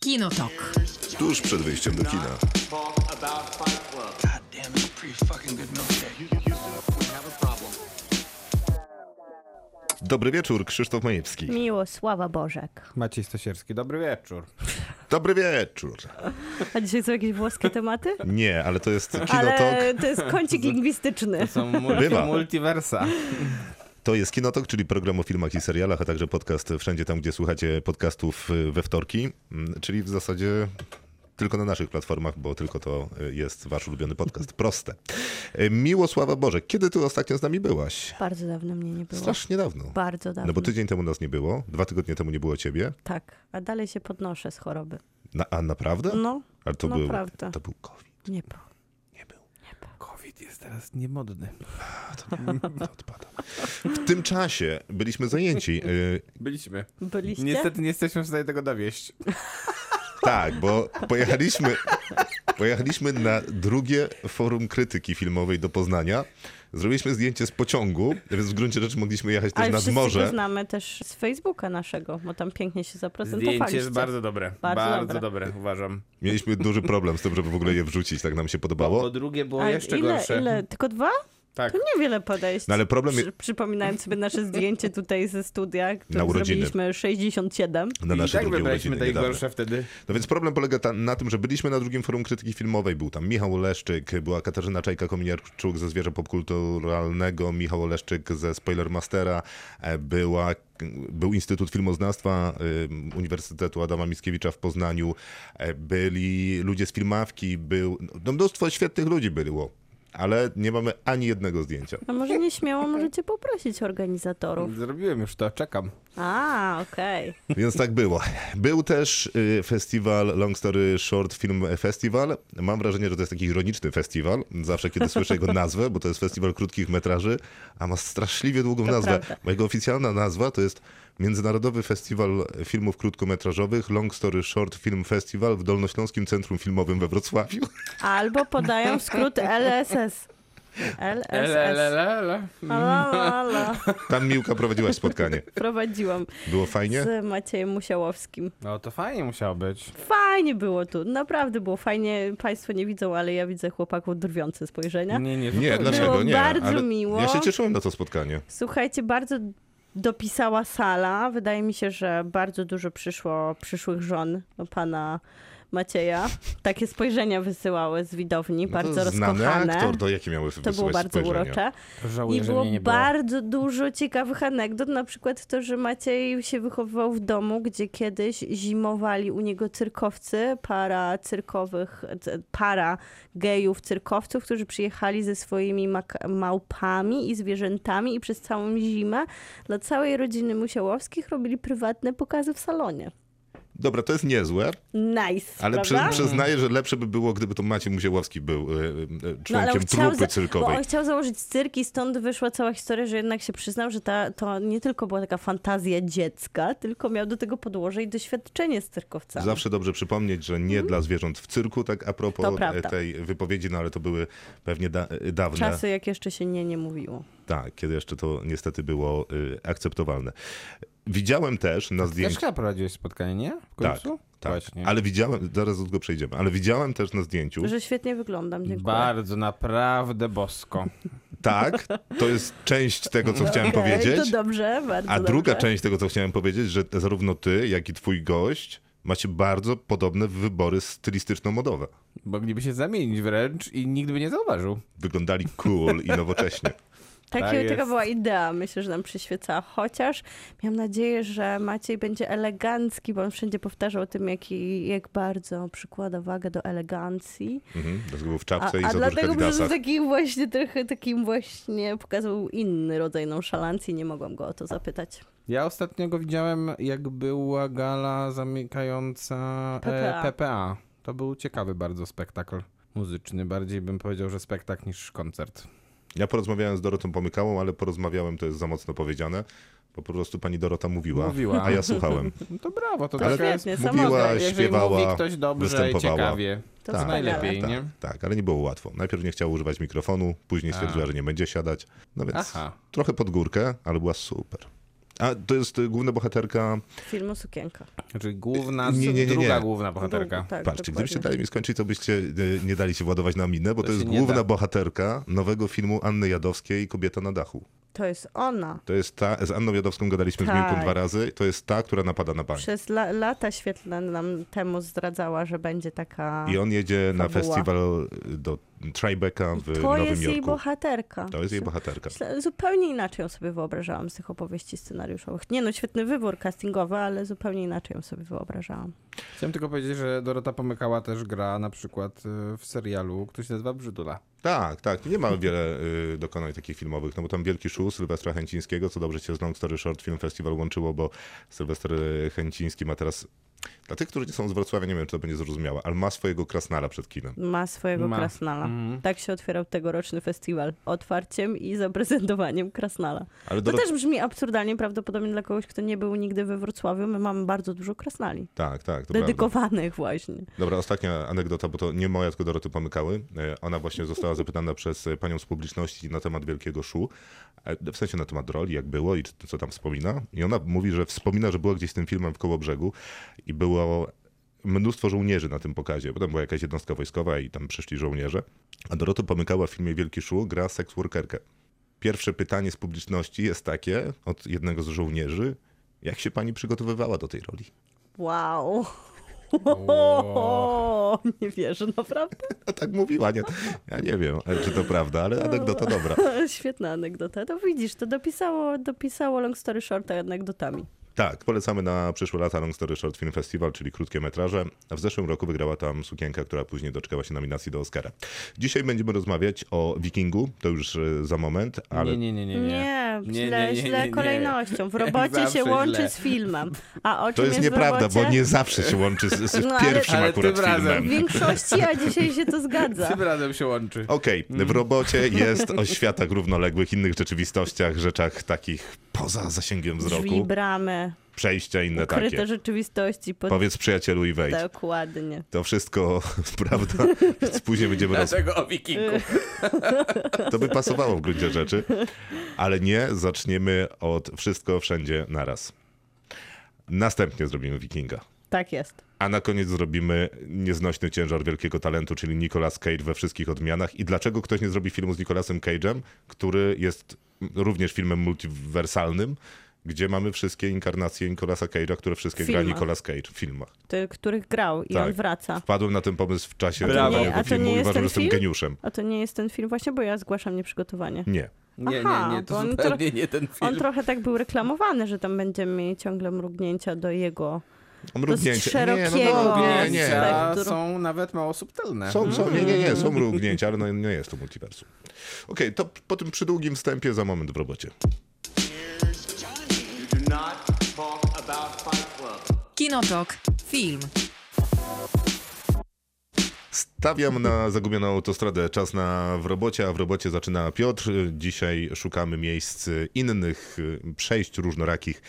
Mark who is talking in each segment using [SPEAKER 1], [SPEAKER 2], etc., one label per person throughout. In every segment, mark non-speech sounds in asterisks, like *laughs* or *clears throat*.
[SPEAKER 1] Kinotok.
[SPEAKER 2] Tuż przed wyjściem do kina.
[SPEAKER 3] Damn, it's a pretty fucking good milkshake.
[SPEAKER 2] Dobry wieczór, Krzysztof Majewski.
[SPEAKER 4] Miło, sława Bożek.
[SPEAKER 5] Maciej Stosierski, dobry wieczór.
[SPEAKER 2] Dobry wieczór.
[SPEAKER 4] A dzisiaj są jakieś włoskie tematy?
[SPEAKER 2] Nie, ale to jest Kinotok.
[SPEAKER 4] Ale to jest kącik
[SPEAKER 2] *laughs*
[SPEAKER 4] lingwistyczny.
[SPEAKER 5] Są multi,
[SPEAKER 2] Bywa.
[SPEAKER 5] multiversa.
[SPEAKER 2] To jest Kinotok, czyli program o filmach i serialach, a także podcast wszędzie tam, gdzie słuchacie podcastów y, we wtorki, Mm, czyli w zasadzie tylko na naszych platformach, bo tylko to y, jest wasz ulubiony podcast. Proste. Y, Miłosława Boże, kiedy ty ostatnio z nami byłaś?
[SPEAKER 4] Bardzo dawno mnie nie było.
[SPEAKER 2] Strasznie dawno.
[SPEAKER 4] Bardzo dawno.
[SPEAKER 2] No bo tydzień temu nas nie było, dwa tygodnie temu nie było ciebie.
[SPEAKER 4] Tak, a dalej się podnoszę z choroby.
[SPEAKER 2] Na, a naprawdę?
[SPEAKER 4] No,
[SPEAKER 2] Ale to, był,
[SPEAKER 4] naprawdę.
[SPEAKER 2] to był COVID.
[SPEAKER 4] nie było.
[SPEAKER 2] Nie był.
[SPEAKER 5] COVID jest teraz niemodny. *laughs*
[SPEAKER 2] Odpada. W tym czasie byliśmy zajęci. y,
[SPEAKER 5] Byliśmy.
[SPEAKER 4] Byliście? No
[SPEAKER 5] Niestety nie jesteśmy w stanie tego dowieść.
[SPEAKER 2] Tak, bo pojechaliśmy, pojechaliśmy na drugie forum krytyki filmowej do Poznania. Zrobiliśmy zdjęcie z pociągu, więc w gruncie rzeczy mogliśmy jechać też
[SPEAKER 4] Ale
[SPEAKER 2] nad
[SPEAKER 4] wszyscy go
[SPEAKER 2] morze.
[SPEAKER 4] znamy też z Facebooka naszego, bo tam pięknie się zaprezentowaliście.
[SPEAKER 5] Zdjęcie jest bardzo dobre.
[SPEAKER 4] Bardzo
[SPEAKER 5] Bardzo,
[SPEAKER 4] dobre.
[SPEAKER 5] dobre. uważam.
[SPEAKER 2] Mieliśmy duży problem z tym, żeby w ogóle je wrzucić, tak nam się
[SPEAKER 5] Po
[SPEAKER 2] podobało.
[SPEAKER 5] drugie było
[SPEAKER 4] A
[SPEAKER 5] jeszcze
[SPEAKER 4] ile,
[SPEAKER 5] gorsze.
[SPEAKER 4] ile? Tylko dwa?
[SPEAKER 5] Tak.
[SPEAKER 4] To niewiele podejść.
[SPEAKER 2] No ale problem
[SPEAKER 4] Przy, przypominając sobie nasze zdjęcie tutaj ze studia, które
[SPEAKER 2] urodziny.
[SPEAKER 4] zrobiliśmy 67.
[SPEAKER 2] Na
[SPEAKER 5] I
[SPEAKER 2] nasze
[SPEAKER 5] tak
[SPEAKER 2] drugie
[SPEAKER 5] wybraliśmy
[SPEAKER 2] urodziny
[SPEAKER 5] te
[SPEAKER 2] niedawne.
[SPEAKER 5] gorsze wtedy.
[SPEAKER 2] No więc problem polega ta, na tym, że byliśmy na drugim forum krytyki filmowej. Był tam Michał Oleszczyk, była Katarzyna Czajka-Kominiarczuk ze Zwierzę Popkulturalnego, Michał Oleszczyk ze Spoilermastera, e, była, był Instytut Filmoznawstwa ym, Uniwersytetu Adama Mickiewicza w Poznaniu, e, byli ludzie z Filmawki, był, no mnóstwo świetnych ludzi było, ale nie mamy ani jednego zdjęcia.
[SPEAKER 4] No
[SPEAKER 2] *laughs*
[SPEAKER 4] może nieśmiało możecie poprosić organizatorów.
[SPEAKER 5] Zrobiłem już to, czekam.
[SPEAKER 4] A, okej.
[SPEAKER 2] Więc tak było. Był też y, festiwal Long Story Short Film Festival. Mam wrażenie, że to jest taki ironiczny festiwal. Zawsze, kiedy słyszę jego nazwę, bo to jest festiwal krótkich metraży, a ma straszliwie długą
[SPEAKER 4] To
[SPEAKER 2] nazwę.
[SPEAKER 4] prawda.
[SPEAKER 2] Mojego oficjalna nazwa to jest Międzynarodowy Festiwal Filmów Krótkometrażowych Long Story Short Film Festival w Dolnośląskim Centrum Filmowym we Wrocławiu.
[SPEAKER 4] Albo podają skrót LSS. LSS.
[SPEAKER 5] Elelelele.
[SPEAKER 4] La, la, la.
[SPEAKER 2] Tam Miłka prowadziłaś spotkanie.
[SPEAKER 4] Prowadziłam
[SPEAKER 2] Było fajnie?
[SPEAKER 4] z Maciejem Musiałowskim.
[SPEAKER 5] No to fajnie musiało być.
[SPEAKER 4] Fajnie było tu, naprawdę było fajnie. Państwo nie widzą, ale ja widzę chłopaków drwiące spojrzenia.
[SPEAKER 5] Nie, nie,
[SPEAKER 2] Nie,
[SPEAKER 5] zupełnie.
[SPEAKER 2] dlaczego? Nie.
[SPEAKER 4] bardzo miło.
[SPEAKER 2] Ja się cieszyłem na to spotkanie.
[SPEAKER 4] Słuchajcie, bardzo dopisała sala. Wydaje mi się, że bardzo dużo przyszło przyszłych żon pana Macieja. Takie spojrzenia wysyłały z widowni,
[SPEAKER 2] No to
[SPEAKER 4] bardzo
[SPEAKER 2] znany
[SPEAKER 4] rozkochane.
[SPEAKER 2] aktor, to jakie miały
[SPEAKER 4] To było
[SPEAKER 2] wysyłać
[SPEAKER 4] bardzo
[SPEAKER 2] spojrzenia.
[SPEAKER 4] urocze.
[SPEAKER 5] Żałuję,
[SPEAKER 4] I
[SPEAKER 5] że
[SPEAKER 4] było
[SPEAKER 5] mnie nie było.
[SPEAKER 4] bardzo dużo ciekawych anegdot, na przykład to, że Maciej się wychowywał w domu, gdzie kiedyś zimowali u niego cyrkowcy, para cyrkowych, c- para gejów cyrkowców, którzy przyjechali ze swoimi mak- małpami i zwierzętami i przez całą zimę dla całej rodziny Musiałowskich robili prywatne pokazy w salonie.
[SPEAKER 2] Dobra, to jest niezłe,
[SPEAKER 4] Nice,
[SPEAKER 2] Ale przy,
[SPEAKER 4] prawda?
[SPEAKER 2] przyznaję, że lepsze by było, gdyby to Maciej Musiałowski był e, e,
[SPEAKER 4] No, ale
[SPEAKER 2] członkiem
[SPEAKER 4] on chciał
[SPEAKER 2] trupy
[SPEAKER 4] za- Bo
[SPEAKER 2] cyrkowej.
[SPEAKER 4] on chciał założyć cyrk i stąd wyszła cała historia, że jednak się przyznał, że ta, to nie tylko była taka fantazja dziecka, tylko miał do tego podłoże i doświadczenie z cyrkowca.
[SPEAKER 2] Zawsze dobrze przypomnieć, że nie dla zwierząt w cyrku, tak a propos
[SPEAKER 4] Mhm. To
[SPEAKER 2] e,
[SPEAKER 4] prawda.
[SPEAKER 2] tej wypowiedzi, no ale to były pewnie da, e, dawne,
[SPEAKER 4] Czasy, jak jeszcze się nie, nie mówiło.
[SPEAKER 2] tak, kiedy jeszcze to niestety było e, akceptowalne. Widziałem też na
[SPEAKER 5] Też
[SPEAKER 2] zdjęciu...
[SPEAKER 5] chyba prowadziłeś spotkanie, nie? W
[SPEAKER 2] Tak,
[SPEAKER 5] końcu?
[SPEAKER 2] tak,
[SPEAKER 5] Właśnie.
[SPEAKER 2] ale widziałem, zaraz do tego przejdziemy, ale widziałem też na zdjęciu,
[SPEAKER 4] Że świetnie wyglądam, dziękuję.
[SPEAKER 5] Bardzo, naprawdę bosko.
[SPEAKER 2] tak, to jest część tego, co chciałem
[SPEAKER 4] No Okej,
[SPEAKER 2] powiedzieć,
[SPEAKER 4] To dobrze, bardzo
[SPEAKER 2] a
[SPEAKER 4] dobrze.
[SPEAKER 2] druga część tego, co chciałem powiedzieć, że zarówno ty, jak i twój gość macie bardzo podobne wybory stylistyczno-modowe.
[SPEAKER 5] Mogliby się zamienić wręcz i nikt by nie zauważył.
[SPEAKER 2] wyglądali cool i
[SPEAKER 4] *laughs*
[SPEAKER 2] nowocześnie.
[SPEAKER 4] Takie,
[SPEAKER 5] Tak jest.
[SPEAKER 4] taka była idea, myślę, że nam przyświecała. Chociaż miałam nadzieję, że Maciej będzie elegancki, bo on wszędzie powtarzał o tym, jak, jak bardzo przykłada wagę do elegancji.
[SPEAKER 2] Mhm. Dlatego był w
[SPEAKER 4] A,
[SPEAKER 2] czapce i
[SPEAKER 4] a
[SPEAKER 2] za dużych
[SPEAKER 4] dlatego przez
[SPEAKER 2] adidasach.
[SPEAKER 4] taki właśnie trochę takim właśnie pokazał inny rodzaj nonszalancji, nie mogłam go o to zapytać.
[SPEAKER 5] Ja ostatnio go widziałem, jak była gala zamykająca PPA.
[SPEAKER 4] PPA.
[SPEAKER 5] E, PPA. To był ciekawy bardzo spektakl muzyczny. Bardziej bym powiedział, że spektakl niż koncert.
[SPEAKER 2] Ja porozmawiałem z Dorotą Pomykałą, ale porozmawiałem, to jest za mocno powiedziane, bo po prostu pani Dorota mówiła,
[SPEAKER 5] Mówiła.
[SPEAKER 2] a ja
[SPEAKER 4] *laughs*
[SPEAKER 2] słuchałem.
[SPEAKER 5] No To brawo, to
[SPEAKER 2] Ale
[SPEAKER 5] taka jest...
[SPEAKER 4] Świetnie,
[SPEAKER 2] mówiła-
[SPEAKER 4] samo
[SPEAKER 2] Była,
[SPEAKER 5] Jeżeli
[SPEAKER 2] śpiewała,
[SPEAKER 5] mówi ktoś dobrze i
[SPEAKER 2] występowała.
[SPEAKER 5] ciekawie, to
[SPEAKER 2] Tak.
[SPEAKER 5] najlepiej,
[SPEAKER 2] tak,
[SPEAKER 5] nie?
[SPEAKER 2] tak, ale nie było łatwo. Najpierw nie chciała używać mikrofonu, później stwierdziła, że nie będzie siadać. No więc
[SPEAKER 5] Aha.
[SPEAKER 2] trochę pod górkę, ale była super. A to jest y, główna bohaterka.
[SPEAKER 4] Filmu Sukienka.
[SPEAKER 5] Znaczy główna,
[SPEAKER 2] Nie, nie, nie, nie.
[SPEAKER 5] druga główna bohaterka.
[SPEAKER 4] Długo, tak,
[SPEAKER 2] Patrzcie, gdybyście
[SPEAKER 4] dokładnie.
[SPEAKER 2] dali mi skończyć, to byście y, nie dali się władować na minę, bo to,
[SPEAKER 5] To
[SPEAKER 2] jest
[SPEAKER 5] się nie
[SPEAKER 2] główna
[SPEAKER 5] da.
[SPEAKER 2] bohaterka nowego filmu Anny Jadowskiej Kobieta na dachu.
[SPEAKER 4] To jest ona.
[SPEAKER 2] To jest ta, z Anną Jadowską gadaliśmy z Miłką
[SPEAKER 4] Tak.
[SPEAKER 2] dwa razy, to jest ta, która napada na panią.
[SPEAKER 4] Przez la, lata świetlne nam temu zdradzała, że będzie taka.
[SPEAKER 2] I on jedzie na
[SPEAKER 4] Fabuła.
[SPEAKER 2] festiwal e, do Tribeca w
[SPEAKER 4] to
[SPEAKER 2] Nowym
[SPEAKER 4] jest jej
[SPEAKER 2] Jorku.
[SPEAKER 4] bohaterka.
[SPEAKER 2] To jest jej bohaterka.
[SPEAKER 4] Myślę- Zupełnie inaczej ją sobie wyobrażałam z tych opowieści scenariuszowych. Nie no, świetny wybór castingowy, ale zupełnie inaczej ją sobie wyobrażałam.
[SPEAKER 5] Chciałem tylko powiedzieć, że Dorota Pomykała też gra na przykład y, w serialu, który się nazywa Brzydula.
[SPEAKER 2] Tak, tak. Nie ma wiele y, dokonań takich filmowych, no bo tam Wielki Szus Sylwestra Chęcińskiego, co dobrze się z Long Story Short Film Festival łączyło, bo Sylwester y, Chęciński ma teraz... Dla tych, którzy nie są z Wrocławia, nie wiem, czy to będzie zrozumiałe, ale ma swojego krasnala przed kinem.
[SPEAKER 4] Ma swojego
[SPEAKER 5] Ma. Mhm.
[SPEAKER 4] krasnala. Tak się otwierał tegoroczny festiwal. Otwarciem i zaprezentowaniem krasnala.
[SPEAKER 2] Ale
[SPEAKER 4] To
[SPEAKER 2] Dorot-
[SPEAKER 4] też brzmi absurdalnie prawdopodobnie dla kogoś, kto nie był nigdy we Wrocławiu. My mamy bardzo dużo krasnali.
[SPEAKER 2] Tak, tak, to prawda.
[SPEAKER 4] Dedykowanych właśnie.
[SPEAKER 2] Dobra, ostatnia anegdota, bo to nie moja, tylko Doroty Pomykały. E, Ona właśnie została zapytana przez e, panią z publiczności na temat Wielkiego Szu, e, w sensie na temat roli, jak było i czy- co tam wspomina. I ona mówi, że wspomina, że była gdzieś z tym filmem w Kołobrzegu i było mnóstwo żołnierzy na tym pokazie. Potem była jakaś jednostka wojskowa i tam przyszli żołnierze. A Dorota Pomykała w filmie Wielki Szu gra seks workerkę. Pierwsze pytanie z publiczności jest takie od jednego z żołnierzy. Jak się pani przygotowywała do tej roli?
[SPEAKER 4] Wow.
[SPEAKER 5] Wow.
[SPEAKER 4] *laughs* nie wierzę, naprawdę.
[SPEAKER 2] A *laughs* tak mówiła, nie? Ja nie wiem, e, czy to prawda, ale anegdota dobra.
[SPEAKER 4] Świetna anegdota. To widzisz, to dopisało, dopisało Long Story Short anegdotami.
[SPEAKER 2] Tak, polecamy na przyszłe lata Long Story Short Film Festival, czyli krótkie metraże. A W zeszłym roku wygrała tam sukienka, która później doczekała się nominacji do Oscara. Dzisiaj będziemy rozmawiać o Wikingu, to już e, za moment, ale
[SPEAKER 5] Nie, nie, nie, nie,
[SPEAKER 4] Nie,
[SPEAKER 5] nie.
[SPEAKER 4] źle, źle kolejnością. W
[SPEAKER 5] *laughs* Jak
[SPEAKER 4] robocie
[SPEAKER 5] zawsze
[SPEAKER 4] się łączy
[SPEAKER 5] źle.
[SPEAKER 4] z filmem. A o czym
[SPEAKER 2] to jest
[SPEAKER 4] jest w
[SPEAKER 2] nieprawda,
[SPEAKER 4] robocie?
[SPEAKER 2] bo nie zawsze się łączy z, z
[SPEAKER 4] No, ale-
[SPEAKER 2] pierwszym
[SPEAKER 5] Ale
[SPEAKER 2] akurat
[SPEAKER 5] tym razem.
[SPEAKER 4] W
[SPEAKER 2] filmem.
[SPEAKER 4] większości, a dzisiaj się to zgadza.
[SPEAKER 5] Tym razem się łączy.
[SPEAKER 2] Okej, w robocie jest o światach równoległych, innych rzeczywistościach, rzeczach takich poza zasięgiem
[SPEAKER 4] Drzwi,
[SPEAKER 2] wzroku,
[SPEAKER 4] bramy,
[SPEAKER 2] przejścia inne
[SPEAKER 4] ukryte
[SPEAKER 2] takie.
[SPEAKER 4] rzeczywistości. Pod...
[SPEAKER 2] Powiedz przyjacielu i wejdź.
[SPEAKER 4] Dokładnie.
[SPEAKER 2] To wszystko, *laughs* prawda? Więc później
[SPEAKER 4] Tak.
[SPEAKER 2] będziemy roz...
[SPEAKER 5] Dlaczego o wikingu?
[SPEAKER 2] To by pasowało w gruncie rzeczy. Ale nie, zaczniemy od wszystko wszędzie naraz. Następnie zrobimy Wikinga.
[SPEAKER 4] Tak jest.
[SPEAKER 2] A na koniec zrobimy nieznośny ciężar wielkiego talentu, czyli Nicolas Cage we wszystkich odmianach. I dlaczego ktoś nie zrobi filmu z Nicolasem Cage'em, który jest również filmem multiwersalnym, gdzie mamy wszystkie inkarnacje Nicolasa Cage'a, które wszystkie
[SPEAKER 4] W
[SPEAKER 2] gra
[SPEAKER 4] filmach.
[SPEAKER 2] Nicolas Cage w filmach.
[SPEAKER 4] Ty, których grał i
[SPEAKER 2] Tak.
[SPEAKER 4] on wraca.
[SPEAKER 2] Wpadłem na ten pomysł w czasie
[SPEAKER 5] Brawo.
[SPEAKER 2] nagrywania
[SPEAKER 5] Nie,
[SPEAKER 2] tego
[SPEAKER 4] a to
[SPEAKER 2] filmu
[SPEAKER 4] nie
[SPEAKER 2] i
[SPEAKER 4] jest
[SPEAKER 2] uważam,
[SPEAKER 4] ten
[SPEAKER 2] że jestem
[SPEAKER 4] film?
[SPEAKER 2] geniuszem.
[SPEAKER 4] A to nie jest ten film właśnie, bo ja zgłaszam nieprzygotowanie.
[SPEAKER 2] Nie.
[SPEAKER 5] Nie, nie,
[SPEAKER 4] Aha,
[SPEAKER 5] nie, to
[SPEAKER 4] bo on
[SPEAKER 5] zupełnie nie ten
[SPEAKER 4] On
[SPEAKER 5] film.
[SPEAKER 4] trochę tak był reklamowany, że tam będziemy mieli ciągle mrugnięcia do jego.
[SPEAKER 2] Mrugnięcie. nie,
[SPEAKER 4] szerokiego
[SPEAKER 2] no, nie, nie.
[SPEAKER 5] Zdjęcia
[SPEAKER 4] spektrum.
[SPEAKER 5] są nawet mało subtelne.
[SPEAKER 2] Są, są,
[SPEAKER 4] Hmm.
[SPEAKER 2] nie, nie, nie, są mrugnięcia, ale no, nie jest to multiversum. Okej, to po tym przydługim wstępie za moment w robocie.
[SPEAKER 1] You do not talk about Fight Club.
[SPEAKER 6] Kinotok. Film.
[SPEAKER 2] Stawiam na zagubioną autostradę. Czas na w robocie, a w robocie zaczyna Piotr. Dzisiaj szukamy miejsc innych, y, przejść różnorakich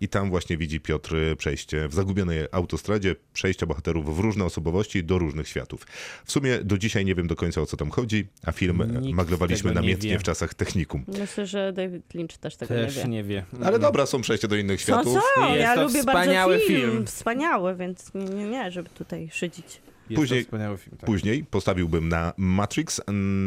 [SPEAKER 2] i tam właśnie widzi Piotr przejście w zagubionej autostradzie, przejścia bohaterów w różne osobowości do różnych światów. W sumie do dzisiaj nie wiem do końca o co tam chodzi, a film
[SPEAKER 5] Nikt
[SPEAKER 2] maglowaliśmy
[SPEAKER 5] tego nie
[SPEAKER 2] namiętnie
[SPEAKER 5] wie.
[SPEAKER 2] w czasach technikum.
[SPEAKER 4] Myślę, że David Lynch też tego nie
[SPEAKER 5] Też
[SPEAKER 4] wie.
[SPEAKER 5] nie wie. Mm,
[SPEAKER 2] Ale dobra, są przejścia do innych
[SPEAKER 4] No
[SPEAKER 2] światów.
[SPEAKER 4] Mhm. co?
[SPEAKER 5] Jest
[SPEAKER 4] Ja
[SPEAKER 5] to
[SPEAKER 4] lubię
[SPEAKER 5] wspaniały
[SPEAKER 4] bardzo film.
[SPEAKER 5] film.
[SPEAKER 4] Wspaniały, więc nie, nie, nie, żeby tutaj szydzić.
[SPEAKER 5] Jest
[SPEAKER 2] Później-
[SPEAKER 5] to wspaniały film. Tak.
[SPEAKER 2] Później postawiłbym na Matrix,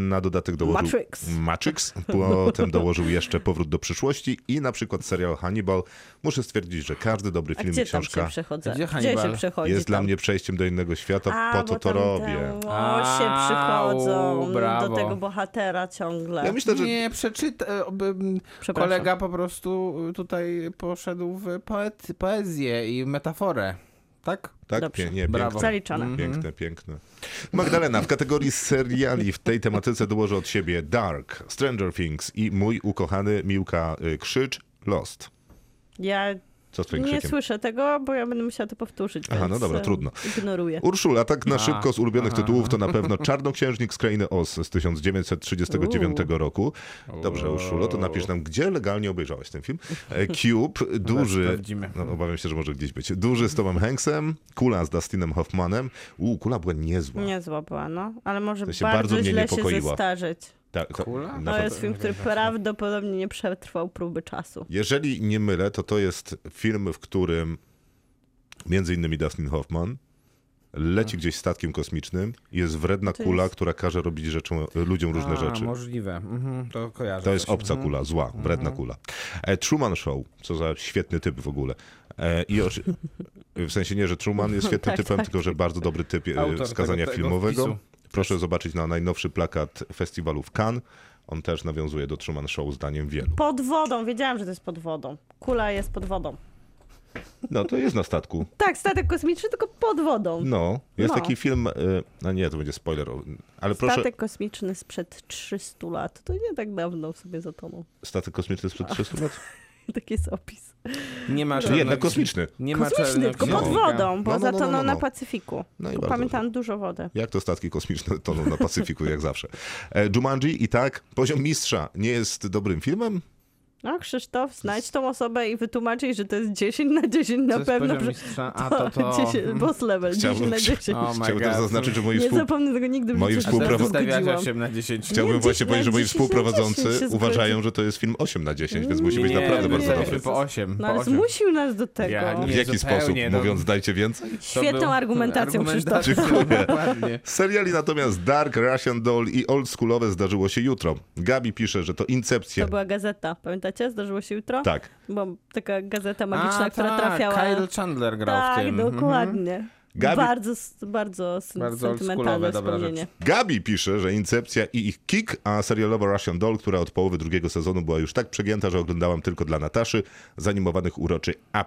[SPEAKER 2] na dodatek dołożył
[SPEAKER 4] Matrix.
[SPEAKER 2] Matrix,
[SPEAKER 4] *laughs*
[SPEAKER 2] potem dołożył jeszcze Powrót do przyszłości i na przykład serial Hannibal. Muszę stwierdzić, że każdy dobry
[SPEAKER 4] A
[SPEAKER 2] film, i
[SPEAKER 4] gdzie tam się
[SPEAKER 2] książka
[SPEAKER 4] przechodzę?
[SPEAKER 5] Gdzie
[SPEAKER 4] Gdzie,
[SPEAKER 5] Hannibal?
[SPEAKER 4] się przechodzi?
[SPEAKER 2] jest dla
[SPEAKER 4] tam?
[SPEAKER 2] mnie przejściem do innego świata,
[SPEAKER 4] A,
[SPEAKER 2] po
[SPEAKER 4] bo
[SPEAKER 2] co to
[SPEAKER 4] tam
[SPEAKER 2] robię.
[SPEAKER 4] te Łosie
[SPEAKER 5] Au,
[SPEAKER 4] przychodzą
[SPEAKER 5] brawo.
[SPEAKER 4] do tego bohatera ciągle.
[SPEAKER 2] Ja myślę, że
[SPEAKER 5] Nie, przeczyta. e, oby- m,
[SPEAKER 4] Przepraszam.
[SPEAKER 5] Kolega po prostu y, tutaj poszedł w poet, poezję i metaforę. Tak?
[SPEAKER 2] tak,
[SPEAKER 4] Dobrze. Mhm.
[SPEAKER 2] pie, nie,
[SPEAKER 5] Brawo.
[SPEAKER 2] piękne.
[SPEAKER 4] Zaliczone.
[SPEAKER 2] Piękne, piękne. Magdalena, w kategorii seriali w tej tematyce dołożę od siebie Dark, Stranger Things i mój ukochany Miłka y, Krzycz, Lost.
[SPEAKER 4] Ja
[SPEAKER 2] Co z twoim
[SPEAKER 4] nie
[SPEAKER 2] krzykiem?
[SPEAKER 4] słyszę tego, bo ja będę musiała to powtórzyć.
[SPEAKER 2] Aha,
[SPEAKER 4] więc,
[SPEAKER 2] no dobra,
[SPEAKER 4] em,
[SPEAKER 2] trudno.
[SPEAKER 4] Ignoruję.
[SPEAKER 2] Urszula, tak na
[SPEAKER 5] A,
[SPEAKER 2] szybko z ulubionych
[SPEAKER 5] aha.
[SPEAKER 2] tytułów to na pewno Czarnoksiężnik z Krainy Oz z 1939 roku. Dobrze, Urszulo, to napisz nam, gdzie legalnie obejrzałeś ten film. E,
[SPEAKER 5] *laughs*
[SPEAKER 2] Cube, duży,
[SPEAKER 5] sprawdzimy.
[SPEAKER 2] no, obawiam się, że może gdzieś być, duży z Tomem Hanksem, Kula z Dustinem Hoffmanem. U, Kula była niezła.
[SPEAKER 4] Niezła była, no. Ale może
[SPEAKER 2] To się
[SPEAKER 4] bardzo,
[SPEAKER 2] bardzo mnie
[SPEAKER 4] źle się
[SPEAKER 2] niepokoiła.
[SPEAKER 4] zestarzeć.
[SPEAKER 2] Tak, to-
[SPEAKER 5] Kula?
[SPEAKER 2] na
[SPEAKER 4] To
[SPEAKER 2] pewno.
[SPEAKER 4] jest film, który prawdopodobnie nie przetrwał próby czasu.
[SPEAKER 2] Jeżeli nie mylę, to to jest film, w którym między innymi Dustin Hoffman
[SPEAKER 5] No.
[SPEAKER 2] leci gdzieś statkiem kosmicznym i jest wredna
[SPEAKER 4] To
[SPEAKER 2] kula,
[SPEAKER 4] jest-
[SPEAKER 2] która każe robić rzeczom, ludziom różne
[SPEAKER 5] A,
[SPEAKER 2] rzeczy.
[SPEAKER 5] możliwe. Mhm, to kojarzę.
[SPEAKER 2] To jest
[SPEAKER 5] coś.
[SPEAKER 2] obca
[SPEAKER 5] Mhm.
[SPEAKER 2] kula, zła, wredna kula. E, Truman Show, co za świetny typ w ogóle. E, I oczy... *laughs* W sensie nie, że Truman jest świetnym
[SPEAKER 4] Tak,
[SPEAKER 2] typem,
[SPEAKER 4] tak.
[SPEAKER 2] tylko że bardzo dobry typ e,
[SPEAKER 5] Autor
[SPEAKER 2] wskazania
[SPEAKER 5] tego- tego
[SPEAKER 2] filmowego.
[SPEAKER 5] wpisu. Tak.
[SPEAKER 2] Proszę zobaczyć na najnowszy plakat festiwalu w Cannes. On też nawiązuje do Truman Show zdaniem wielu.
[SPEAKER 4] Pod wodą, wiedziałam, że to jest pod wodą. Kula jest pod wodą.
[SPEAKER 2] No to jest na statku.
[SPEAKER 4] Tak, statek kosmiczny, tylko pod wodą.
[SPEAKER 2] No, jest
[SPEAKER 4] No.
[SPEAKER 2] taki film, e, no nie, to będzie spoiler, o- ale proszę,
[SPEAKER 4] Statek kosmiczny sprzed 300 lat. To nie tak dawno sobie zatonął.
[SPEAKER 2] statek kosmiczny sprzed 300 lat?
[SPEAKER 4] *laughs* Taki jest opis.
[SPEAKER 5] Nie ma
[SPEAKER 2] Czyli jednak
[SPEAKER 5] czarnego-
[SPEAKER 2] no kosmiczny.
[SPEAKER 5] Nie ma
[SPEAKER 4] Kosmiczny, tylko pod
[SPEAKER 5] czarnoksiężnika.
[SPEAKER 4] wodą, bo
[SPEAKER 2] No, no, no, no,
[SPEAKER 4] zatonął
[SPEAKER 2] no, no.
[SPEAKER 4] na Pacyfiku.
[SPEAKER 2] No i
[SPEAKER 4] Tu
[SPEAKER 2] bardzo
[SPEAKER 4] Pamiętam dużo wody.
[SPEAKER 2] Jak to statki kosmiczne *laughs* toną na Pacyfiku, jak zawsze. E, Jumanji i tak, poziom mistrza nie jest dobrym filmem?
[SPEAKER 4] No Krzysztof, znajdź tą osobę i wytłumaczyj, że to jest 10 na 10 na
[SPEAKER 5] jest
[SPEAKER 4] pewno.
[SPEAKER 5] poziom
[SPEAKER 4] Że
[SPEAKER 5] mistrza? A,
[SPEAKER 4] *laughs*
[SPEAKER 5] to to. Hmm.
[SPEAKER 4] 10, boss level, 10 na 10.
[SPEAKER 5] Oh
[SPEAKER 2] *laughs*
[SPEAKER 5] my
[SPEAKER 2] Chciałbym też
[SPEAKER 5] God.
[SPEAKER 2] zaznaczyć, że no, moi
[SPEAKER 4] Nie
[SPEAKER 2] współ...
[SPEAKER 4] zapomnę tego nigdy w
[SPEAKER 2] moi
[SPEAKER 4] życiu, że
[SPEAKER 2] współprawo-
[SPEAKER 4] się
[SPEAKER 5] A
[SPEAKER 2] Półprawo-
[SPEAKER 5] zostawiacie
[SPEAKER 4] zgodziłam.
[SPEAKER 5] 8 na 10.
[SPEAKER 2] Chciałbym
[SPEAKER 4] Nie,
[SPEAKER 2] właśnie
[SPEAKER 4] 10
[SPEAKER 2] powiedzieć, że moi
[SPEAKER 4] na 10 się
[SPEAKER 2] współprowadzący
[SPEAKER 4] zgodzi.
[SPEAKER 2] uważają, że to jest film 8 na 10, więc musi być
[SPEAKER 5] Nie,
[SPEAKER 2] naprawdę
[SPEAKER 5] nie,
[SPEAKER 2] bardzo
[SPEAKER 5] nie,
[SPEAKER 2] dobry.
[SPEAKER 5] byśmy po 8.
[SPEAKER 4] No
[SPEAKER 5] po
[SPEAKER 4] ale
[SPEAKER 5] 8.
[SPEAKER 4] zmusił nas do tego.
[SPEAKER 5] Ja
[SPEAKER 2] W
[SPEAKER 5] nie,
[SPEAKER 2] jaki
[SPEAKER 5] zupełnie,
[SPEAKER 2] sposób?
[SPEAKER 5] no.
[SPEAKER 2] Mówiąc dajcie więcej?
[SPEAKER 5] To
[SPEAKER 4] Świetną
[SPEAKER 5] był-
[SPEAKER 4] argumentacją,
[SPEAKER 5] *laughs*
[SPEAKER 4] Krzysztof.
[SPEAKER 5] argumentacja,
[SPEAKER 2] Dziękuję.
[SPEAKER 5] Dokładnie.
[SPEAKER 2] Seriali natomiast Dark, Russian Doll i Old Schoolowe zdarzyło się jutro. Gabi pisze, że to Incepcja.
[SPEAKER 4] To była gazeta, pamiętacie? Zdarzyło się jutro?
[SPEAKER 2] Tak.
[SPEAKER 4] Bo taka gazeta magiczna,
[SPEAKER 5] A,
[SPEAKER 4] która
[SPEAKER 5] tak,
[SPEAKER 4] trafiała...
[SPEAKER 5] Kyle Chandler grał w
[SPEAKER 4] tak,
[SPEAKER 5] tym. Mhm.
[SPEAKER 4] dokładnie.
[SPEAKER 2] Gabi-
[SPEAKER 4] Bardzo, s- bardzo, s-
[SPEAKER 5] Bardzo
[SPEAKER 4] sentymentalne
[SPEAKER 5] oldschoolowe, dobra
[SPEAKER 4] wspomnienie.
[SPEAKER 2] Gabi pisze, że Incepcja i ich kick, a serialowa Russian Doll, która od połowy drugiego sezonu była już tak przegięta, że oglądałam tylko dla Nataszy, zanimowanych uroczy Up.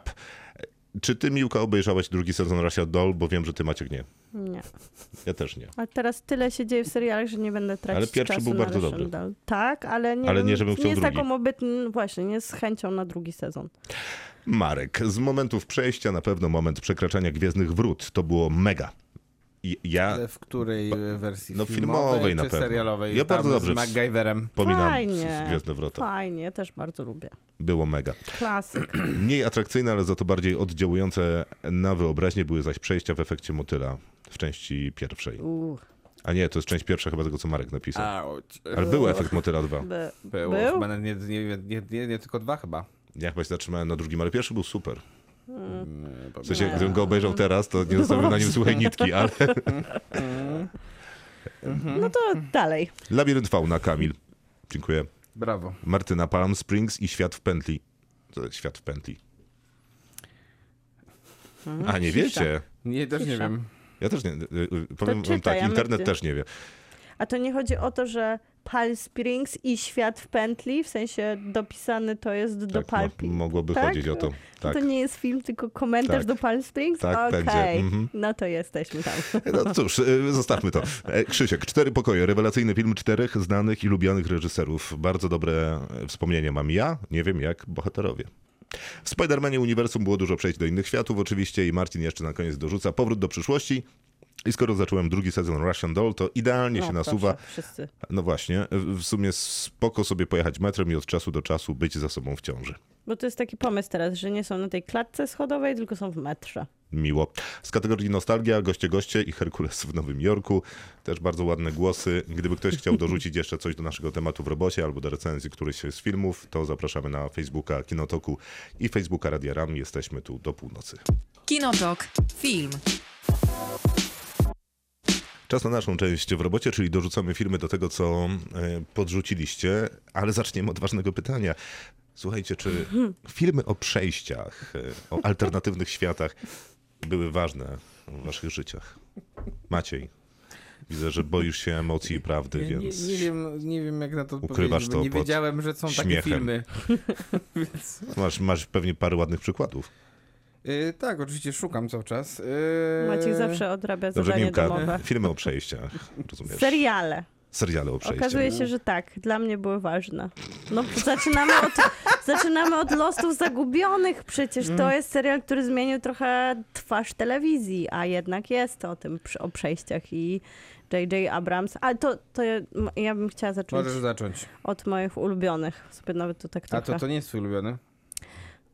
[SPEAKER 2] Czy ty, Miłka, obejrzałaś drugi sezon Russian Doll? Bo wiem, że ty, Maciek, nie.
[SPEAKER 4] Nie.
[SPEAKER 2] Ja też nie.
[SPEAKER 4] A teraz tyle się dzieje w serialach, że nie będę tracić
[SPEAKER 2] Ale pierwszy
[SPEAKER 4] czasu
[SPEAKER 2] był
[SPEAKER 4] na
[SPEAKER 2] bardzo
[SPEAKER 4] Russian
[SPEAKER 2] dobry.
[SPEAKER 4] Doll. Tak, ale nie,
[SPEAKER 2] Ale
[SPEAKER 4] wiem,
[SPEAKER 2] nie, żebym chciał
[SPEAKER 4] nie z
[SPEAKER 2] drugi.
[SPEAKER 4] taką obytną, właśnie, nie z chęcią na drugi sezon.
[SPEAKER 2] Marek, z momentów przejścia na pewno moment przekraczania Gwiezdnych Wrót. To było mega. I ja
[SPEAKER 5] Ale W której wersji?
[SPEAKER 2] No,
[SPEAKER 5] filmowej,
[SPEAKER 2] filmowej na
[SPEAKER 5] czy
[SPEAKER 2] pewno.
[SPEAKER 5] serialowej?
[SPEAKER 2] Ja
[SPEAKER 5] Tam
[SPEAKER 2] bardzo dobrze
[SPEAKER 5] Z
[SPEAKER 2] w-
[SPEAKER 5] MacGyverem.
[SPEAKER 2] pominam
[SPEAKER 4] Fajnie.
[SPEAKER 2] Gwiezdne Wrota.
[SPEAKER 4] Fajnie, ja też bardzo lubię.
[SPEAKER 2] Było mega.
[SPEAKER 4] Klasyk.
[SPEAKER 2] *clears throat* Mniej atrakcyjne, ale za to bardziej oddziałujące na wyobraźnię były zaś przejścia w efekcie motyla w części pierwszej.
[SPEAKER 4] Uch,
[SPEAKER 2] A nie, to jest część pierwsza chyba tego, co Marek napisał.
[SPEAKER 5] Auć.
[SPEAKER 2] Ale był efekt motyla 2.
[SPEAKER 4] by,
[SPEAKER 5] Było.
[SPEAKER 4] Był?
[SPEAKER 5] Chyba nawet nie, nie, nie, nie, nie, nie tylko dwa chyba.
[SPEAKER 2] Ja chyba się zatrzymałem na drugim, ale pierwszy był super.
[SPEAKER 5] Nie,
[SPEAKER 2] W sensie, gdybym go obejrzał teraz, to nie zostawił na nim suchej nitki, ale... *laughs*
[SPEAKER 4] no to dalej.
[SPEAKER 2] Labirynt Fauna, Kamil. Dziękuję.
[SPEAKER 5] Brawo.
[SPEAKER 2] Martyna, Palm Springs i Świat w pętli. Co jest Świat w pętli? A, nie
[SPEAKER 4] Hmm, cisza.
[SPEAKER 2] wiecie?
[SPEAKER 5] Nie, też nie
[SPEAKER 4] Cisza.
[SPEAKER 5] wiem.
[SPEAKER 2] Ja też nie... y, y, Powiem
[SPEAKER 4] czytaj,
[SPEAKER 2] wam tak,
[SPEAKER 4] a my
[SPEAKER 2] internet
[SPEAKER 4] gdzie?
[SPEAKER 2] też nie wie.
[SPEAKER 4] A to nie chodzi o to, że Palm Springs i świat w pętli, w sensie dopisany to jest do
[SPEAKER 2] Tak, mo-
[SPEAKER 4] Palm Springs.
[SPEAKER 2] mogłoby
[SPEAKER 4] tak?
[SPEAKER 2] chodzić o to. Tak.
[SPEAKER 4] To nie jest film, tylko komentarz
[SPEAKER 2] Tak.
[SPEAKER 4] do Palm Springs?
[SPEAKER 2] Tak,
[SPEAKER 4] Okej,
[SPEAKER 2] będzie, mhm.
[SPEAKER 4] no to jesteśmy tam.
[SPEAKER 2] *laughs* No cóż, y, zostawmy to. E, Krzysiek, Cztery pokoje, rewelacyjny film czterech znanych i lubianych reżyserów. Bardzo dobre e, wspomnienie mam ja, nie wiem jak bohaterowie. W Spider-Manie uniwersum było dużo przejść do innych światów oczywiście i Marcin jeszcze na koniec dorzuca powrót do przyszłości. I skoro zacząłem drugi sezon Russian Doll, to idealnie się
[SPEAKER 4] No,
[SPEAKER 2] nasuwa.
[SPEAKER 4] proszę, wszyscy.
[SPEAKER 2] No właśnie, w w sumie spoko sobie pojechać metrem i od czasu do czasu być za sobą w ciąży.
[SPEAKER 4] Bo to jest taki pomysł teraz, że nie są na tej klatce schodowej, tylko są w metrze.
[SPEAKER 2] Miło. Z kategorii Nostalgia, Goście Goście i Herkules w Nowym Jorku. Też bardzo ładne głosy. Gdyby ktoś chciał dorzucić jeszcze coś do naszego tematu w robocie albo do recenzji któryś z filmów, to zapraszamy na Facebooka Kinotoku i Facebooka Radia Ram. Jesteśmy tu do północy.
[SPEAKER 6] Kinotok. Film.
[SPEAKER 2] Czas na naszą część w robocie, czyli dorzucamy filmy do tego, co e, podrzuciliście, ale zaczniemy od ważnego pytania. Słuchajcie, czy filmy o przejściach, e, o alternatywnych światach były ważne w waszych życiach? Maciej, widzę, że boisz się emocji i prawdy,
[SPEAKER 5] Ja nie,
[SPEAKER 2] więc...
[SPEAKER 5] nie, wiem, nie wiem, jak na to
[SPEAKER 2] Ukrywasz
[SPEAKER 5] odpowiedzieć,
[SPEAKER 2] to
[SPEAKER 5] bo nie
[SPEAKER 2] pod
[SPEAKER 5] wiedziałem, że są takie
[SPEAKER 2] śmiechem.
[SPEAKER 5] filmy. Więc...
[SPEAKER 2] Masz, masz pewnie parę ładnych przykładów.
[SPEAKER 5] Y, tak, oczywiście szukam cały czas. Y,
[SPEAKER 4] Maciek zawsze odrabia
[SPEAKER 2] Dobrze,
[SPEAKER 4] zadanie
[SPEAKER 2] Miłka,
[SPEAKER 4] domowe.
[SPEAKER 2] filmy o przejściach, rozumiesz?
[SPEAKER 4] Seriale.
[SPEAKER 2] Seriale o przejściach.
[SPEAKER 4] Okazuje się, że tak, dla mnie były ważne. No zaczynamy
[SPEAKER 2] *laughs*
[SPEAKER 4] od, zaczynamy od Losów Zagubionych przecież.
[SPEAKER 5] Mm.
[SPEAKER 4] To jest serial, który zmienił trochę twarz telewizji, a jednak jest o tym, przy- o przejściach i J.J. Abrams. Ale to, to ja, ja bym chciała zacząć
[SPEAKER 5] Możesz zacząć.
[SPEAKER 4] od moich ulubionych. Sobie nawet tu tak
[SPEAKER 5] A
[SPEAKER 4] trochę...
[SPEAKER 5] to, to nie jest twój ulubiony?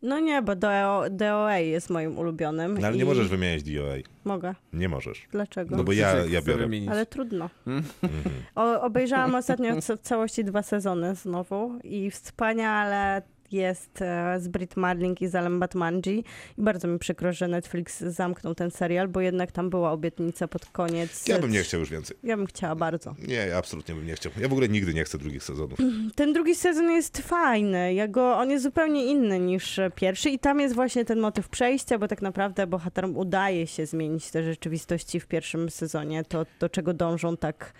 [SPEAKER 4] No nie, bo DO, DOA jest moim ulubionym.
[SPEAKER 2] No, ale
[SPEAKER 4] i...
[SPEAKER 2] nie możesz wymieniać DOA.
[SPEAKER 4] Mogę.
[SPEAKER 2] Nie możesz.
[SPEAKER 4] Dlaczego?
[SPEAKER 2] No bo ja-
[SPEAKER 5] Przecież
[SPEAKER 2] ja
[SPEAKER 5] chcę
[SPEAKER 2] biorę.
[SPEAKER 5] wymienić.
[SPEAKER 4] Ale trudno.
[SPEAKER 2] Mhm.
[SPEAKER 4] O, obejrzałam ostatnio ca- w całości dwa sezony znowu i wspaniale jest e, z Brit Marling i Zalem Batmanji i bardzo mi przykro, że Netflix zamknął ten serial, bo jednak tam była obietnica pod koniec.
[SPEAKER 2] Ja bym nie chciał już więcej.
[SPEAKER 4] Ja bym chciała bardzo.
[SPEAKER 2] Nie, ja absolutnie bym nie chciał. Ja w ogóle nigdy nie chcę drugich sezonów.
[SPEAKER 4] Ten drugi sezon jest fajny, ja go, on jest zupełnie inny niż e, pierwszy i tam jest właśnie ten motyw przejścia, bo tak naprawdę bohaterom udaje się zmienić te rzeczywistości w pierwszym sezonie, to do czego dążą tak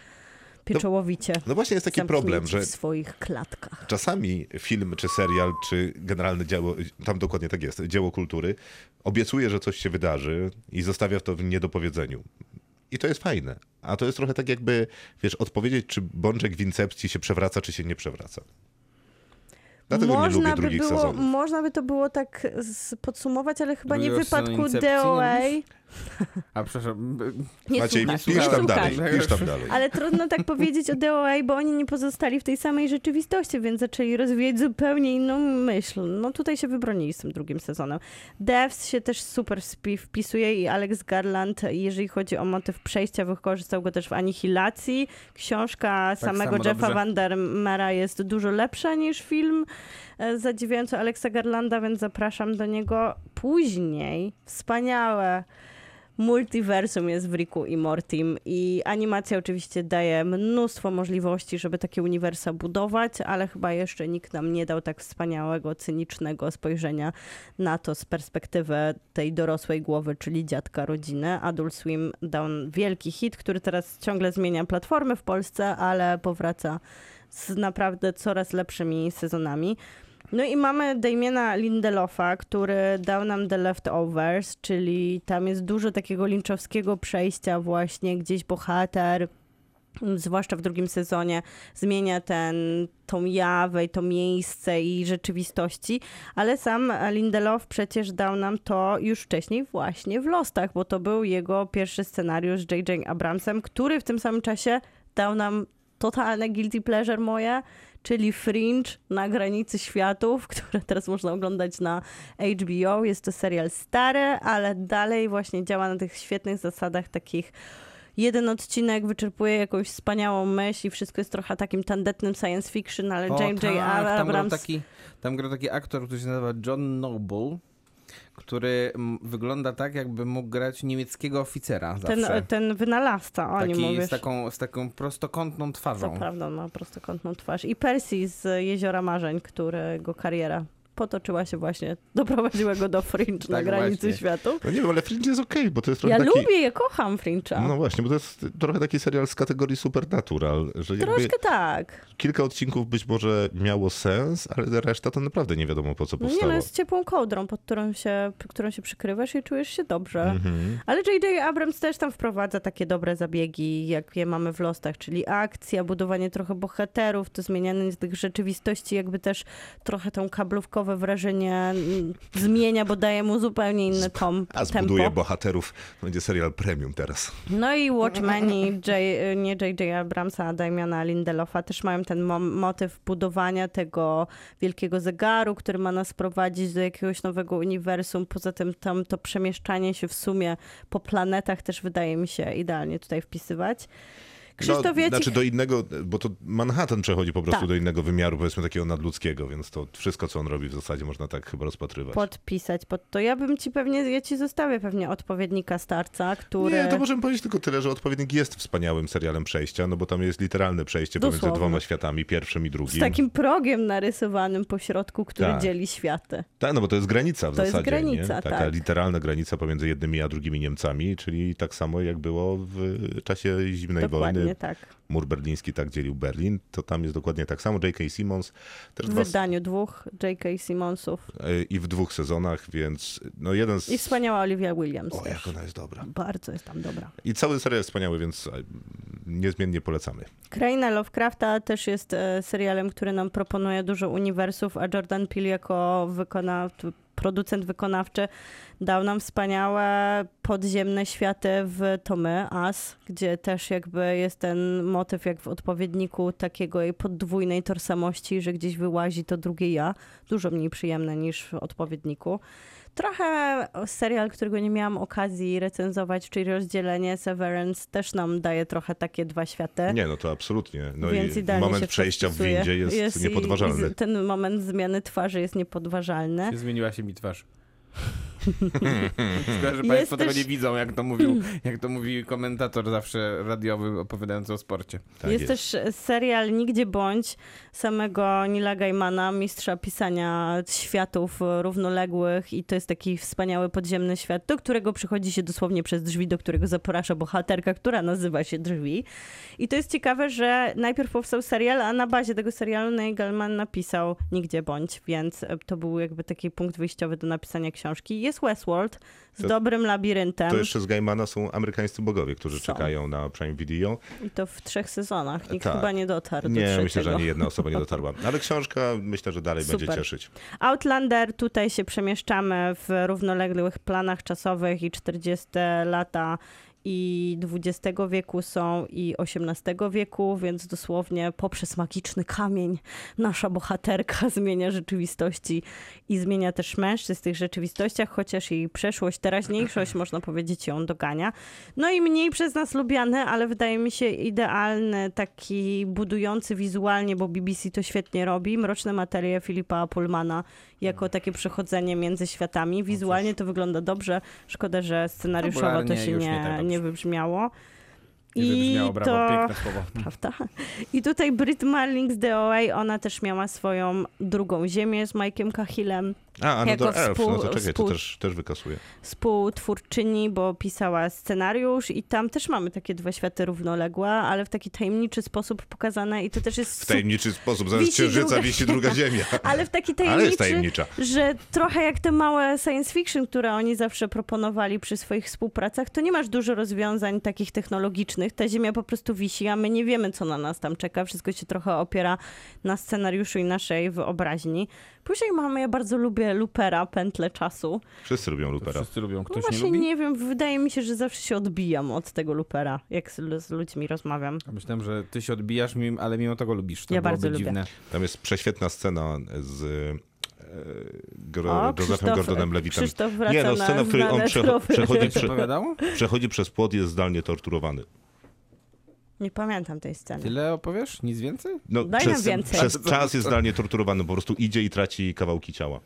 [SPEAKER 4] pieczołowicie.
[SPEAKER 2] No właśnie jest taki
[SPEAKER 4] Zamknięci
[SPEAKER 2] problem, że
[SPEAKER 4] w swoich klatkach.
[SPEAKER 2] czasami film, czy serial, czy generalne dzieło, tam dokładnie tak jest, dzieło kultury, obiecuje, że coś się wydarzy i zostawia to w niedopowiedzeniu. I to jest fajne. A to jest trochę tak jakby, wiesz, odpowiedzieć, czy bączek w Incepcji się przewraca, czy się nie przewraca. Dlatego nie lubię
[SPEAKER 4] by
[SPEAKER 2] drugich
[SPEAKER 4] było,
[SPEAKER 2] sezonów.
[SPEAKER 4] Można by to było tak z- podsumować, ale chyba nie w
[SPEAKER 5] Drugiego sezonu
[SPEAKER 4] wypadku
[SPEAKER 5] Incepcji nie
[SPEAKER 4] DOA.
[SPEAKER 5] lubisz? A przepraszam, b-
[SPEAKER 4] Nie
[SPEAKER 2] Maciej,
[SPEAKER 4] słuchaj,
[SPEAKER 2] pisz
[SPEAKER 4] nie
[SPEAKER 2] tam
[SPEAKER 4] słuchaj.
[SPEAKER 2] dalej, pisz tam dalej.
[SPEAKER 4] Ale trudno tak *laughs* powiedzieć o DOA, bo oni nie pozostali w tej samej rzeczywistości, więc zaczęli rozwijać zupełnie inną myśl. No tutaj się wybronili z tym drugim sezonem. Devs się też super spi- wpisuje i Alex Garland, jeżeli chodzi o motyw przejścia, wykorzystał go też w Anihilacji. Książka samego
[SPEAKER 5] Tak samo
[SPEAKER 4] Jeffa
[SPEAKER 5] dobrze.
[SPEAKER 4] Vandermeera jest dużo lepsza niż film e, zadziwiający Alexa Garlanda, więc zapraszam do niego później. Wspaniałe multiversum jest w Riku i Mortim i animacja oczywiście daje mnóstwo możliwości, żeby takie uniwersa budować, ale chyba jeszcze nikt nam nie dał tak wspaniałego, cynicznego spojrzenia na to z perspektywy tej dorosłej głowy, czyli dziadka rodziny. Adult Swim dał wielki hit, który teraz ciągle zmienia platformy w Polsce, ale powraca z naprawdę coraz lepszymi sezonami. No i mamy Damiena Lindelofa, który dał nam The Leftovers, czyli tam jest dużo takiego linczowskiego przejścia właśnie, gdzieś bohater, m, zwłaszcza w drugim sezonie, zmienia ten, tą jawę i to miejsce i rzeczywistości, ale sam Lindelof przecież dał nam to już wcześniej właśnie w Lostach, bo to był jego pierwszy scenariusz z J.J. Abramsem, który w tym samym czasie dał nam totalne guilty pleasure moje, czyli Fringe na granicy światów, *laughs* które teraz można oglądać na HBO. Jest to serial stary, ale dalej właśnie działa na tych świetnych zasadach takich jeden odcinek wyczerpuje jakąś wspaniałą myśl i wszystko jest trochę takim tandetnym science fiction, ale
[SPEAKER 5] O,
[SPEAKER 4] J.J.
[SPEAKER 5] tak, tam grał
[SPEAKER 4] Abrams...
[SPEAKER 5] taki, tam grał taki aktor, który się nazywa John Noble, który mm, wygląda tak, jakby mógł grać niemieckiego oficera
[SPEAKER 4] Ten,
[SPEAKER 5] zawsze.
[SPEAKER 4] ten wynalazca, o nim
[SPEAKER 5] taki,
[SPEAKER 4] mówisz.
[SPEAKER 5] z, taką, z taką
[SPEAKER 4] Co
[SPEAKER 5] prostokątną twarzą.
[SPEAKER 4] prawda on ma prostokątną twarz. I Percy z Jeziora Marzeń, którego kariera potoczyła się właśnie, *laughs* doprowadziła go do
[SPEAKER 5] *laughs*
[SPEAKER 4] Fringe na
[SPEAKER 5] Tak
[SPEAKER 4] granicy
[SPEAKER 5] właśnie.
[SPEAKER 4] światów.
[SPEAKER 2] No nie wiem, ale Fringe jest okej, bo to jest
[SPEAKER 4] Ja
[SPEAKER 2] trochę taki...
[SPEAKER 4] lubię, ja kocham Fringe'a.
[SPEAKER 2] No właśnie, bo to jest trochę taki serial z kategorii supernatural, że jakby
[SPEAKER 4] Troszkę tak.
[SPEAKER 2] kilka odcinków być może miało sens, ale reszta to naprawdę nie wiadomo po co
[SPEAKER 4] No nie
[SPEAKER 2] powstało.
[SPEAKER 4] no, jest ciepłą kołdrą, pod którą się, pod którą się przykrywasz i czujesz się dobrze.
[SPEAKER 2] Mhm.
[SPEAKER 4] Ale J.J. Abrams też tam wprowadza takie dobre zabiegi, jakie mamy w Lostach, czyli akcja, budowanie trochę bohaterów, to zmienianie tych rzeczywistości, jakby też trochę tą kablówkowe wrażenie mm, zmienia, bo daje mu zupełnie inny tom,
[SPEAKER 2] A
[SPEAKER 4] tempo.
[SPEAKER 2] zbuduje bohaterów. Będzie serial premium teraz.
[SPEAKER 4] No i Watchmeni, J, nie J.J. Abramsa, a Damiana Lindelofa też mają ten mo- motyw budowania tego wielkiego zegaru, który ma nas prowadzić do jakiegoś nowego uniwersum. Poza tym tam to przemieszczanie się w sumie po planetach też wydaje mi się idealnie tutaj wpisywać. Krzysztof
[SPEAKER 2] no,
[SPEAKER 4] Jacik...
[SPEAKER 2] znaczy do innego, bo to Manhattan przechodzi po prostu
[SPEAKER 4] Tak.
[SPEAKER 2] do innego wymiaru, powiedzmy takiego nadludzkiego, więc to wszystko, co on robi w zasadzie można tak chyba rozpatrywać.
[SPEAKER 4] Podpisać pod to. Ja bym ci pewnie, ja ci zostawię pewnie odpowiednika starca, który.
[SPEAKER 2] Nie, to możemy powiedzieć tylko tyle, że Odpowiednik jest wspaniałym serialem przejścia, no bo tam jest literalne przejście pomiędzy
[SPEAKER 4] Dosłownie.
[SPEAKER 2] dwoma światami, pierwszym i
[SPEAKER 4] Z
[SPEAKER 2] drugim.
[SPEAKER 4] takim progiem narysowanym po środku, który
[SPEAKER 2] Tak.
[SPEAKER 4] dzieli światy.
[SPEAKER 2] Tak, no bo to jest granica w
[SPEAKER 4] To jest
[SPEAKER 2] zasadzie.
[SPEAKER 4] granica,
[SPEAKER 2] nie? Taka
[SPEAKER 4] tak.
[SPEAKER 2] literalna granica pomiędzy jednymi a drugimi Niemcami, czyli tak samo jak było w czasie zimnej
[SPEAKER 4] Dokładnie
[SPEAKER 2] wojny.
[SPEAKER 4] tak.
[SPEAKER 2] Mur berliński tak dzielił Berlin, to tam jest dokładnie tak samo. J.K. Simmons też
[SPEAKER 4] w
[SPEAKER 2] dwa
[SPEAKER 4] wydaniu dwóch J.K. Simmonsów
[SPEAKER 2] y, i w dwóch sezonach, więc no jeden z...
[SPEAKER 4] i wspaniała Olivia Williams.
[SPEAKER 2] O,
[SPEAKER 4] też.
[SPEAKER 2] jak ona jest dobra.
[SPEAKER 4] Bardzo jest tam dobra.
[SPEAKER 2] I cały serial jest wspaniały, więc e, niezmiennie polecamy.
[SPEAKER 4] Kraina Lovecrafta też jest e, serialem, który nam proponuje dużo uniwersów, a Jordan Peele jako wykona, producent wykonawczy, dał nam wspaniałe podziemne światy w Tomy As, gdzie też jakby jest ten motyw jak w odpowiedniku takiego jej podwójnej tożsamości, że gdzieś wyłazi to drugie ja. Dużo mniej przyjemne niż w odpowiedniku. Trochę serial, którego nie miałam okazji recenzować, czyli rozdzielenie Severance też nam daje trochę takie dwa światy.
[SPEAKER 2] Nie, no to absolutnie. No
[SPEAKER 4] E? Więc
[SPEAKER 2] i
[SPEAKER 4] idealnie się
[SPEAKER 2] moment przejścia w
[SPEAKER 4] wpisuje.
[SPEAKER 2] windzie jest,
[SPEAKER 4] i-
[SPEAKER 2] niepodważalny.
[SPEAKER 4] I, z- ten moment zmiany twarzy jest niepodważalny.
[SPEAKER 5] Zmieniła się
[SPEAKER 2] *laughs*
[SPEAKER 5] mi twarz. Szkoda, że Państwo tego
[SPEAKER 4] też-
[SPEAKER 5] nie widzą, jak to
[SPEAKER 4] *clears throat*
[SPEAKER 5] mówił, jak to mówi komentator zawsze radiowy opowiadający o sporcie.
[SPEAKER 2] Tak
[SPEAKER 4] jest, też e, serial Nigdzie Bądź samego Nila Gaimana, mistrza pisania światów e, równoległych i to jest taki wspaniały podziemny świat, do którego przychodzi się dosłownie przez drzwi, do którego zaprasza bohaterka, która nazywa się Drzwi. I to jest ciekawe, że najpierw powstał serial, a na bazie tego serialu Neil Gaiman napisał Nigdzie Bądź, więc e, to był jakby taki punkt wyjściowy do napisania książki. Jest Westworld z
[SPEAKER 2] To-
[SPEAKER 4] dobrym labiryntem
[SPEAKER 2] To jeszcze z Gaimana są amerykańscy bogowie, którzy
[SPEAKER 4] Są.
[SPEAKER 2] czekają na Prime Video.
[SPEAKER 4] i to w trzech sezonach. Nikt
[SPEAKER 2] Tak.
[SPEAKER 4] chyba nie dotarł do
[SPEAKER 2] Nie,
[SPEAKER 4] trzeciego.
[SPEAKER 2] myślę, że ani jedna osoba nie
[SPEAKER 4] *laughs*
[SPEAKER 2] dotarła. Ale książka myślę, że dalej będzie
[SPEAKER 4] Super.
[SPEAKER 2] cieszyć.
[SPEAKER 4] Outlander, tutaj się przemieszczamy w równoległych planach czasowych i 40 lata i XX wieku są i XVIII wieku, więc dosłownie poprzez magiczny kamień nasza bohaterka *laughs* zmienia rzeczywistości i zmienia też mężczyzn w tych rzeczywistościach, chociaż jej przeszłość,
[SPEAKER 5] *clears throat*
[SPEAKER 4] teraźniejszość, można powiedzieć, ją dogania. No i mniej przez nas lubiany, ale wydaje mi się idealny, taki budujący wizualnie, bo BBC to świetnie robi, Mroczne Materie Filipa Pullmana
[SPEAKER 5] Mm.
[SPEAKER 4] jako takie przechodzenie między
[SPEAKER 5] No
[SPEAKER 4] światami. Wizualnie to wygląda dobrze, szkoda, że scenariuszowo to
[SPEAKER 5] Fabularnie
[SPEAKER 4] się
[SPEAKER 5] już nie tak
[SPEAKER 4] nie,
[SPEAKER 5] dobrze.
[SPEAKER 4] nie wybrzmiało.
[SPEAKER 5] I wybrzmiało brawo, piękne słowo.
[SPEAKER 4] Prawda? I tutaj Brit Marling z The OA, ona też miała swoją drugą ziemię z Mike'em Cahillem,
[SPEAKER 2] A, a no
[SPEAKER 4] Jako
[SPEAKER 2] to Elf, no to
[SPEAKER 4] współ-
[SPEAKER 2] czekaj, to
[SPEAKER 4] współ-
[SPEAKER 2] też, też wykasuje.
[SPEAKER 4] współtwórczyni, bo pisała scenariusz i tam też mamy takie dwa światy równoległe, ale w taki tajemniczy sposób pokazane i to też jest
[SPEAKER 2] W
[SPEAKER 4] super.
[SPEAKER 2] tajemniczy sposób, zamiast
[SPEAKER 4] Wisi
[SPEAKER 2] księżyca
[SPEAKER 4] druga
[SPEAKER 2] wisi druga ziemia.
[SPEAKER 4] *laughs* Ale w taki tajemniczy,
[SPEAKER 2] Ale jest tajemnicza.
[SPEAKER 4] że trochę jak te małe science fiction, które oni zawsze proponowali przy swoich współpracach, to nie masz dużo rozwiązań takich technologicznych. Ta ziemia po prostu wisi, a my nie wiemy, co na nas tam czeka. Wszystko się trochę opiera na scenariuszu i naszej wyobraźni. Później mamy, ja bardzo lubię Lupera, Pętlę Czasu.
[SPEAKER 2] Wszyscy lubią Lupera.
[SPEAKER 5] Wszyscy lubią,
[SPEAKER 4] No
[SPEAKER 5] ktoś nie
[SPEAKER 4] właśnie
[SPEAKER 5] lubi?
[SPEAKER 4] nie, wiem, wydaje mi się, że zawsze się odbijam od tego Lupera, jak z, z ludźmi rozmawiam.
[SPEAKER 5] A Myślałem, że ty się odbijasz, mim- ale mimo tego lubisz. To
[SPEAKER 4] Ja
[SPEAKER 5] byłoby
[SPEAKER 4] bardzo lubię. *laughs*
[SPEAKER 5] dziwne.
[SPEAKER 2] Tam jest prześwietna scena z e, Gro-
[SPEAKER 4] O,
[SPEAKER 2] Josephem
[SPEAKER 4] Krzysztof-
[SPEAKER 2] Gordonem Lewitem.
[SPEAKER 4] Krzysztof wraca
[SPEAKER 2] Nie, no
[SPEAKER 4] na
[SPEAKER 2] scena, w której on
[SPEAKER 4] znane
[SPEAKER 2] przecho-
[SPEAKER 4] tropy.
[SPEAKER 2] przechodzi,
[SPEAKER 5] Czy
[SPEAKER 2] prze-
[SPEAKER 5] opowiadało?
[SPEAKER 2] przechodzi przez płot, jest zdalnie torturowany.
[SPEAKER 4] Nie pamiętam tej sceny.
[SPEAKER 5] Tyle opowiesz? Nic więcej?
[SPEAKER 2] No,
[SPEAKER 4] Daj nam
[SPEAKER 2] przez,
[SPEAKER 4] więcej.
[SPEAKER 2] przez czas jest zdalnie torturowany, po prostu idzie i traci kawałki ciała.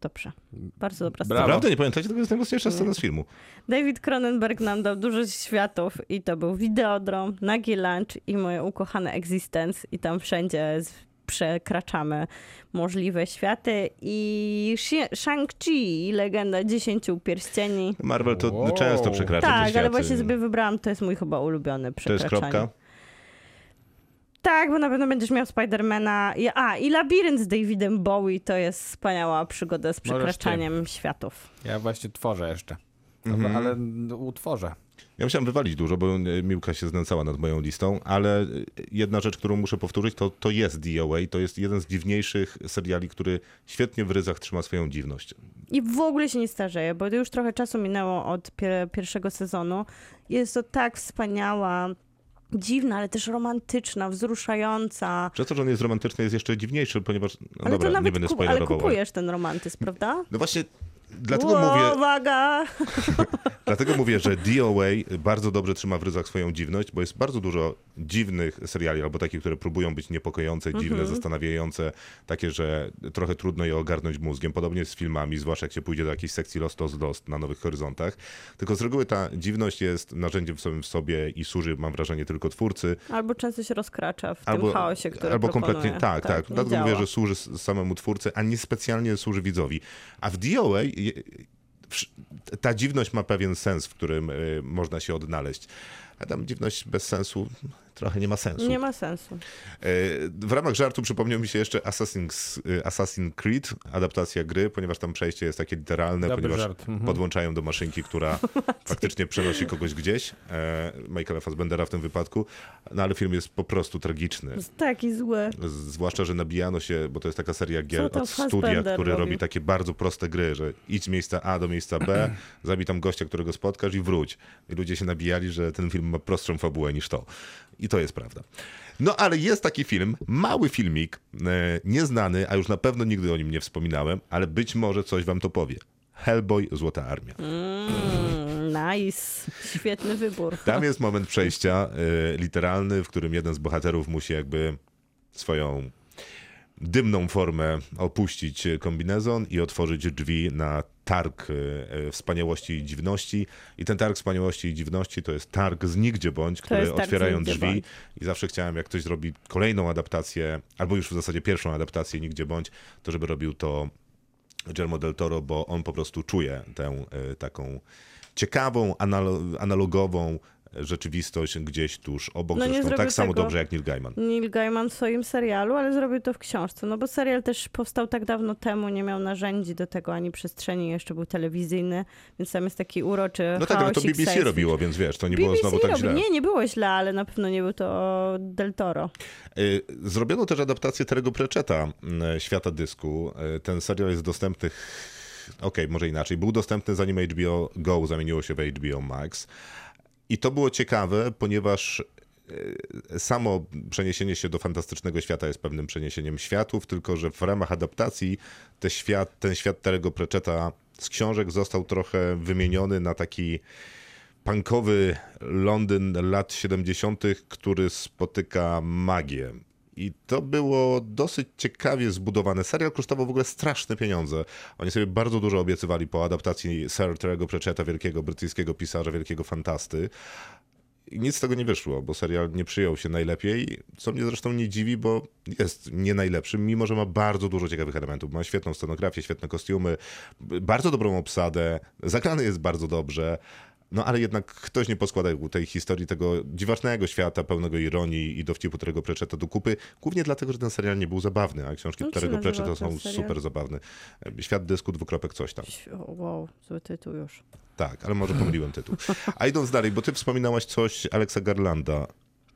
[SPEAKER 4] Dobrze. Bardzo dobra
[SPEAKER 5] Brawo.
[SPEAKER 4] scena.
[SPEAKER 2] Naprawdę nie pamiętacie? To jest najmocniejsza scena z filmu.
[SPEAKER 4] David Cronenberg nam dał dużo światów i to był Videodrom, Nagi Lunch i moje ukochane Existence i tam wszędzie z- przekraczamy możliwe światy i Shi- Shang-Chi, legenda dziesięciu pierścieni.
[SPEAKER 2] Marvel to
[SPEAKER 5] Wow.
[SPEAKER 2] często przekracza te
[SPEAKER 4] Tak,
[SPEAKER 2] światy.
[SPEAKER 4] ale właśnie sobie wybrałam, to jest mój chyba ulubiony
[SPEAKER 2] To jest
[SPEAKER 4] przekraczanie.
[SPEAKER 2] kropka.
[SPEAKER 4] Tak, bo na pewno będziesz miał Spidermana. I, a, i Labirynt z Davidem Bowie to jest wspaniała przygoda z
[SPEAKER 5] Możesz
[SPEAKER 4] przekraczaniem światów.
[SPEAKER 5] Ja właśnie tworzę jeszcze.
[SPEAKER 2] Mhm.
[SPEAKER 5] Ale no, utworzę.
[SPEAKER 2] Ja musiałem wywalić dużo, bo e, Miłka się znęcała nad moją listą, ale e, jedna rzecz, którą muszę powtórzyć, to, to jest DOA. To jest jeden z dziwniejszych seriali, który świetnie w ryzach trzyma swoją dziwność.
[SPEAKER 4] I w ogóle się nie starzeje, bo już trochę czasu minęło od pie- pierwszego sezonu. Jest to tak wspaniała, dziwna, ale też romantyczna, wzruszająca.
[SPEAKER 2] Przez to, że on jest romantyczny, jest jeszcze dziwniejszy, ponieważ... No
[SPEAKER 4] Ale
[SPEAKER 2] dobra,
[SPEAKER 4] to
[SPEAKER 2] nie
[SPEAKER 4] nawet
[SPEAKER 2] będę
[SPEAKER 4] ku- ale
[SPEAKER 2] spoilerował. ale-
[SPEAKER 4] kupujesz ten romantyzm, prawda?
[SPEAKER 2] No właśnie, dlatego
[SPEAKER 4] Ło,
[SPEAKER 2] mówię...
[SPEAKER 4] Uwaga!
[SPEAKER 2] Dlatego mówię, że DOA bardzo dobrze trzyma w ryzach swoją dziwność, bo jest bardzo dużo dziwnych seriali, albo takich, które próbują być niepokojące, dziwne, zastanawiające, takie, że trochę trudno je ogarnąć mózgiem. Podobnie jest z filmami, zwłaszcza jak się pójdzie do jakiejś sekcji Lost Lost Lost na Nowych Horyzontach. Tylko z reguły ta dziwność jest narzędziem samym w sobie i służy, mam wrażenie, tylko twórcy,
[SPEAKER 4] Albo często się rozkracza w tym chaosie, który
[SPEAKER 2] albo
[SPEAKER 4] proponuje.
[SPEAKER 2] kompletnie tak, tak.
[SPEAKER 4] nie
[SPEAKER 2] Dlatego mówię,
[SPEAKER 4] działa.
[SPEAKER 2] że służy s- samemu twórcy, a nie specjalnie służy widzowi. A w DOA je- wsz- ta dziwność ma pewien sens, w którym y, można się odnaleźć. A tam dziwność bez sensu trochę nie ma sensu.
[SPEAKER 4] Nie ma sensu.
[SPEAKER 2] E, W ramach żartu przypomniał mi się jeszcze Assassin's, e, Assassin's Creed, adaptacja gry, ponieważ tam przejście jest takie literalne,
[SPEAKER 7] Dobry
[SPEAKER 2] ponieważ
[SPEAKER 7] żart, mhm.
[SPEAKER 2] podłączają do maszynki,
[SPEAKER 4] *laughs*
[SPEAKER 2] która faktycznie przenosi kogoś gdzieś, e, Michaela Fassbendera w tym wypadku, no ale film jest po prostu tragiczny.
[SPEAKER 4] Taki zły.
[SPEAKER 2] Z- Zwłaszcza, że nabijano się, bo to jest taka seria gier
[SPEAKER 4] tam
[SPEAKER 2] od studia,
[SPEAKER 4] Fassbender
[SPEAKER 2] który robi
[SPEAKER 4] robił?
[SPEAKER 2] takie bardzo proste gry, że idź z miejsca A do miejsca B, *clears throat* zabij tam gościa, którego spotkasz i wróć. I ludzie się nabijali, że ten film ma prostszą fabułę niż to. I to jest prawda. No ale jest taki film, mały filmik, e, nieznany, a już na pewno nigdy o nim nie wspominałem, ale być może coś wam to powie. Hellboy Złota Armia.
[SPEAKER 4] Mm, Nice. Świetny wybór.
[SPEAKER 2] *laughs* Tam jest moment przejścia y, literalny, w którym jeden z bohaterów musi jakby swoją dymną formę opuścić y, kombinezon i otworzyć drzwi na targ y, y, wspaniałości i dziwności. I ten targ wspaniałości i dziwności to jest targ z nigdzie bądź, który
[SPEAKER 4] jest targ z
[SPEAKER 2] otwierają
[SPEAKER 4] nigdzie
[SPEAKER 2] drzwi.
[SPEAKER 4] bądź.
[SPEAKER 2] I zawsze chciałem, jak ktoś zrobi kolejną adaptację, albo już w zasadzie pierwszą adaptację nigdzie bądź, to żeby robił to Guillermo del Toro, bo on po prostu czuje tę y, taką ciekawą, analo- analogową rzeczywistość gdzieś tuż obok.
[SPEAKER 4] No nie
[SPEAKER 2] Zresztą
[SPEAKER 4] zrobił
[SPEAKER 2] tak samo
[SPEAKER 4] tego.
[SPEAKER 2] dobrze jak Neil Gaiman.
[SPEAKER 4] Neil Gaiman w swoim serialu, ale zrobił to w książce. No bo serial też powstał tak dawno temu, nie miał narzędzi do tego ani przestrzeni, jeszcze był telewizyjny, więc tam jest taki uroczy.
[SPEAKER 2] No tak, ale to
[SPEAKER 4] chaosik
[SPEAKER 2] BBC
[SPEAKER 4] science
[SPEAKER 2] robiło, więc wiesz, to nie
[SPEAKER 4] BBC
[SPEAKER 2] było znowu tak
[SPEAKER 4] robi.
[SPEAKER 2] źle.
[SPEAKER 4] Nie, nie było źle, ale na pewno nie był to Del Toro.
[SPEAKER 2] Y, Zrobiono też adaptację Terego Preczeta Świata Dysku. Y, Ten serial jest dostępny. ch- Okej, może inaczej. Był dostępny zanim HBO Go zamieniło się w HBO Max. I to było ciekawe, ponieważ y, samo przeniesienie się do fantastycznego świata jest pewnym przeniesieniem światów, tylko że w ramach adaptacji te świat, ten świat Terego Preczeta z książek został trochę wymieniony na taki punkowy Londyn lat 70., który spotyka magię. I to było dosyć ciekawie zbudowane. Serial kosztował w ogóle straszne pieniądze. Oni sobie bardzo dużo obiecywali po adaptacji Sir Terego Pratchetta, wielkiego brytyjskiego pisarza, wielkiego fantasty. I nic z tego nie wyszło, bo serial nie przyjął się najlepiej, co mnie zresztą nie dziwi, bo jest nie najlepszy, mimo że ma bardzo dużo ciekawych elementów. Ma świetną scenografię, świetne kostiumy, b- bardzo dobrą obsadę, zagrany jest bardzo dobrze, no ale jednak ktoś nie poskładał tej historii tego dziwacznego świata, pełnego ironii i dowcipu Terego Preczeta do kupy, głównie dlatego, że ten serial nie był zabawny, a książki
[SPEAKER 4] Jak No, się
[SPEAKER 2] Terego
[SPEAKER 4] nazywa
[SPEAKER 2] Preczeta
[SPEAKER 4] ten
[SPEAKER 2] są
[SPEAKER 4] serial?
[SPEAKER 2] super zabawne. Świat dysku, dwukropek coś tam.
[SPEAKER 4] O, wow, zły tytuł już.
[SPEAKER 2] Tak, ale może pomyliłem tytuł. A idąc dalej, bo ty wspominałaś coś Alexa Garlanda.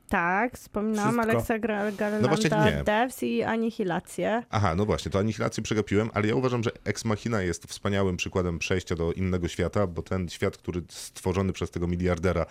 [SPEAKER 4] Tak, wspominałam
[SPEAKER 7] Wszystko.
[SPEAKER 4] Aleksa Gra- Garlanda,
[SPEAKER 2] No nie.
[SPEAKER 4] Devs i Anihilację.
[SPEAKER 2] Aha, no właśnie, to anihilację przegapiłem, ale ja uważam, że Ex Machina jest wspaniałym przykładem przejścia do innego świata, bo ten świat, który stworzony przez tego miliardera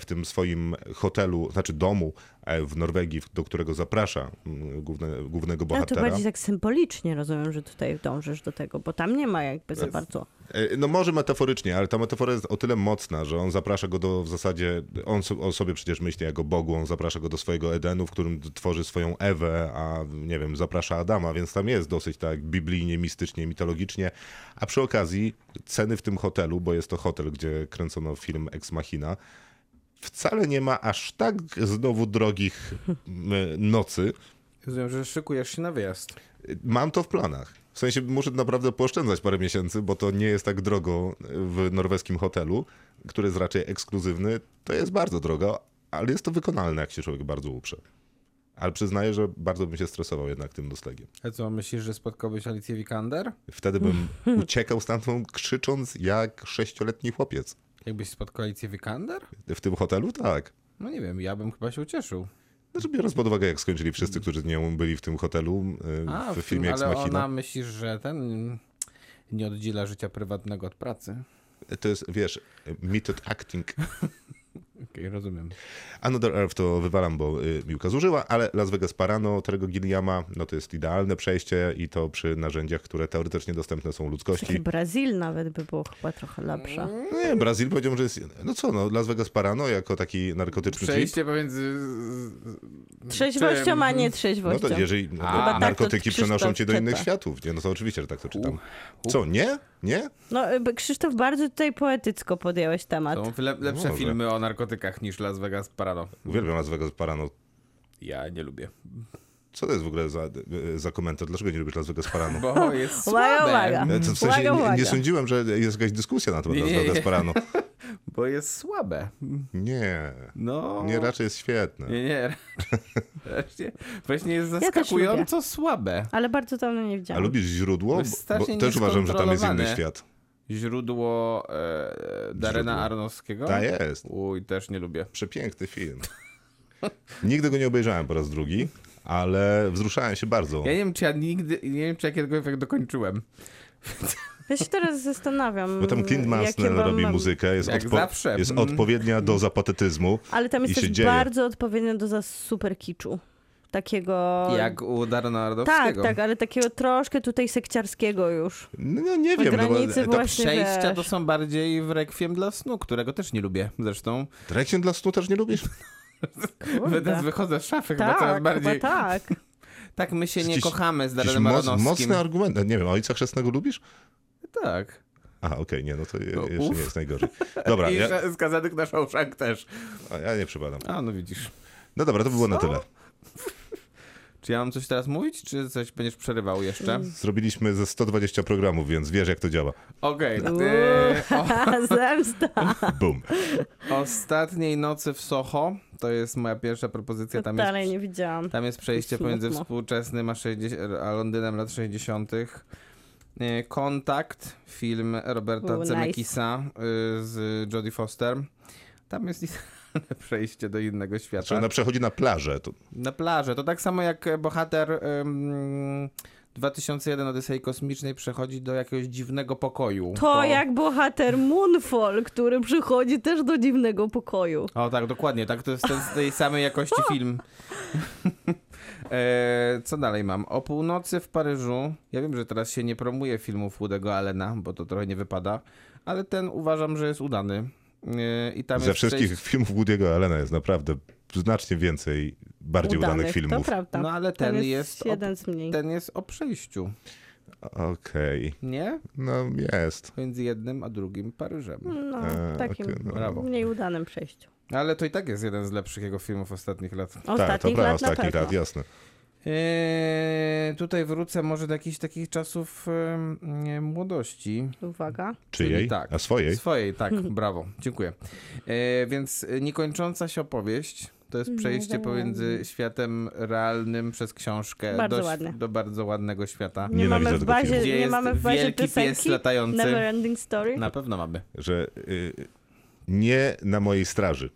[SPEAKER 2] w tym swoim hotelu, znaczy domu e, w Norwegii, w- do którego zaprasza mm, główne, głównego
[SPEAKER 4] No to
[SPEAKER 2] bohatera.
[SPEAKER 4] bardziej tak symbolicznie rozumiem, że tutaj dążysz do tego, bo tam nie ma jakby za bardzo.
[SPEAKER 2] E, No może metaforycznie, ale ta metafora jest o tyle mocna, że on zaprasza go do w zasadzie, on so- o sobie przecież myśli jako Bogu, on zaprasza go do swojego Edenu, w którym d- tworzy swoją Ewę, a nie wiem, zaprasza Adama, więc tam jest dosyć tak biblijnie, mistycznie, mitologicznie. A przy okazji ceny w tym hotelu, bo jest to hotel, gdzie kręcono film Ex Machina, wcale nie ma aż tak znowu drogich m, nocy.
[SPEAKER 5] Rozumiem, że szykujesz się na wyjazd.
[SPEAKER 2] Mam to w planach. W sensie muszę naprawdę pooszczędzać parę miesięcy, bo to nie jest tak drogo w norweskim hotelu, który jest raczej ekskluzywny. To jest bardzo drogo, ale jest to wykonalne, jak się człowiek bardzo uprze. Ale przyznaję, że bardzo bym się stresował jednak tym noclegiem.
[SPEAKER 5] A co, myślisz, że spotkałbyś Alicję Wikander?
[SPEAKER 2] Wtedy
[SPEAKER 5] *laughs*
[SPEAKER 2] bym uciekał stamtąd krzycząc jak sześcioletni chłopiec.
[SPEAKER 5] Jakbyś spotkał Alicję Wikander?
[SPEAKER 2] W tym hotelu? Tak.
[SPEAKER 5] No nie wiem, ja bym chyba się ucieszył.
[SPEAKER 2] Znaczy biorąc pod uwagę, jak skończyli wszyscy, którzy z nią byli w tym hotelu, y,
[SPEAKER 5] A,
[SPEAKER 2] w filmie Ex
[SPEAKER 5] ale ona
[SPEAKER 2] Machina.
[SPEAKER 5] myślisz, że ten nie oddziela życia prywatnego od pracy.
[SPEAKER 2] To jest, wiesz, method acting
[SPEAKER 5] Okej, rozumiem.
[SPEAKER 2] Another Earth to wywalam, bo y, Miłka zużyła, ale Las Vegas Parano, Terego Gilliama, no to jest idealne przejście i to przy narzędziach, które teoretycznie dostępne są
[SPEAKER 4] Taki
[SPEAKER 2] ludzkości.
[SPEAKER 4] Brazil nawet by było chyba trochę lepsze.
[SPEAKER 2] No Nie, Brazil powiedział, że jest... No co, no Las Vegas Parano jako taki narkotyczny trip.
[SPEAKER 5] Przejście pomiędzy...
[SPEAKER 4] Trzeźwością, a nie
[SPEAKER 2] No
[SPEAKER 4] trzeźwością.
[SPEAKER 2] to jeżeli no,
[SPEAKER 5] Chyba
[SPEAKER 2] to
[SPEAKER 5] tak
[SPEAKER 2] narkotyki
[SPEAKER 4] to
[SPEAKER 2] przenoszą
[SPEAKER 4] Krzysztof
[SPEAKER 2] cię do innych
[SPEAKER 4] czyta.
[SPEAKER 2] światów, nie? no to oczywiście, że tak to czytam. Co, nie? Nie?
[SPEAKER 4] No, y, Krzysztof, bardzo tutaj poetycko podjąłeś temat.
[SPEAKER 5] Są le- lepsze
[SPEAKER 2] Może.
[SPEAKER 5] filmy o narkotykach niż Las Vegas Parano.
[SPEAKER 2] Uwielbiam Las Vegas Parano.
[SPEAKER 5] Ja nie lubię.
[SPEAKER 2] Co to jest w ogóle za, y, za komentarz? Dlaczego nie lubisz Las Vegas Parano?
[SPEAKER 4] *laughs*
[SPEAKER 5] Bo jest
[SPEAKER 4] Uwaga,
[SPEAKER 5] słabe.
[SPEAKER 4] uwaga.
[SPEAKER 2] E, To w sensie
[SPEAKER 4] Uwaga,
[SPEAKER 2] nie,
[SPEAKER 4] uwaga.
[SPEAKER 2] nie sądziłem, że jest jakaś dyskusja na temat
[SPEAKER 5] Nie,
[SPEAKER 2] Las
[SPEAKER 5] nie,
[SPEAKER 2] Vegas
[SPEAKER 5] nie.
[SPEAKER 2] Parano.
[SPEAKER 5] bo jest słabe.
[SPEAKER 2] Nie.
[SPEAKER 5] No.
[SPEAKER 2] Nie, raczej jest świetne.
[SPEAKER 5] Nie, nie. *laughs* Właśnie, właśnie jest
[SPEAKER 4] też
[SPEAKER 5] zaskakująco słabe.
[SPEAKER 4] Ale bardzo dawno nie widziałam.
[SPEAKER 2] A lubisz źródło?
[SPEAKER 5] To jest
[SPEAKER 2] Bo, bo
[SPEAKER 5] strasznie
[SPEAKER 2] też uważam, że tam jest inny
[SPEAKER 5] nieskontrolowane.
[SPEAKER 2] świat.
[SPEAKER 5] Źródło e, Darena
[SPEAKER 2] Źródło.
[SPEAKER 5] Arnowskiego.
[SPEAKER 2] Ta Tak jest.
[SPEAKER 5] Uj, też nie lubię.
[SPEAKER 2] Przepiękny film. Nigdy go nie obejrzałem po raz drugi, ale wzruszałem się bardzo.
[SPEAKER 5] Ja nie wiem, czy ja nigdy, nie wiem, czy ja kiedykolwiek tak dokończyłem.
[SPEAKER 4] Ja się teraz zastanawiam. y,
[SPEAKER 2] Bo tam Clint
[SPEAKER 4] jakie
[SPEAKER 2] Mansell
[SPEAKER 4] mam-
[SPEAKER 2] robi muzykę, jest,
[SPEAKER 5] Jak zawsze.
[SPEAKER 2] jest
[SPEAKER 5] Mm.
[SPEAKER 2] odpowiednia doza patetyzmu.
[SPEAKER 4] Ale tam
[SPEAKER 2] i
[SPEAKER 4] jest
[SPEAKER 2] się
[SPEAKER 4] też
[SPEAKER 2] dzieje.
[SPEAKER 4] bardzo odpowiednio do za super kiczu. Takiego.
[SPEAKER 5] Jak u Darena
[SPEAKER 4] Tak,
[SPEAKER 5] Arnowskiego.
[SPEAKER 4] tak, ale takiego troszkę tutaj sekciarskiego już.
[SPEAKER 2] No nie
[SPEAKER 4] Na
[SPEAKER 2] wiem, no bo
[SPEAKER 4] granicy
[SPEAKER 2] to
[SPEAKER 4] właśnie
[SPEAKER 5] Przejścia
[SPEAKER 4] wiesz.
[SPEAKER 5] to są bardziej w Rekwiem dla snu, którego też nie lubię zresztą.
[SPEAKER 2] Rekin dla snu też nie
[SPEAKER 5] *laughs*
[SPEAKER 2] lubisz?
[SPEAKER 4] Kurde.
[SPEAKER 5] Teraz wychodzę z szafy chyba
[SPEAKER 4] Tak,
[SPEAKER 5] coraz bardziej.
[SPEAKER 4] chyba tak.
[SPEAKER 5] Tak, my się nie
[SPEAKER 2] Jakiś-
[SPEAKER 5] kochamy z
[SPEAKER 2] Jakiś moc,
[SPEAKER 5] Darenem Aronowskim.
[SPEAKER 2] mocny argument. Nie wiem, Ojca Chrzestnego lubisz?
[SPEAKER 5] Tak.
[SPEAKER 2] Aha, okej, nie, no to je,
[SPEAKER 5] No,
[SPEAKER 2] jeszcze
[SPEAKER 5] uf.
[SPEAKER 2] nie jest najgorzej. Dobra,
[SPEAKER 5] *laughs* I
[SPEAKER 2] ja,
[SPEAKER 5] ja... skazanych na Shawshank też.
[SPEAKER 2] a ja nie przypadam.
[SPEAKER 5] A, no widzisz.
[SPEAKER 2] No dobra, to by było na
[SPEAKER 5] Co?
[SPEAKER 2] tyle.
[SPEAKER 5] Czy ja mam coś teraz mówić, czy coś będziesz przerywał jeszcze?
[SPEAKER 4] Mm.
[SPEAKER 2] Zrobiliśmy ze 120 programów, więc wiesz jak to działa.
[SPEAKER 5] Okej.
[SPEAKER 4] Uuu,
[SPEAKER 5] ty- *laughs* o-
[SPEAKER 4] *laughs* Zemsta.
[SPEAKER 2] Bum.
[SPEAKER 5] Ostatniej nocy w Soho, to jest moja pierwsza propozycja. Tam jest,
[SPEAKER 4] Dalej nie widziałam.
[SPEAKER 5] tam jest przejście
[SPEAKER 4] Smutno.
[SPEAKER 5] pomiędzy współczesnym a, 60, a Londynem lat 60. E, Kontakt, film Roberta
[SPEAKER 4] U, nice.
[SPEAKER 5] Zemeckisa y, z Jodie Foster. Tam jest idealne *laughs* przejście do innego świata.
[SPEAKER 2] Znaczy ona przechodzi na plażę. To,
[SPEAKER 5] Na plażę. To tak samo jak e, bohater ym, 2001 Odysei Kosmicznej przechodzi do jakiegoś dziwnego pokoju.
[SPEAKER 4] To jak bohater Moonfall, który przychodzi też do dziwnego pokoju.
[SPEAKER 5] O tak, dokładnie. Tak, to jest ten z tej samej
[SPEAKER 4] *laughs*
[SPEAKER 5] jakości film. *laughs* e, co dalej mam? O północy w Paryżu. Ja wiem, że teraz się nie promuje filmów Woodego Allena, bo to trochę nie wypada, ale ten uważam, że jest udany. E, I tam
[SPEAKER 2] ze
[SPEAKER 5] jest
[SPEAKER 2] wszystkich
[SPEAKER 5] przejście-
[SPEAKER 2] filmów Woody'ego Allena jest naprawdę znacznie więcej bardziej udanych,
[SPEAKER 4] To
[SPEAKER 2] filmów.
[SPEAKER 4] prawda.
[SPEAKER 5] No ale
[SPEAKER 4] Tam
[SPEAKER 5] ten
[SPEAKER 4] jest,
[SPEAKER 5] jest, o-
[SPEAKER 4] jeden z mniej.
[SPEAKER 5] ten jest o przejściu,
[SPEAKER 2] Okej,
[SPEAKER 5] nie?
[SPEAKER 2] no jest.
[SPEAKER 5] Między jednym a drugim Paryżem.
[SPEAKER 4] No,
[SPEAKER 2] E,
[SPEAKER 4] takim
[SPEAKER 2] okej, no.
[SPEAKER 5] Brawo.
[SPEAKER 4] mniej udanym przejściu.
[SPEAKER 5] Ale to i tak jest jeden z lepszych jego filmów ostatnich lat.
[SPEAKER 2] Tak, to
[SPEAKER 4] Ostatnich
[SPEAKER 2] prawda,
[SPEAKER 4] lat na
[SPEAKER 2] ostatni
[SPEAKER 4] pewno.
[SPEAKER 2] lat, jasne.
[SPEAKER 5] Eee, tutaj wrócę może do jakichś takich czasów em, nie, młodości.
[SPEAKER 4] Uwaga.
[SPEAKER 2] Czyjej?
[SPEAKER 5] Czyli tak.
[SPEAKER 2] A swojej?
[SPEAKER 5] Swojej, tak, brawo, dziękuję. Eee, więc e, niekończąca się opowieść to jest przejście pomiędzy światem realnym przez książkę
[SPEAKER 4] Bardzo
[SPEAKER 5] do, św-
[SPEAKER 4] ładne.
[SPEAKER 5] do bardzo ładnego świata.
[SPEAKER 4] Nie
[SPEAKER 2] Nienawidzę
[SPEAKER 4] mamy w
[SPEAKER 2] tego filmu.
[SPEAKER 4] bazie,
[SPEAKER 5] Gdzie
[SPEAKER 4] nie
[SPEAKER 5] jest
[SPEAKER 4] mamy w bazie
[SPEAKER 5] wielki pies
[SPEAKER 4] piosenki
[SPEAKER 5] latający.
[SPEAKER 4] Never Ending Story.
[SPEAKER 5] Na pewno mamy.
[SPEAKER 2] Że y, nie na mojej straży.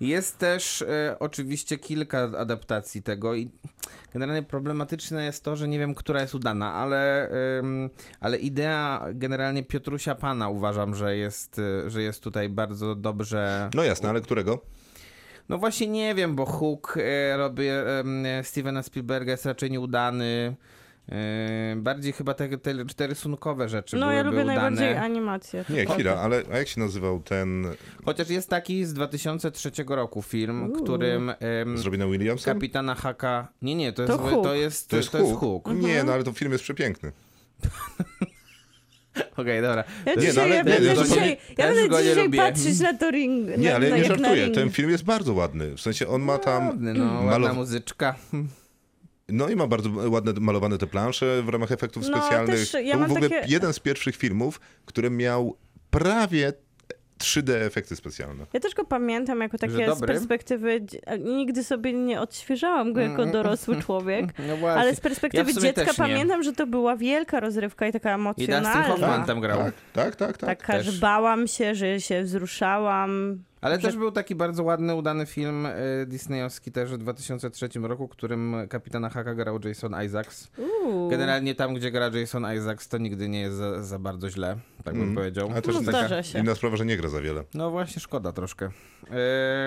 [SPEAKER 5] Jest też e, oczywiście kilka adaptacji tego i generalnie problematyczne jest to, że nie wiem, która jest udana, ale, em, ale idea generalnie Piotrusia Pana uważam, że jest, e, że jest tutaj bardzo dobrze.
[SPEAKER 2] No jasne, ale którego?
[SPEAKER 5] No właśnie nie wiem, bo Hook e, robi em, Stevena Spielberga jest raczej nieudany. E, bardziej chyba te, te, te rysunkowe rzeczy
[SPEAKER 4] No
[SPEAKER 5] byłyby
[SPEAKER 4] ja lubię
[SPEAKER 5] udane.
[SPEAKER 4] najbardziej animacje.
[SPEAKER 2] Nie, chwila, ale a jak się nazywał ten
[SPEAKER 5] Chociaż jest taki z 2003 roku film, którym... em,
[SPEAKER 2] zrobina Williamson?
[SPEAKER 5] Kapitana Haka. Nie, nie, to jest.
[SPEAKER 4] To
[SPEAKER 5] To,
[SPEAKER 4] Hook.
[SPEAKER 5] to jest,
[SPEAKER 2] to jest
[SPEAKER 5] to jest
[SPEAKER 2] Hook.
[SPEAKER 5] Hook. Okej,
[SPEAKER 4] Mhm.
[SPEAKER 2] Nie, no ale to film jest przepiękny.
[SPEAKER 5] dobra.
[SPEAKER 4] Ja
[SPEAKER 2] no,
[SPEAKER 4] dzisiaj,
[SPEAKER 2] ale
[SPEAKER 4] ja
[SPEAKER 2] nie,
[SPEAKER 4] będę
[SPEAKER 2] to nie-
[SPEAKER 4] dzisiaj, ja
[SPEAKER 5] też
[SPEAKER 4] będę
[SPEAKER 5] go nie
[SPEAKER 4] dzisiaj
[SPEAKER 5] lubię.
[SPEAKER 4] patrzeć na to ring. na,
[SPEAKER 2] Nie, ale
[SPEAKER 4] na,
[SPEAKER 2] nie
[SPEAKER 4] No, jak na
[SPEAKER 2] żartuję,
[SPEAKER 4] ring.
[SPEAKER 2] ten film jest bardzo ładny. W sensie on ma tam... mm,
[SPEAKER 5] Ładny, no, ładna
[SPEAKER 2] malow-
[SPEAKER 5] muzyczka. *laughs*
[SPEAKER 2] No i ma bardzo ładne malowane te plansze w ramach efektów
[SPEAKER 4] No,
[SPEAKER 2] specjalnych.
[SPEAKER 4] też ja
[SPEAKER 2] to
[SPEAKER 4] mam
[SPEAKER 2] był w ogóle
[SPEAKER 4] takie-
[SPEAKER 2] jeden z pierwszych filmów, który miał prawie 3D efekty specjalne.
[SPEAKER 4] Ja też go pamiętam jako takie z
[SPEAKER 5] dobry?
[SPEAKER 4] perspektywy, dzie- a nigdy sobie nie odświeżałam go jako dorosły człowiek,
[SPEAKER 5] No *laughs* właśnie.
[SPEAKER 4] ale z perspektywy
[SPEAKER 5] Ja w sumie
[SPEAKER 4] dziecka
[SPEAKER 5] też nie.
[SPEAKER 4] pamiętam, że to była wielka rozrywka i taka
[SPEAKER 5] I Dustin Hoffman
[SPEAKER 4] emocjonalna.
[SPEAKER 5] tam grał.
[SPEAKER 2] Tak, tak, tak. tak.
[SPEAKER 4] Taka, że
[SPEAKER 5] też.
[SPEAKER 4] bałam się, że się wzruszałam.
[SPEAKER 5] Ale też był taki bardzo ładny, udany film y, disneyowski też w 2003 roku, którym kapitana Haka grał Jason Isaacs.
[SPEAKER 4] Uuu.
[SPEAKER 5] Generalnie tam, gdzie gra Jason Isaacs, to nigdy nie jest za, za bardzo źle, tak bym powiedział.
[SPEAKER 2] Mm. A też
[SPEAKER 4] No,
[SPEAKER 2] taka
[SPEAKER 4] zdarza się.
[SPEAKER 2] inna sprawa, że nie gra za wiele.
[SPEAKER 5] No właśnie, szkoda troszkę.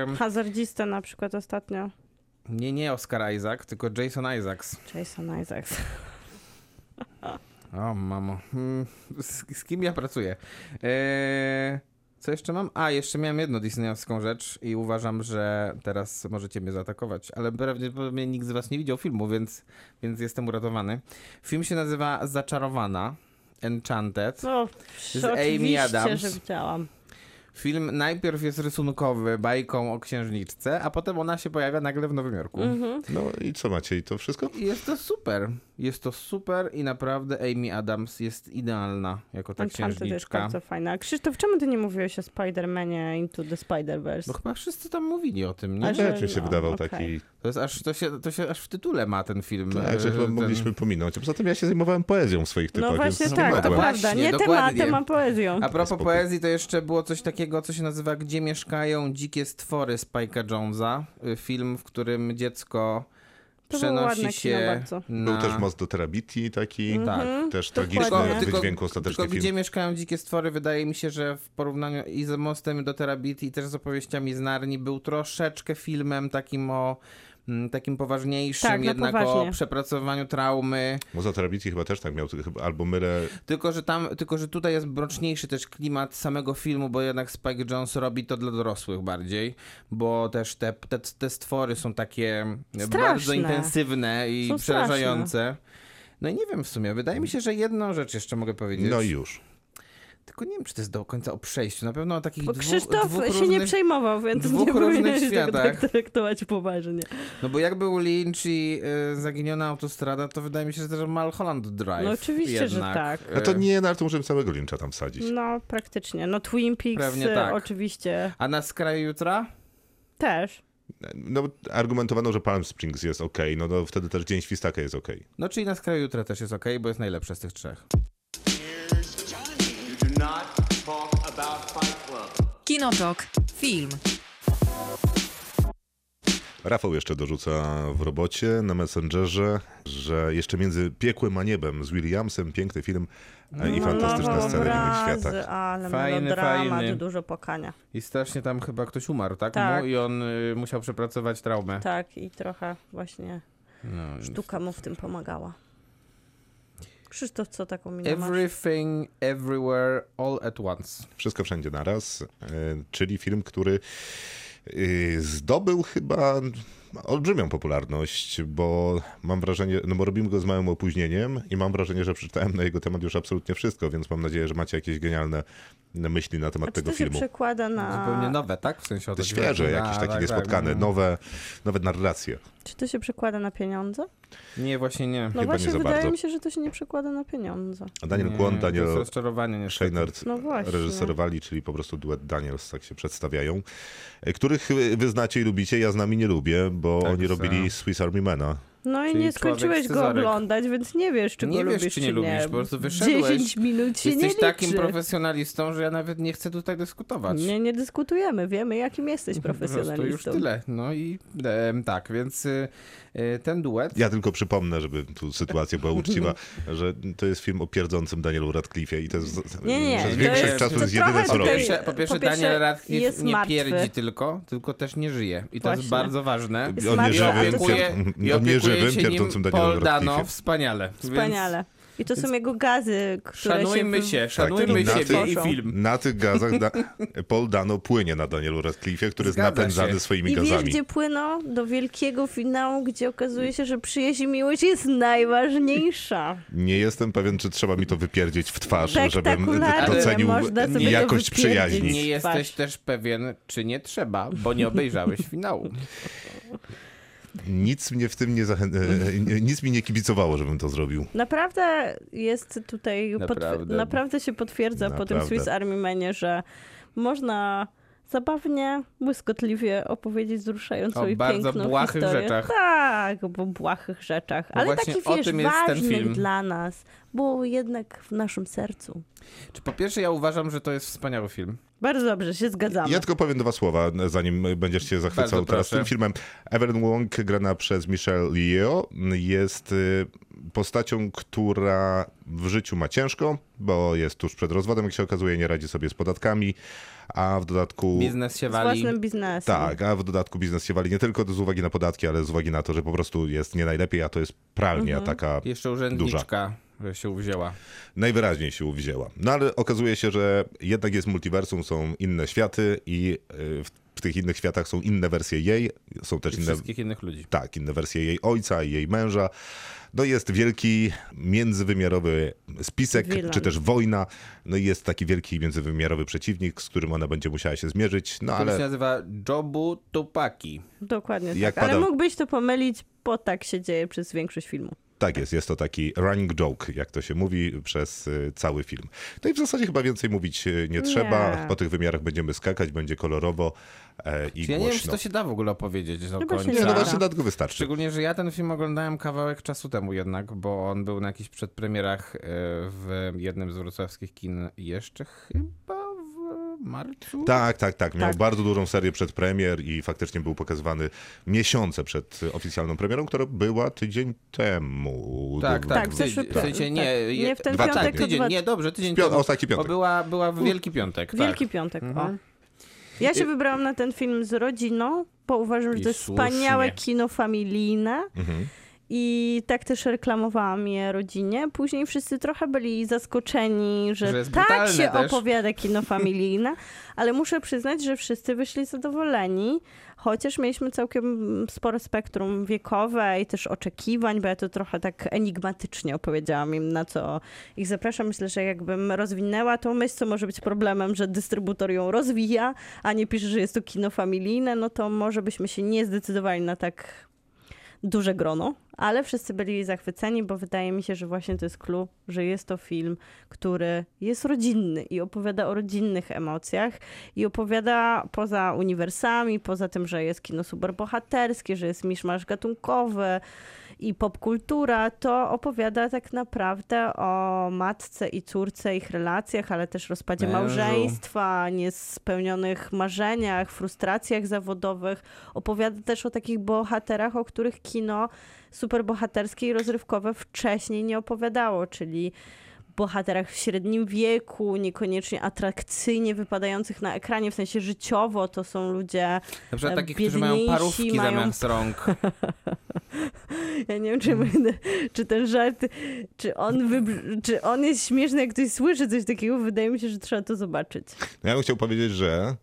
[SPEAKER 5] Ym,
[SPEAKER 4] Hazardzista na przykład ostatnio.
[SPEAKER 5] nie, nie Oscar Isaac, tylko Jason Isaacs.
[SPEAKER 4] Jason Isaacs. *laughs*
[SPEAKER 5] O, mamo. Hmm, Z, z kim ja pracuję? Eee, co jeszcze mam? A, jeszcze miałem jedną disneyowską rzecz i uważam, że teraz możecie mnie zaatakować, ale prawdopodobnie nikt z was nie widział filmu, więc, więc jestem uratowany. Film się nazywa Zaczarowana. Enchanted.
[SPEAKER 4] No,
[SPEAKER 5] Z Amy
[SPEAKER 4] oczywiście,
[SPEAKER 5] Adams.
[SPEAKER 4] że widziałam.
[SPEAKER 5] Film najpierw jest rysunkowy, bajką o
[SPEAKER 4] Mhm.
[SPEAKER 5] księżniczce, a potem ona się pojawia nagle w Nowym Jorku.
[SPEAKER 2] No i co macie? I to wszystko?
[SPEAKER 5] I jest to super. Jest to super i naprawdę Amy Adams jest idealna jako ta
[SPEAKER 4] Enchanted jest
[SPEAKER 5] księżniczka.
[SPEAKER 4] bardzo fajna. A Krzysztof, czemu ty nie mówiłeś o Spider-Manie Into the Spider-Verse?
[SPEAKER 5] No chyba wszyscy tam mówili o tym,
[SPEAKER 4] A
[SPEAKER 5] nie?
[SPEAKER 4] że-
[SPEAKER 2] Rzeczy się
[SPEAKER 4] no,
[SPEAKER 2] wydawał
[SPEAKER 4] okej.
[SPEAKER 2] taki.
[SPEAKER 5] To, jest aż, to, się, to się aż w tytule ma ten film.
[SPEAKER 2] Tak, że
[SPEAKER 5] e,
[SPEAKER 2] chyba
[SPEAKER 5] ten-
[SPEAKER 2] mogliśmy pominąć. A poza tym ja się zajmowałem poezją w swoich typach.
[SPEAKER 4] No właśnie
[SPEAKER 2] więc
[SPEAKER 4] tak, to
[SPEAKER 2] mogłem.
[SPEAKER 4] prawda.
[SPEAKER 5] Właśnie,
[SPEAKER 4] Nie
[SPEAKER 5] dokładnie.
[SPEAKER 4] tematem, a poezją.
[SPEAKER 5] A propos
[SPEAKER 2] Spoko.
[SPEAKER 5] poezji, to jeszcze było coś takiego, co się nazywa Gdzie mieszkają dzikie stwory Spike'a Jonesa. Y, Film, w którym dziecko
[SPEAKER 4] To było ładne
[SPEAKER 5] przenosi
[SPEAKER 4] kino
[SPEAKER 5] się
[SPEAKER 4] bardzo.
[SPEAKER 5] na...
[SPEAKER 2] Był też Most do Terabiti taki.
[SPEAKER 5] Tak.
[SPEAKER 2] Też
[SPEAKER 4] Mhm. dokładnie.
[SPEAKER 2] tragiczny
[SPEAKER 4] Tylko-
[SPEAKER 2] wydźwięk ostateczny
[SPEAKER 5] tylko
[SPEAKER 2] film.
[SPEAKER 5] Gdzie mieszkają dzikie stwory, wydaje mi się, że w porównaniu i z Mostem do Terabit i też z opowieściami z Narni był troszeczkę filmem takim o mm, takim poważniejszym,
[SPEAKER 4] Tak, no
[SPEAKER 5] jednak
[SPEAKER 4] poważnie.
[SPEAKER 5] o przepracowaniu traumy.
[SPEAKER 2] Most do Terabiti chyba też tak miał, chyba- albo mylę.
[SPEAKER 5] Tylko, że tam, tylko, że tutaj jest mroczniejszy też klimat samego filmu, bo jednak Spike Jones robi to dla dorosłych bardziej, bo też te, te, te stwory są takie
[SPEAKER 4] Straszne.
[SPEAKER 5] bardzo intensywne i
[SPEAKER 4] Są straszne.
[SPEAKER 5] przerażające. No i nie wiem w sumie, wydaje mi się, że jedną rzecz jeszcze mogę powiedzieć.
[SPEAKER 2] No i już.
[SPEAKER 5] Tylko nie wiem, czy to jest do końca o przejściu. Na pewno o takich
[SPEAKER 4] Bo
[SPEAKER 5] dwóch,
[SPEAKER 4] Krzysztof
[SPEAKER 5] dwóch
[SPEAKER 4] się
[SPEAKER 5] różnych...
[SPEAKER 4] nie przejmował, więc
[SPEAKER 5] dwóch
[SPEAKER 4] nie
[SPEAKER 5] różnych
[SPEAKER 4] powinieneś tego
[SPEAKER 5] światach.
[SPEAKER 4] tak traktować poważnie.
[SPEAKER 5] No bo jak był Lynch i y, Zaginiona Autostrada, to wydaje mi się, że też Malholland Drive.
[SPEAKER 4] No oczywiście, że
[SPEAKER 5] jednak. y.
[SPEAKER 4] tak.
[SPEAKER 2] No to nie, nawet możemy całego lincza tam wsadzić.
[SPEAKER 4] No, praktycznie. No Twin Peaks
[SPEAKER 5] Pewnie
[SPEAKER 4] e,
[SPEAKER 5] tak.
[SPEAKER 4] oczywiście
[SPEAKER 5] A na skraju jutra?
[SPEAKER 4] też.
[SPEAKER 2] No argumentowano, że Palm Springs jest ok, no to wtedy też Dzień Świstaka jest ok.
[SPEAKER 5] No czyli na skraju jutra też jest okej, bo jest najlepsze z tych trzech.
[SPEAKER 1] You do not talk about Fight Club.
[SPEAKER 6] Kinotok. Film.
[SPEAKER 2] Rafał jeszcze dorzuca w robocie na Messengerze, że jeszcze między Piekłem a Niebem z Williamsem piękny film e,
[SPEAKER 4] No,
[SPEAKER 2] i fantastyczna
[SPEAKER 4] Malował
[SPEAKER 2] scena w innych
[SPEAKER 4] obrazy,
[SPEAKER 2] światach.
[SPEAKER 4] Ale
[SPEAKER 5] Fajny,
[SPEAKER 4] melodramat,
[SPEAKER 5] fajny.
[SPEAKER 4] dużo pokania.
[SPEAKER 5] I strasznie tam chyba ktoś umarł, tak?
[SPEAKER 4] Tak.
[SPEAKER 5] Mu, I on y, musiał przepracować traumę.
[SPEAKER 4] Tak, i trochę właśnie
[SPEAKER 5] No.
[SPEAKER 4] sztuka mu w tym pomagała. Krzysztof, co taką minę masz?
[SPEAKER 5] Everything, everywhere, all at once.
[SPEAKER 2] Wszystko wszędzie naraz, e, czyli film, który e, zdobył chyba olbrzymią popularność, bo mam wrażenie, no bo robimy go z małym opóźnieniem i mam wrażenie, że przeczytałem na jego temat już absolutnie wszystko, więc mam nadzieję, że macie jakieś genialne myśli na temat
[SPEAKER 4] A czy
[SPEAKER 2] tego
[SPEAKER 4] to się
[SPEAKER 2] filmu.
[SPEAKER 4] przekłada
[SPEAKER 5] Zupełnie
[SPEAKER 4] na...
[SPEAKER 5] nowe, tak? W sensie o to
[SPEAKER 2] To
[SPEAKER 5] ci
[SPEAKER 2] świeże,
[SPEAKER 5] chodzi.
[SPEAKER 2] jakieś
[SPEAKER 5] A,
[SPEAKER 2] takie
[SPEAKER 5] tak,
[SPEAKER 2] niespotkane,
[SPEAKER 5] tak, no.
[SPEAKER 2] nowe, nowe narracje.
[SPEAKER 4] Czy to się przekłada na pieniądze?
[SPEAKER 5] Nie, właśnie nie.
[SPEAKER 4] No
[SPEAKER 2] Chyba nie
[SPEAKER 4] właśnie,
[SPEAKER 2] za
[SPEAKER 4] wydaje
[SPEAKER 2] bardzo.
[SPEAKER 4] mi się, że to się nie przekłada na pieniądze.
[SPEAKER 2] Daniel
[SPEAKER 5] Nie,
[SPEAKER 4] Mm,
[SPEAKER 2] Kłon,
[SPEAKER 5] To jest
[SPEAKER 2] Daniel
[SPEAKER 5] rozczarowanie niestety.
[SPEAKER 2] Scheinert
[SPEAKER 4] No właśnie.
[SPEAKER 2] reżyserowali, czyli po prostu duet Daniels, tak się przedstawiają, e, których e, wy znacie i lubicie, ja z nami nie lubię, bo
[SPEAKER 5] Tak,
[SPEAKER 2] oni
[SPEAKER 5] za-
[SPEAKER 2] robili Swiss Army Mana.
[SPEAKER 4] No i
[SPEAKER 5] Czyli
[SPEAKER 4] nie
[SPEAKER 5] człowiek
[SPEAKER 4] skończyłeś go
[SPEAKER 5] scyzoryk.
[SPEAKER 4] oglądać, więc nie wiesz, czy
[SPEAKER 5] Nie
[SPEAKER 4] go
[SPEAKER 5] wiesz,
[SPEAKER 4] lubisz,
[SPEAKER 5] czy nie lubisz, po prostu wyszedłeś.
[SPEAKER 4] 10 minut się
[SPEAKER 5] Jesteś
[SPEAKER 4] nie
[SPEAKER 5] takim
[SPEAKER 4] liczy.
[SPEAKER 5] profesjonalistą, że ja nawet nie chcę tutaj dyskutować.
[SPEAKER 4] Nie, nie dyskutujemy, wiemy jakim jesteś
[SPEAKER 5] Po prostu
[SPEAKER 4] profesjonalistą.
[SPEAKER 5] już tyle. No i em, tak, więc y, y, ten duet.
[SPEAKER 2] Ja tylko przypomnę, żeby tu sytuacja była uczciwa, że to jest film o pierdzącym Danielu Radcliffe'ie i to jest z-
[SPEAKER 4] Nie, nie,
[SPEAKER 2] przez
[SPEAKER 4] to
[SPEAKER 2] większość
[SPEAKER 5] jest-
[SPEAKER 2] czasu
[SPEAKER 5] to
[SPEAKER 2] jest jedyne,
[SPEAKER 4] trochę
[SPEAKER 2] co
[SPEAKER 5] Po
[SPEAKER 2] robi.
[SPEAKER 4] tutaj-
[SPEAKER 5] pierwsze, po pierwsze
[SPEAKER 4] po pierwsze
[SPEAKER 5] Daniel Radcliffe
[SPEAKER 4] jest
[SPEAKER 5] nie
[SPEAKER 4] martwy.
[SPEAKER 5] pierdzi tylko, tylko też nie żyje. I to jest
[SPEAKER 4] Właśnie.
[SPEAKER 5] bardzo ważne.
[SPEAKER 4] Jest
[SPEAKER 2] On nie
[SPEAKER 4] martwy,
[SPEAKER 5] I
[SPEAKER 4] ale
[SPEAKER 2] żywy,
[SPEAKER 4] to-
[SPEAKER 5] opiekuje, i
[SPEAKER 2] pier- on nie
[SPEAKER 5] opiekuje
[SPEAKER 2] żywym,
[SPEAKER 5] się nim
[SPEAKER 2] pierdzącym
[SPEAKER 5] Paul
[SPEAKER 2] Danielu
[SPEAKER 5] Dano,
[SPEAKER 2] Radcliffe'iem.
[SPEAKER 5] wspaniale.
[SPEAKER 4] Wspaniale. I to są jego gazy, które
[SPEAKER 5] Więc szanujmy
[SPEAKER 4] wy-
[SPEAKER 5] się, szanujmy
[SPEAKER 2] Tak, i na
[SPEAKER 5] siebie
[SPEAKER 2] tym-
[SPEAKER 5] i film.
[SPEAKER 2] Na tych gazach
[SPEAKER 5] *laughs*
[SPEAKER 2] da- Paul Dano płynie na Danielu Radcliffe'ie, który jest
[SPEAKER 5] Zgadza
[SPEAKER 2] napędzany
[SPEAKER 5] się.
[SPEAKER 2] swoimi
[SPEAKER 4] I wiesz,
[SPEAKER 2] gazami.
[SPEAKER 4] gdzie płyną? Do wielkiego finału, gdzie okazuje się, że przyjaźń i miłość jest najważniejsza. *laughs*
[SPEAKER 2] Nie jestem pewien, czy trzeba mi to wypierdzieć w twarz, żebym
[SPEAKER 4] Spektakularne,
[SPEAKER 2] docenił
[SPEAKER 4] można sobie go
[SPEAKER 2] jakość
[SPEAKER 4] wypierdzieć.
[SPEAKER 2] przyjaźni.
[SPEAKER 5] Nie
[SPEAKER 4] Twarz.
[SPEAKER 5] jesteś też pewien, czy nie trzeba, bo nie
[SPEAKER 4] *laughs*
[SPEAKER 5] obejrzałeś finału.
[SPEAKER 2] Nic mnie w tym nie zachę... e, nic mi nie kibicowało, żebym to zrobił.
[SPEAKER 4] Naprawdę jest tutaj, Potw-
[SPEAKER 5] Naprawdę.
[SPEAKER 4] naprawdę się potwierdza po tym
[SPEAKER 2] Naprawdę.
[SPEAKER 4] Swiss Army Manie, że można zabawnie, błyskotliwie opowiedzieć wzruszającą
[SPEAKER 5] O
[SPEAKER 4] i
[SPEAKER 5] bardzo
[SPEAKER 4] piękną
[SPEAKER 5] błahych
[SPEAKER 4] historię.
[SPEAKER 5] rzeczach.
[SPEAKER 4] Tak, bo błahych rzeczach.
[SPEAKER 5] Bo
[SPEAKER 4] Ale
[SPEAKER 5] właśnie
[SPEAKER 4] takich,
[SPEAKER 5] o
[SPEAKER 4] wiesz,
[SPEAKER 5] tym jest ten
[SPEAKER 4] ważnych
[SPEAKER 5] film.
[SPEAKER 4] dla nas, bo jednak w naszym sercu.
[SPEAKER 5] Czy po pierwsze ja uważam, że to jest wspaniały film.
[SPEAKER 4] Bardzo dobrze, się zgadzamy.
[SPEAKER 2] Ja tylko powiem dwa słowa, zanim będziesz się zachwycał
[SPEAKER 5] Bardzo
[SPEAKER 2] teraz
[SPEAKER 5] proszę.
[SPEAKER 2] tym filmem. Evelyn Wong, grana przez Michelle Yeoh, jest y, postacią, która w życiu ma ciężko, bo jest tuż przed rozwodem, jak się okazuje, nie radzi sobie z podatkami, a w dodatku...
[SPEAKER 5] Biznes się
[SPEAKER 4] Z
[SPEAKER 5] wali.
[SPEAKER 4] własnym biznesem.
[SPEAKER 2] Tak, a w dodatku biznes się wali nie tylko z uwagi na podatki, ale z uwagi na to, że po prostu jest nie najlepiej, a to jest pralnia taka
[SPEAKER 5] Jeszcze urzędniczka że się uwzięła.
[SPEAKER 2] najwyraźniej się uwzięła. No ale okazuje się, że jednak jest multiversum, są inne światy i y, w, w tych innych światach są inne wersje jej, są też
[SPEAKER 5] I
[SPEAKER 2] inne...
[SPEAKER 5] wszystkich innych ludzi.
[SPEAKER 2] Tak, inne wersje jej ojca i jej męża. No i jest wielki międzywymiarowy spisek,
[SPEAKER 4] Wilan.
[SPEAKER 2] czy też wojna. No i jest taki wielki międzywymiarowy przeciwnik, z którym ona będzie musiała się zmierzyć. No
[SPEAKER 5] Ale... się
[SPEAKER 2] ale
[SPEAKER 5] nazywa Jobu Tupaki.
[SPEAKER 4] Dokładnie
[SPEAKER 2] Jak
[SPEAKER 4] tak. Ale
[SPEAKER 2] pada-
[SPEAKER 4] mógłbyś to pomylić, bo tak się dzieje przez większość filmu.
[SPEAKER 2] Tak jest, jest to taki running joke, jak to się mówi, przez y, cały film. No i w zasadzie chyba więcej mówić y, nie trzeba.
[SPEAKER 4] Nie.
[SPEAKER 2] Po tych wymiarach będziemy skakać, będzie kolorowo e, i
[SPEAKER 5] Ja
[SPEAKER 2] głośno.
[SPEAKER 5] nie wiem, czy to się da w ogóle opowiedzieć do
[SPEAKER 4] Chyba się
[SPEAKER 5] końca.
[SPEAKER 2] Nie, no
[SPEAKER 4] da.
[SPEAKER 2] właśnie dlatego wystarczy.
[SPEAKER 5] Szczególnie, że ja ten film oglądałem kawałek czasu temu jednak, bo on był na jakichś przedpremierach e, w jednym z wrocławskich kin jeszcze chyba w marcu.
[SPEAKER 2] Tak, tak, tak. Miał
[SPEAKER 4] Tak.
[SPEAKER 2] bardzo dużą serię przed premier i faktycznie był pokazywany miesiące przed y, oficjalną premierą, która była tydzień temu.
[SPEAKER 5] Tak, tak.
[SPEAKER 4] Tak,
[SPEAKER 5] w
[SPEAKER 4] w zeszły-
[SPEAKER 5] tydzień- w sensie nie,
[SPEAKER 4] tak.
[SPEAKER 5] je-
[SPEAKER 4] Nie w ten
[SPEAKER 5] dwa-
[SPEAKER 2] piątek,
[SPEAKER 5] tak,
[SPEAKER 2] tylko
[SPEAKER 5] tydzień,
[SPEAKER 4] dwa-
[SPEAKER 5] nie, dobrze, tydzień
[SPEAKER 2] W pią-
[SPEAKER 5] temu.
[SPEAKER 2] ostatni
[SPEAKER 5] Bo
[SPEAKER 2] piątek.
[SPEAKER 5] była, była w Wielki Piątek, tak.
[SPEAKER 4] Wielki Piątek,
[SPEAKER 5] Mhm.
[SPEAKER 4] o. Ja się wybrałam na ten film z rodziną, bo uważam, że
[SPEAKER 5] I
[SPEAKER 4] to jest
[SPEAKER 5] słusznie.
[SPEAKER 4] wspaniałe kino familijne.
[SPEAKER 2] Mhm.
[SPEAKER 4] I tak też reklamowałam je rodzinie. Później wszyscy trochę byli zaskoczeni, że,
[SPEAKER 5] Że jest
[SPEAKER 4] tak
[SPEAKER 5] brutalne
[SPEAKER 4] się
[SPEAKER 5] też. *laughs*
[SPEAKER 4] opowiada kino familijne, ale muszę przyznać, że wszyscy wyszli zadowoleni, chociaż mieliśmy całkiem spore spektrum wiekowe i też oczekiwań, bo ja to trochę tak enigmatycznie opowiedziałam im, na co ich zapraszam. Myślę, że jakbym rozwinęła tą myśl, co może być problemem, że dystrybutor ją rozwija, a nie pisze, że jest to kino familijne, no to może byśmy się nie zdecydowali na tak duże grono, ale wszyscy byli zachwyceni, bo wydaje mi się, że właśnie to jest clue, że jest to film, który jest rodzinny i opowiada o rodzinnych emocjach i opowiada poza uniwersami, poza tym, że jest kino superbohaterskie, że jest miszmasz gatunkowy i popkultura, to opowiada tak naprawdę o matce i córce, ich relacjach, ale też rozpadzie
[SPEAKER 5] Mężu.
[SPEAKER 4] małżeństwa, niespełnionych marzeniach, frustracjach zawodowych. Opowiada też o takich bohaterach, o których kino superbohaterskie i rozrywkowe wcześniej nie opowiadało, czyli bohaterach w średnim wieku, niekoniecznie atrakcyjnie wypadających na ekranie, w sensie życiowo to są ludzie,
[SPEAKER 5] Na przykład takich, którzy
[SPEAKER 4] e, biedniejsi
[SPEAKER 5] mają parówki
[SPEAKER 4] mają-
[SPEAKER 5] zamiast rąk.
[SPEAKER 4] *laughs* ja nie wiem, czy, będę, czy ten żart, czy on, wybr- czy on jest śmieszny, jak ktoś słyszy coś takiego, wydaje mi się, że trzeba to zobaczyć.
[SPEAKER 2] No Ja bym chciał powiedzieć, że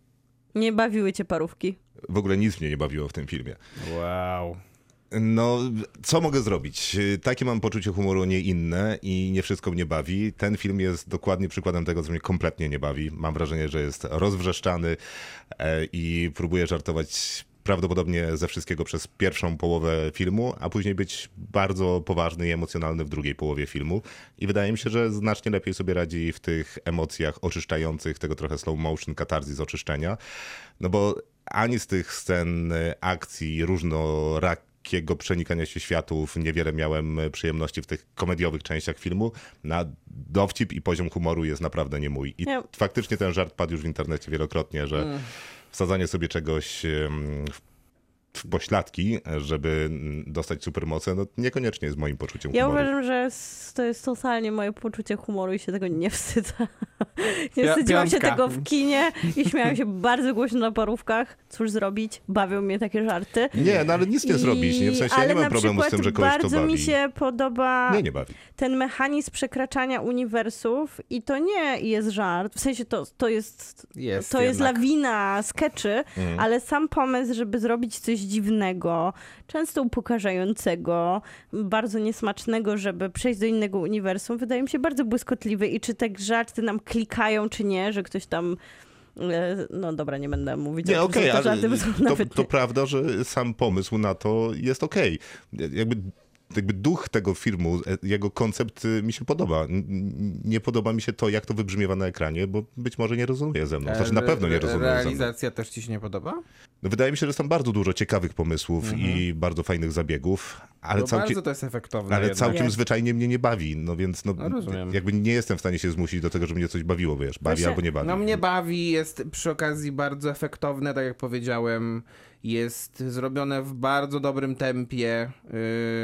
[SPEAKER 4] Nie bawiły cię parówki.
[SPEAKER 2] w ogóle nic mnie nie bawiło w tym filmie.
[SPEAKER 5] Wow.
[SPEAKER 2] No, co mogę zrobić? Takie mam poczucie humoru, nie inne i nie wszystko mnie bawi. Ten film jest dokładnie przykładem tego, co mnie kompletnie nie bawi. Mam wrażenie, że jest rozwrzeszczany e, i próbuje żartować prawdopodobnie ze wszystkiego przez pierwszą połowę filmu, a później być bardzo poważny i emocjonalny w drugiej połowie filmu. I wydaje mi się, że znacznie lepiej sobie radzi w tych emocjach oczyszczających, tego trochę slow motion, katarzis oczyszczenia. No bo ani z tych scen e, akcji różnorakiej lekkiego przenikania się światów. Niewiele miałem y, przyjemności w tych komediowych częściach filmu. Na dowcip i poziom humoru jest naprawdę nie mój. I
[SPEAKER 4] Ja- Mm.
[SPEAKER 2] faktycznie ten żart padł już w internecie wielokrotnie, że wsadzanie sobie czegoś em, w w pośladki, żeby mm, dostać supermoce, no niekoniecznie jest moim poczuciem
[SPEAKER 4] Ja
[SPEAKER 2] humoru.
[SPEAKER 4] uważam, że s- to jest totalnie moje poczucie humoru i się tego nie wstydzę. *laughs* Nie
[SPEAKER 5] Pia-
[SPEAKER 4] wstydziłam się
[SPEAKER 5] piątka.
[SPEAKER 4] tego w kinie i śmiałam się bardzo głośno na parówkach. Cóż zrobić? Bawią mnie takie żarty.
[SPEAKER 2] Nie, no ale nic nie
[SPEAKER 4] I-
[SPEAKER 2] zrobisz, nie? W sensie ja
[SPEAKER 4] ale
[SPEAKER 2] nie mam
[SPEAKER 4] na
[SPEAKER 2] problemu z
[SPEAKER 4] przykład
[SPEAKER 2] tym, że kogoś to
[SPEAKER 4] bardzo
[SPEAKER 2] bawi.
[SPEAKER 4] mi się podoba
[SPEAKER 2] Nie, nie bawi.
[SPEAKER 4] ten mechanizm przekraczania uniwersów i to nie jest żart. W sensie to, to jest
[SPEAKER 5] Jest
[SPEAKER 4] to jest
[SPEAKER 5] jednak.
[SPEAKER 4] lawina skeczy,
[SPEAKER 2] Mhm.
[SPEAKER 4] ale sam pomysł, żeby zrobić coś dziwnego, często upokarzającego, bardzo niesmacznego, żeby przejść do innego uniwersum, wydaje mi się bardzo błyskotliwy. I czy te żarty nam klikają, czy nie, że ktoś tam. e, No dobra, nie będę mówić
[SPEAKER 2] Nie,
[SPEAKER 4] o tym,
[SPEAKER 2] okej,
[SPEAKER 4] że te
[SPEAKER 2] ale
[SPEAKER 4] żarty są
[SPEAKER 2] to,
[SPEAKER 4] nawet
[SPEAKER 2] to
[SPEAKER 4] nie-
[SPEAKER 2] prawda, że sam pomysł na to jest okej. Jakby, jakby duch tego filmu, e, jego koncept e, mi się podoba. N- n- Nie podoba mi się to, jak to wybrzmiewa na ekranie, bo być może nie rezonuje ze mną. Znaczy na
[SPEAKER 5] Re-
[SPEAKER 2] pewno nie
[SPEAKER 5] re-
[SPEAKER 2] rezonuje ze mną.
[SPEAKER 5] Realizacja też ci się nie podoba?
[SPEAKER 2] No, Wydaje mi się, że jest tam bardzo dużo ciekawych pomysłów i bardzo fajnych zabiegów, ale
[SPEAKER 5] Ale Bo
[SPEAKER 2] całkiem...
[SPEAKER 5] Mhm. No, bardzo to jest efektowne
[SPEAKER 2] Ale
[SPEAKER 5] jednak.
[SPEAKER 2] całkiem
[SPEAKER 4] Jest.
[SPEAKER 2] zwyczajnie mnie nie bawi, no więc no,
[SPEAKER 5] No, rozumiem.
[SPEAKER 2] jakby nie jestem w stanie się zmusić do tego, żeby mnie coś bawiło, wiesz, bawi
[SPEAKER 4] Właśnie,
[SPEAKER 2] albo nie bawi.
[SPEAKER 5] No mnie bawi, jest przy okazji bardzo efektowne, tak jak powiedziałem. Jest zrobione w bardzo dobrym tempie.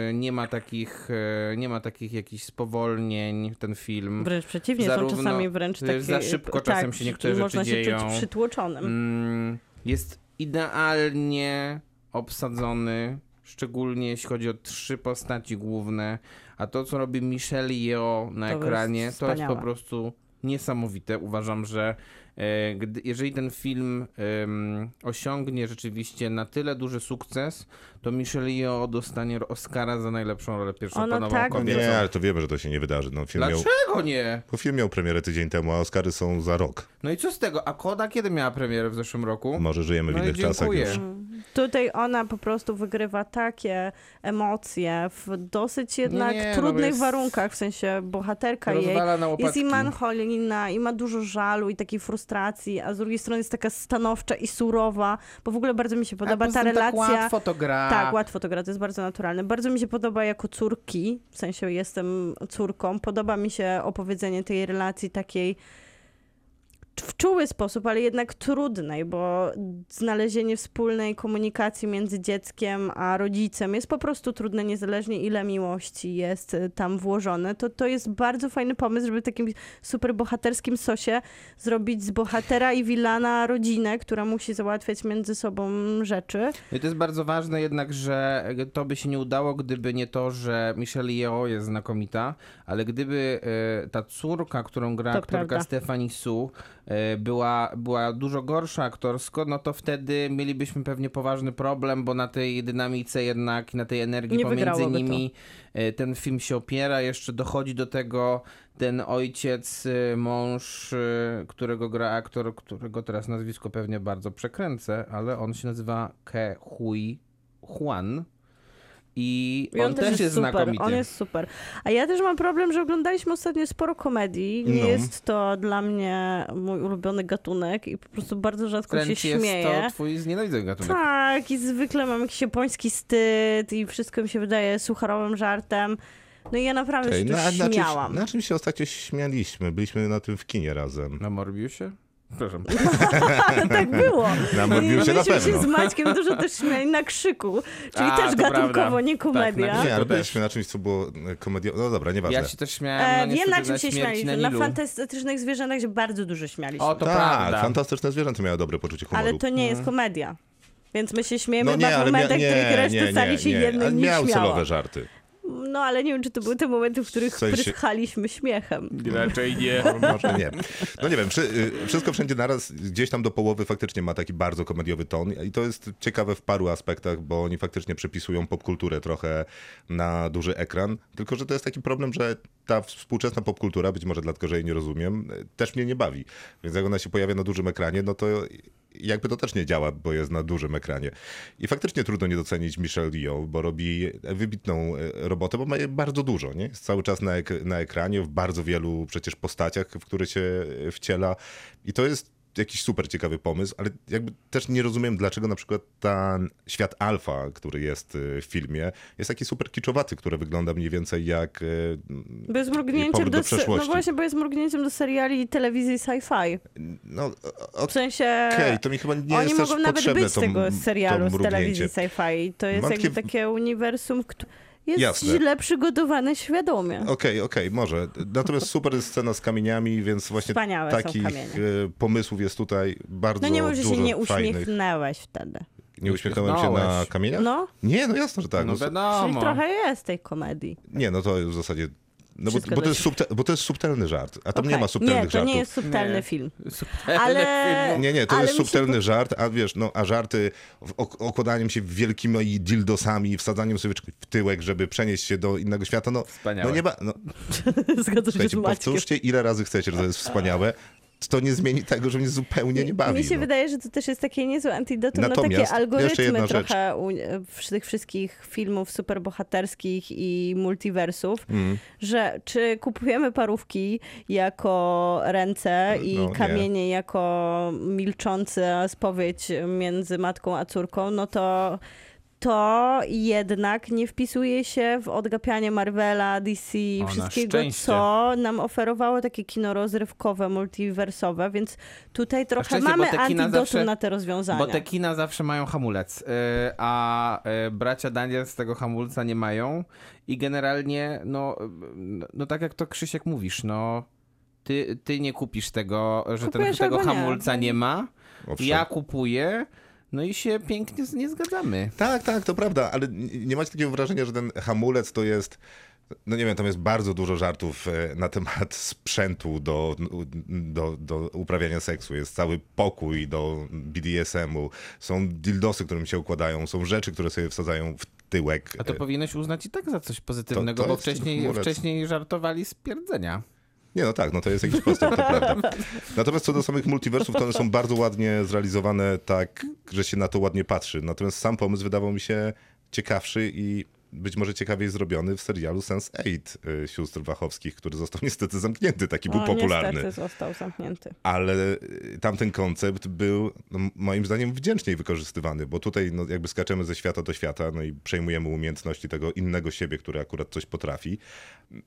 [SPEAKER 5] Yy, nie ma takich, yy, nie ma takich jakichś spowolnień ten film.
[SPEAKER 4] Wręcz przeciwnie,
[SPEAKER 5] Zarówno-
[SPEAKER 4] są czasami wręcz
[SPEAKER 5] za
[SPEAKER 4] takie... tak,
[SPEAKER 5] szybko czasem się niektóre rzeczy
[SPEAKER 4] można się
[SPEAKER 5] dzieją.
[SPEAKER 4] czuć przytłoczonym.
[SPEAKER 5] Mm, jest idealnie obsadzony, szczególnie jeśli chodzi o trzy postaci główne. A to, co robi Michelle Yeoh na
[SPEAKER 4] To jest
[SPEAKER 5] ekranie, to jest po
[SPEAKER 4] wspaniałe.
[SPEAKER 5] prostu niesamowite. Uważam, że E, Gdy, jeżeli ten film em, osiągnie rzeczywiście na tyle duży sukces, to Michelle Yeoh dostanie Oscara za najlepszą rolę pierwszoplanową
[SPEAKER 4] Ono tak
[SPEAKER 5] kobietą.
[SPEAKER 2] Nie, ale to wiemy, że to się nie wydarzy. No, film, miał,
[SPEAKER 5] Dlaczego nie?
[SPEAKER 2] bo film miał premierę tydzień temu, a Oscary są za rok.
[SPEAKER 5] No i co z tego? A Koda kiedy miała premierę w zeszłym roku?
[SPEAKER 2] Może żyjemy w
[SPEAKER 5] no i
[SPEAKER 2] innych czasach
[SPEAKER 5] dziękuję.
[SPEAKER 2] już.
[SPEAKER 4] Tutaj ona po prostu wygrywa takie emocje w dosyć jednak
[SPEAKER 5] Nie, no bo
[SPEAKER 4] trudnych
[SPEAKER 5] jest-
[SPEAKER 4] warunkach, w sensie bohaterka jej
[SPEAKER 5] Rozwala na
[SPEAKER 4] jest
[SPEAKER 5] łopatki.
[SPEAKER 4] i mancholina i ma dużo żalu i takiej frustracji, a z drugiej strony jest taka stanowcza i surowa, bo w ogóle bardzo mi się
[SPEAKER 5] A
[SPEAKER 4] podoba
[SPEAKER 5] poza
[SPEAKER 4] ta
[SPEAKER 5] tym
[SPEAKER 4] relacja.
[SPEAKER 5] Tak łatwo to gra.
[SPEAKER 4] Tak, łatwo to gra, to jest bardzo naturalne. Bardzo mi się podoba jako córki, w sensie jestem córką, podoba mi się opowiedzenie tej relacji takiej w czuły sposób, ale jednak trudnej, bo znalezienie wspólnej komunikacji między dzieckiem a rodzicem jest po prostu trudne, niezależnie ile miłości jest y, tam włożone. To, to jest bardzo fajny pomysł, żeby w takim superbohaterskim sosie zrobić z bohatera i wilana rodzinę, która musi załatwiać między sobą rzeczy.
[SPEAKER 5] No i to jest bardzo ważne jednak, że to by się nie udało, gdyby nie to, że Michelle Yeoh jest znakomita, ale gdyby e, ta córka, którą gra
[SPEAKER 4] To
[SPEAKER 5] aktorka
[SPEAKER 4] prawda.
[SPEAKER 5] Stephanie Su, e, była, była dużo gorsza aktorsko, no to wtedy mielibyśmy pewnie poważny problem, bo na tej dynamice jednak, i na tej energii
[SPEAKER 4] Nie
[SPEAKER 5] pomiędzy
[SPEAKER 4] wygrałoby to.
[SPEAKER 5] nimi e, ten film się opiera, jeszcze dochodzi do tego ten ojciec, e, mąż, e, którego gra aktor, którego teraz nazwisko pewnie bardzo przekręcę, ale on się nazywa Ke Hui Juan i,
[SPEAKER 4] I
[SPEAKER 5] on, też jest,
[SPEAKER 4] super.
[SPEAKER 5] znakomity.
[SPEAKER 4] On jest super. A ja też mam problem, że oglądaliśmy ostatnio sporo komedii. Nie
[SPEAKER 2] No.
[SPEAKER 4] jest to dla mnie mój ulubiony gatunek i po prostu bardzo rzadko
[SPEAKER 5] Wręcz
[SPEAKER 4] się
[SPEAKER 5] jest
[SPEAKER 4] śmieję.
[SPEAKER 5] to twój znienawidzony gatunek.
[SPEAKER 4] Tak, i zwykle mam jakiś japoński styd i wszystko mi się wydaje sucharowym żartem. No i ja naprawdę
[SPEAKER 2] Ej,
[SPEAKER 4] się tu
[SPEAKER 2] na, na, czymś,
[SPEAKER 4] śmiałam.
[SPEAKER 5] no.
[SPEAKER 2] na czym się ostatnio śmialiśmy? Byliśmy na tym w kinie razem.
[SPEAKER 5] Na Morbiusie? *laughs* Przepraszam.
[SPEAKER 4] tak
[SPEAKER 5] *laughs*
[SPEAKER 4] było.
[SPEAKER 2] Na
[SPEAKER 4] I
[SPEAKER 2] Morbiusie na
[SPEAKER 4] myśmy no się
[SPEAKER 2] pewno.
[SPEAKER 4] z Maćkiem dużo też śmiali na krzyku, czyli
[SPEAKER 5] A,
[SPEAKER 4] też
[SPEAKER 5] to
[SPEAKER 4] gatunkowo,
[SPEAKER 5] prawda.
[SPEAKER 4] nie
[SPEAKER 5] Tak, na
[SPEAKER 4] komedia.
[SPEAKER 5] krzyku.
[SPEAKER 2] Nie, ale
[SPEAKER 5] To też.
[SPEAKER 2] byliśmy na czymś, co było e, komedią. No dobra, nieważne.
[SPEAKER 5] Ja się też
[SPEAKER 4] E,
[SPEAKER 5] śmiałem na
[SPEAKER 4] wiem, na czym
[SPEAKER 5] no, niestety
[SPEAKER 4] się
[SPEAKER 5] śmierci
[SPEAKER 4] śmialiśmy.
[SPEAKER 5] na
[SPEAKER 4] Na
[SPEAKER 5] Nilu.
[SPEAKER 4] fantastycznych zwierzętach się bardzo dużo śmialiśmy.
[SPEAKER 5] O, to
[SPEAKER 2] tak,
[SPEAKER 5] prawda.
[SPEAKER 2] fantastyczne zwierzęta miało dobre poczucie humoru.
[SPEAKER 4] Ale to nie jest komedia. Więc my się śmiejemy
[SPEAKER 2] no
[SPEAKER 4] chyba
[SPEAKER 2] nie,
[SPEAKER 4] w
[SPEAKER 2] ale mia-
[SPEAKER 4] momentach, w
[SPEAKER 2] nie,
[SPEAKER 4] których
[SPEAKER 2] nie,
[SPEAKER 4] reszta
[SPEAKER 2] nie,
[SPEAKER 4] sali się
[SPEAKER 2] nie,
[SPEAKER 4] jednym
[SPEAKER 2] ale
[SPEAKER 4] nie
[SPEAKER 2] miał
[SPEAKER 4] śmiała.
[SPEAKER 2] celowe żarty.
[SPEAKER 4] No ale nie wiem, czy to były te momenty, w których
[SPEAKER 2] W sensie-
[SPEAKER 4] pryskaliśmy śmiechem.
[SPEAKER 5] Raczej nie.
[SPEAKER 2] Może nie. No nie wiem, wszy- y, wszystko wszędzie naraz, gdzieś tam do połowy faktycznie ma taki bardzo komediowy ton i to jest ciekawe w paru aspektach, bo oni faktycznie przepisują popkulturę trochę na duży ekran, tylko że to jest taki problem, że ta współczesna popkultura, być może dlatego, że jej nie rozumiem, y, też mnie nie bawi. Więc jak ona się pojawia na dużym ekranie, no to jakby to też nie działa, bo jest na dużym ekranie. I faktycznie trudno nie docenić Michelle Yeoh, bo robi wybitną e, robotę, bo ma jej bardzo dużo, nie? Jest cały czas na, ek- na ekranie, w bardzo wielu przecież postaciach, w które się e, wciela. I to jest jakiś super ciekawy pomysł, ale jakby też nie rozumiem, dlaczego na przykład ten świat alfa, który jest e, w filmie, jest taki super kiczowaty, który wygląda mniej więcej jak... e,
[SPEAKER 4] Bo jest
[SPEAKER 2] I
[SPEAKER 4] mrugnięciem
[SPEAKER 2] powrót
[SPEAKER 4] do,
[SPEAKER 2] do
[SPEAKER 4] se- No
[SPEAKER 2] przeszłości.
[SPEAKER 4] właśnie, bo jest mrugnięciem do seriali i telewizji sci-fi.
[SPEAKER 2] No, o-
[SPEAKER 4] W sensie...
[SPEAKER 2] okej, to mi chyba nie
[SPEAKER 4] Oni
[SPEAKER 2] jest też
[SPEAKER 4] mogą nawet
[SPEAKER 2] potrzebne
[SPEAKER 4] być z
[SPEAKER 2] to-
[SPEAKER 4] tego serialu
[SPEAKER 2] to
[SPEAKER 4] z telewizji
[SPEAKER 2] mrugnięcie.
[SPEAKER 4] sci-fi. I To jest
[SPEAKER 2] Mam
[SPEAKER 4] jakby
[SPEAKER 2] takie-
[SPEAKER 4] takie uniwersum, które jest
[SPEAKER 2] Jasne.
[SPEAKER 4] źle przygotowane świadomie.
[SPEAKER 2] Okej, okej, może. Natomiast super jest scena z kamieniami, więc właśnie
[SPEAKER 4] Wspaniałe są
[SPEAKER 2] takich
[SPEAKER 4] kamienie.
[SPEAKER 2] e, pomysłów jest tutaj bardzo
[SPEAKER 4] No nie mów, że
[SPEAKER 2] dużo
[SPEAKER 4] się nie
[SPEAKER 2] fajnych.
[SPEAKER 4] uśmiechnęłeś wtedy.
[SPEAKER 2] Nie uśmiechnąłem się na
[SPEAKER 5] Uśmiechnąłeś.
[SPEAKER 2] kamieniach?
[SPEAKER 4] No.
[SPEAKER 2] Nie, no jasno, że tak.
[SPEAKER 5] No
[SPEAKER 2] No,
[SPEAKER 4] Czyli
[SPEAKER 5] wiadomo.
[SPEAKER 4] trochę jest tej komedii.
[SPEAKER 2] nie, no to w zasadzie... No bo,
[SPEAKER 4] Wszystko
[SPEAKER 2] bo,
[SPEAKER 4] dla
[SPEAKER 2] to jest subte, bo to jest subtelny żart, a tam nie
[SPEAKER 4] Okej.
[SPEAKER 2] ma subtelnych
[SPEAKER 4] Nie, to
[SPEAKER 2] żartów.
[SPEAKER 4] nie jest subtelny film. *laughs*
[SPEAKER 5] Subtelny
[SPEAKER 4] Ale-
[SPEAKER 5] *laughs* film.
[SPEAKER 2] Nie, nie, to
[SPEAKER 4] Ale
[SPEAKER 2] jest
[SPEAKER 4] mi się
[SPEAKER 2] subtelny żart, a wiesz, no, a żarty w- ok- okładaniem się wielkimi dildosami, wsadzaniem sobie w tyłek, żeby przenieść się do innego świata, no,
[SPEAKER 5] Wspaniałe.
[SPEAKER 2] no nie ma... No,
[SPEAKER 4] Zgadzam się z
[SPEAKER 2] słuchajcie,
[SPEAKER 4] Maćkiem.
[SPEAKER 2] powtórzcie ile razy chcecie, że to jest wspaniałe, to nie zmieni tego, że mnie zupełnie nie bawi.
[SPEAKER 4] Mi się
[SPEAKER 2] no.
[SPEAKER 4] wydaje, że to też jest takie niezłe antidotum na takie
[SPEAKER 2] Natomiast jeszcze
[SPEAKER 4] algorytmy
[SPEAKER 2] jedna rzecz.
[SPEAKER 4] trochę u, w tych wszystkich filmów superbohaterskich i multiversów,
[SPEAKER 2] Mm.
[SPEAKER 4] że czy kupujemy parówki jako ręce i
[SPEAKER 2] No, nie.
[SPEAKER 4] kamienie jako milcząca spowiedź między matką a córką, no to to jednak nie wpisuje się w odgapianie Marvela, DC i
[SPEAKER 5] O, na
[SPEAKER 4] wszystkiego,
[SPEAKER 5] szczęście.
[SPEAKER 4] co nam oferowało takie kino rozrywkowe, multiwersowe, więc tutaj trochę
[SPEAKER 5] szczęście,
[SPEAKER 4] mamy
[SPEAKER 5] bo te kina
[SPEAKER 4] antidotum
[SPEAKER 5] zawsze-
[SPEAKER 4] na te rozwiązania.
[SPEAKER 5] Bo te kina zawsze mają hamulec, y, a y, bracia Daniel z tego hamulca nie mają i generalnie, no, y, no tak jak to Krzysiek mówisz, no ty, ty nie kupisz tego, że ten,
[SPEAKER 4] Kupujesz
[SPEAKER 5] tego
[SPEAKER 4] albo nie. no
[SPEAKER 5] hamulca nie ma,
[SPEAKER 2] Owszem.
[SPEAKER 5] ja kupuję, no i się pięknie z- nie zgadzamy.
[SPEAKER 2] Tak, tak, to prawda, ale n- nie macie takiego wrażenia, że ten hamulec to jest No nie wiem, tam jest bardzo dużo żartów e, na temat sprzętu do, do, do uprawiania seksu. Jest cały pokój do BDSM-u, są dildosy, którym się układają, są rzeczy, które sobie wsadzają w tyłek.
[SPEAKER 5] A to
[SPEAKER 2] E,
[SPEAKER 5] powinieneś uznać i tak za coś pozytywnego,
[SPEAKER 2] to
[SPEAKER 5] bo
[SPEAKER 2] jest
[SPEAKER 5] wcześniej,
[SPEAKER 2] chmurec.
[SPEAKER 5] wcześniej żartowali z pierdzenia.
[SPEAKER 2] Nie, no tak, no to jest jakiś postęp, to
[SPEAKER 4] *laughs*
[SPEAKER 2] prawda. Natomiast co do samych multiversów, to one są bardzo ładnie zrealizowane tak, że się na to ładnie patrzy. Natomiast sam pomysł wydawał mi się ciekawszy i być może ciekawiej zrobiony w serialu Sense8 y, sióstr Wachowskich, który został niestety zamknięty, taki był
[SPEAKER 4] O,
[SPEAKER 2] popularny.
[SPEAKER 4] No, Niestety został zamknięty.
[SPEAKER 2] Ale y, tamten koncept był no, moim zdaniem wdzięczniej wykorzystywany, bo tutaj no, jakby skaczemy ze świata do świata no i przejmujemy umiejętności tego innego siebie, który akurat coś potrafi.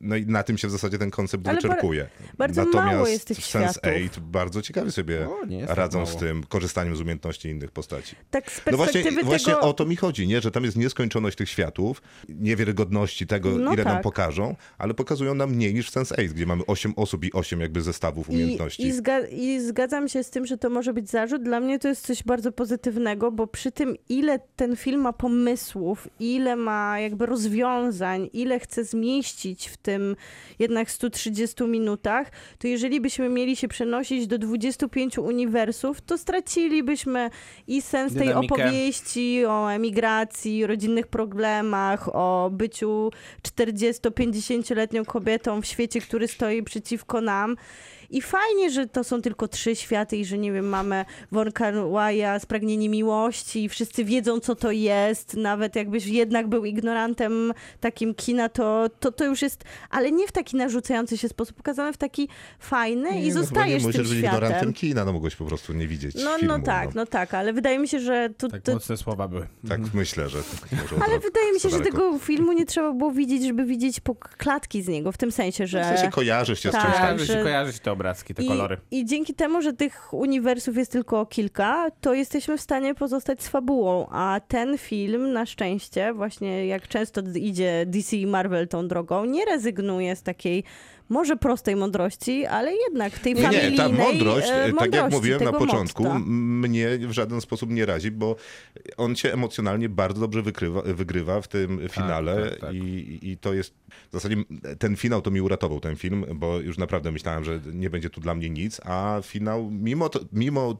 [SPEAKER 2] No i na tym się w zasadzie ten koncept
[SPEAKER 4] Ale bar-
[SPEAKER 2] wyczerpuje.
[SPEAKER 4] bardzo mało
[SPEAKER 2] Natomiast
[SPEAKER 4] jest tych
[SPEAKER 2] w Sense8
[SPEAKER 4] światów.
[SPEAKER 2] bardzo ciekawie sobie
[SPEAKER 5] O, nie jest tak
[SPEAKER 2] radzą
[SPEAKER 5] mało.
[SPEAKER 2] z tym korzystaniem z umiejętności innych postaci.
[SPEAKER 4] Tak z
[SPEAKER 2] No właśnie,
[SPEAKER 4] perspektywy tego...
[SPEAKER 2] właśnie o to mi chodzi, nie? że tam jest nieskończoność tych światów, niewiarygodności tego,
[SPEAKER 4] No
[SPEAKER 2] ile nam
[SPEAKER 4] tak.
[SPEAKER 2] pokażą, ale pokazują nam mniej niż w Sense8, gdzie mamy 8 osób i 8 jakby zestawów umiejętności.
[SPEAKER 4] I, i, zga- I zgadzam się z tym, że to może być zarzut. Dla mnie to jest coś bardzo pozytywnego, bo przy tym, ile ten film ma pomysłów, ile ma jakby rozwiązań, ile chce zmieścić w tym jednak 130 minutach, to jeżeli byśmy mieli się przenosić do 25 uniwersów, to stracilibyśmy i sens tej
[SPEAKER 5] Dynamikę.
[SPEAKER 4] opowieści o emigracji, rodzinnych problemach, o byciu 40-50-letnią kobietą w świecie, który stoi przeciwko nam. I fajnie, że to są tylko trzy światy i że, nie wiem, mamy Von Karłaja, Spragnienie Miłości i wszyscy wiedzą, co to jest. Nawet jakbyś jednak był ignorantem takim kina, to, to, to już jest, ale nie w taki narzucający się sposób, pokazane w taki fajny i
[SPEAKER 2] no chyba
[SPEAKER 4] zostajesz
[SPEAKER 2] nie
[SPEAKER 4] tym
[SPEAKER 2] musisz być ignorantem
[SPEAKER 4] światem.
[SPEAKER 2] kina, no mogłeś po prostu nie widzieć
[SPEAKER 4] No,
[SPEAKER 2] filmu.
[SPEAKER 4] no tak, no tak, ale wydaje mi się, że to,
[SPEAKER 5] Tak
[SPEAKER 4] to,
[SPEAKER 5] mocne słowa były.
[SPEAKER 2] Tak myślę, że może
[SPEAKER 4] Ale wydaje mi się, że
[SPEAKER 2] No, daleko.
[SPEAKER 4] tego filmu nie trzeba było widzieć, żeby widzieć po klatki z niego, w tym sensie,
[SPEAKER 2] W
[SPEAKER 4] że.
[SPEAKER 2] sensie kojarzy się z
[SPEAKER 4] Tak,
[SPEAKER 2] czymś
[SPEAKER 5] Tak,
[SPEAKER 2] tam.
[SPEAKER 5] że
[SPEAKER 4] że-
[SPEAKER 5] się kojarzy się te obrazki, te kolory.
[SPEAKER 4] I, I dzięki temu, że tych uniwersów jest tylko kilka, to jesteśmy w stanie pozostać z fabułą, a ten film na szczęście, właśnie jak często d- idzie DC i Marvel tą drogą, nie rezygnuje z takiej może prostej mądrości, ale jednak tej
[SPEAKER 2] Nie,
[SPEAKER 4] familijnej
[SPEAKER 2] nie, ta mądrość,
[SPEAKER 4] e,
[SPEAKER 2] tak jak
[SPEAKER 4] mądrości,
[SPEAKER 2] mówiłem na
[SPEAKER 4] tego
[SPEAKER 2] początku,
[SPEAKER 4] mocta.
[SPEAKER 2] m- mnie w żaden sposób nie razi, bo on się emocjonalnie bardzo dobrze wykrywa, wygrywa w tym finale
[SPEAKER 5] tak, tak.
[SPEAKER 2] I, i to jest w zasadzie ten finał to mi uratował ten film, bo już naprawdę myślałem, że nie będzie tu dla mnie nic, a finał mimo to, mimo